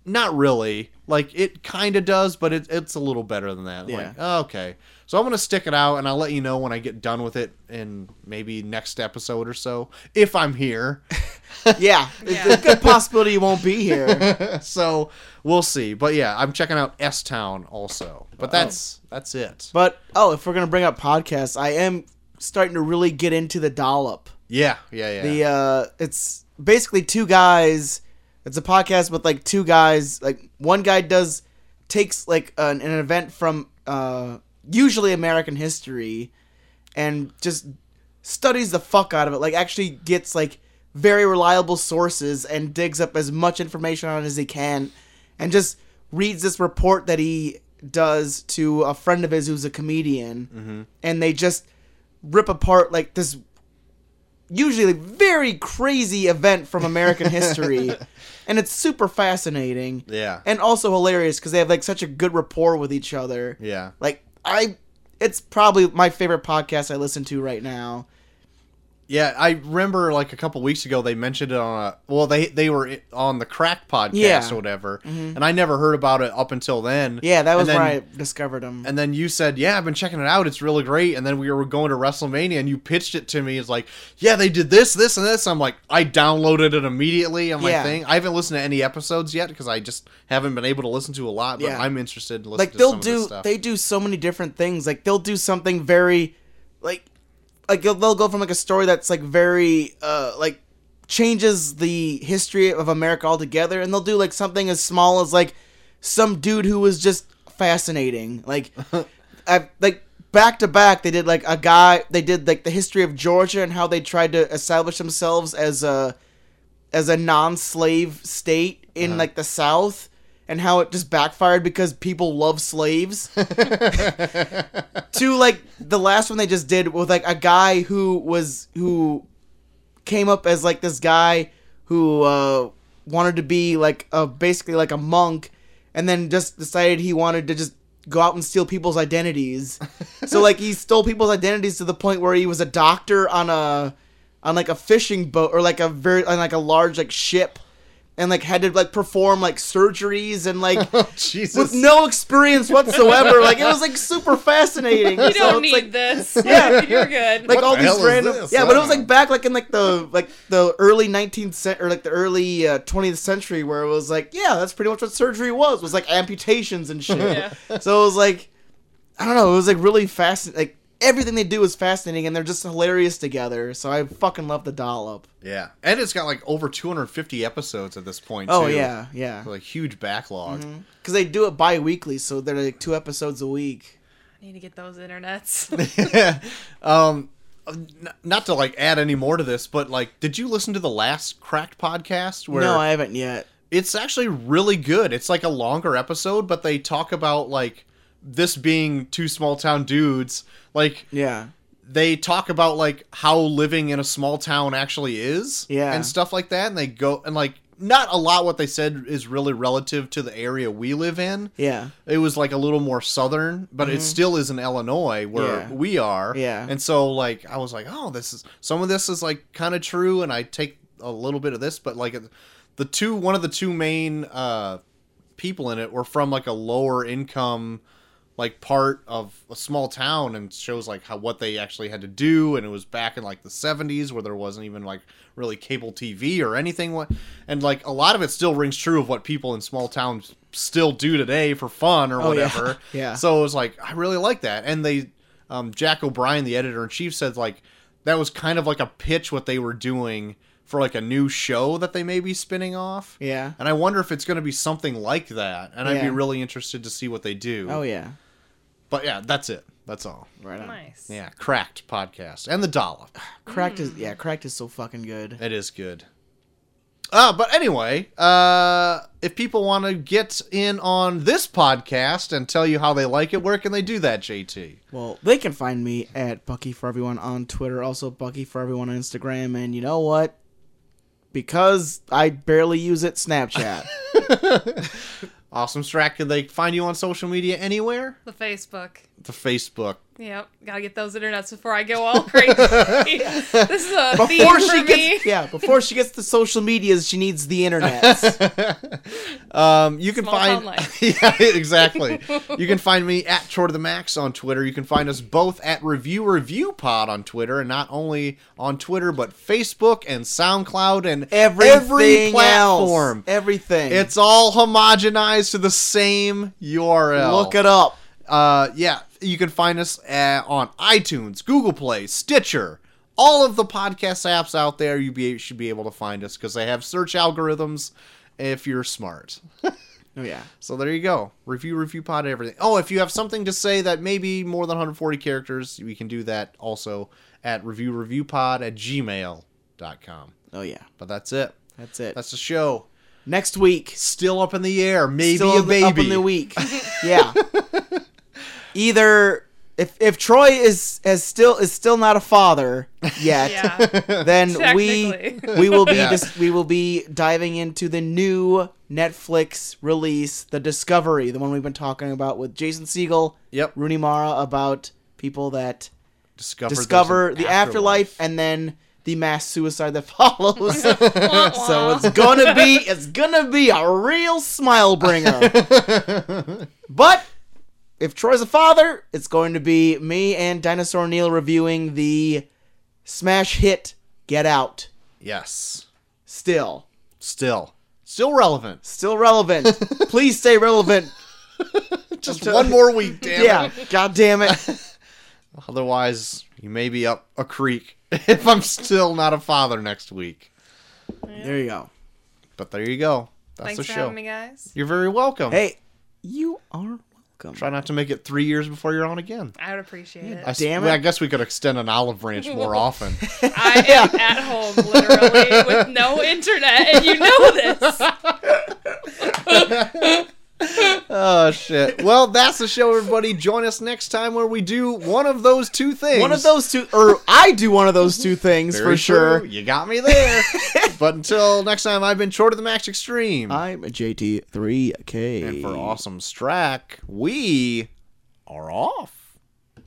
not really. Like it kind of does, but it, it's a little better than that. Yeah. Like, oh, okay. So I'm gonna stick it out, and I'll let you know when I get done with it, in maybe next episode or so, if I'm here. Yeah. It's a good possibility you won't be here. so we'll see. But yeah, I'm checking out S Town also. But that's that's it. But oh, if we're gonna bring up podcasts, I am starting to really get into the dollop. Yeah, yeah, yeah. The uh it's basically two guys it's a podcast with like two guys like one guy does takes like an, an event from uh usually American history and just studies the fuck out of it. Like actually gets like very reliable sources and digs up as much information on it as he can and just reads this report that he does to a friend of his who's a comedian Mm-hmm. and they just rip apart like this usually very crazy event from American history and it's super fascinating yeah. and also hilarious because they have like such a good rapport with each other yeah. like I, it's probably my favorite podcast I listen to right now. Yeah, I remember like a couple weeks ago they mentioned it on a well they they were i- on the Crack podcast Yeah. Mm-hmm. or whatever, and I never heard about it up until then. Yeah, that was and then, where I discovered them. And then you said, "Yeah, I've been checking it out. It's really great." And then we were going to WrestleMania, and you pitched it to me. It's like, "Yeah, they did this, this, and this." I'm like, I downloaded it immediately on my Yeah. thing. I haven't listened to any episodes yet because I just haven't been able to listen to a lot. But Yeah. I'm interested in listening Like to they'll some of this do, stuff. they do so many different things. Like they'll do something very, like, like they'll, they'll go from like a story that's like very, uh, like changes the history of America altogether, and they'll do like something as small as like some dude who was just fascinating. Like, I like back to back they did like a guy they did like the history of Georgia and how they tried to establish themselves as uh, a as a non-slave state in like the South and how it just backfired because people love slaves. to like the last one they just did with like a guy who was who came up as like this guy who uh, wanted to be like a basically like a monk, and then just decided he wanted to just go out and steal people's identities. so like he stole people's identities to the point where he was a doctor on a on like a fishing boat or like a very on like a large like ship. And like had to like perform like surgeries and like Oh, Jesus, with no experience whatsoever. like it was like super fascinating. You don't it's, need like, this. Yeah. You're good. like What all the these hell is random this? yeah but it was Ah. like back like in like the like the early 19th century or like the early uh, 20th century where it was like yeah that's pretty much what surgery was was like amputations and shit Yeah. so it was like i don't know it was like really fascinating like everything they do is fascinating and they're just hilarious together so i fucking love the dollop yeah, and it's got like over 250 episodes at this point. oh too. yeah yeah like huge backlog. because they do it bi-weekly so they're like two episodes a week Mm-hmm. I need to get those internets. um, n- not to like add any more to this, but like, did you listen to the last Cracked podcast? Where No, I haven't yet. it's actually really good. It's like a longer episode, but they talk about like this being two small town dudes. Like Yeah. they talk about like how living in a small town actually is, Yeah. and stuff like that. And they go and like not a lot what they said is really relative to the area we live in. Yeah. Mm-hmm. It was like a little more southern, but it still is in Illinois where Yeah. we are. Yeah. And so like I was like, oh, this is some of this is like kind of true, and I take a little bit of this, but like the two one of the two main uh, people in it were from like a lower income like part of a small town and shows like how what they actually had to do and it was back in like the 70s where there wasn't even like really cable TV or anything What- and like a lot of it still rings true of what people in small towns still do today for fun or Oh, yeah. whatever Yeah. so it was like I really like that and they um, Jack O'Brien the editor in chief said like that was kind of like a pitch what they were doing for like a new show that they may be spinning off Yeah. and I wonder if it's going to be something like that. And I'd be Yeah. really interested to see what they do. Oh yeah. But yeah, that's it. That's all. Right on. Nice. Yeah, cracked podcast and the dollop. Cracked is yeah. Cracked is so fucking good. It is good. Uh, but anyway, uh, if people want to get in on this podcast and tell you how they like it, where can they do that, JT? Well, they can find me at Bucky for Everyone on Twitter, also Bucky for Everyone on Instagram, and you know what? Because I barely use it, Snapchat. Awesome Strack, can they find you on social media anywhere? The Facebook. The Facebook. Yep, gotta get those internets before I go all crazy. this is a before theme for she me. gets yeah, before she gets the social medias, she needs the internet. Um, you can Small town find life. yeah, exactly. you can find me at Tour to the Max on Twitter. You can find us both at Review Review Pod on Twitter, and not only on Twitter but Facebook and SoundCloud and Everything every platform. else, everything. It's all homogenized to the same URL. look it up. Uh, yeah, you can find us uh, on iTunes, Google Play, Stitcher, all of the podcast apps out there. You be, should be able to find us because they have search algorithms. If you're smart. Oh yeah, So there you go. Review, review pod, everything. Oh, if you have something to say that maybe more than 140 characters, we can do that also at reviewreviewpod at gmail.com. oh yeah. But that's it. That's it. That's the show. Next week, Still up in the air. Maybe still a up in- baby. up in the week. Yeah. Either if if Troy is as still is still not a father yet. Yeah. then we Technically. we will be Yeah. dis- we will be diving into the new Netflix release, The Discovery, the one we've been talking about with Jason Siegel, Yep. Rooney Mara about people that Discover, there's discover an the afterlife. and then the mass suicide that follows. so Wah, wah. it's gonna be it's gonna be a real smile bringer. but if Troy's a father, it's going to be me and Dinosaur Neil reviewing the smash hit Get Out Yes. still Still. Still relevant. still relevant please stay relevant Just one more week, damn it. yeah god damn it Otherwise, you may be up a creek if I'm still not a father next week. there you go But there you go. That's Thanks the for show. having me, guys. You're very welcome. hey you are welcome Try not to make it three years before you're on again. I would appreciate it. I, s- Damn well, it. I guess we could extend an olive branch more often. I am at home literally with no internet, and you know this. oh shit! Well, that's the show, everybody. Join us next time where we do one of those two things. one of those two or i do one of those two things Very for sure true. You got me there. but until next time, I've been short of the max extreme. i'm jt3k and for awesome Strack, we are off.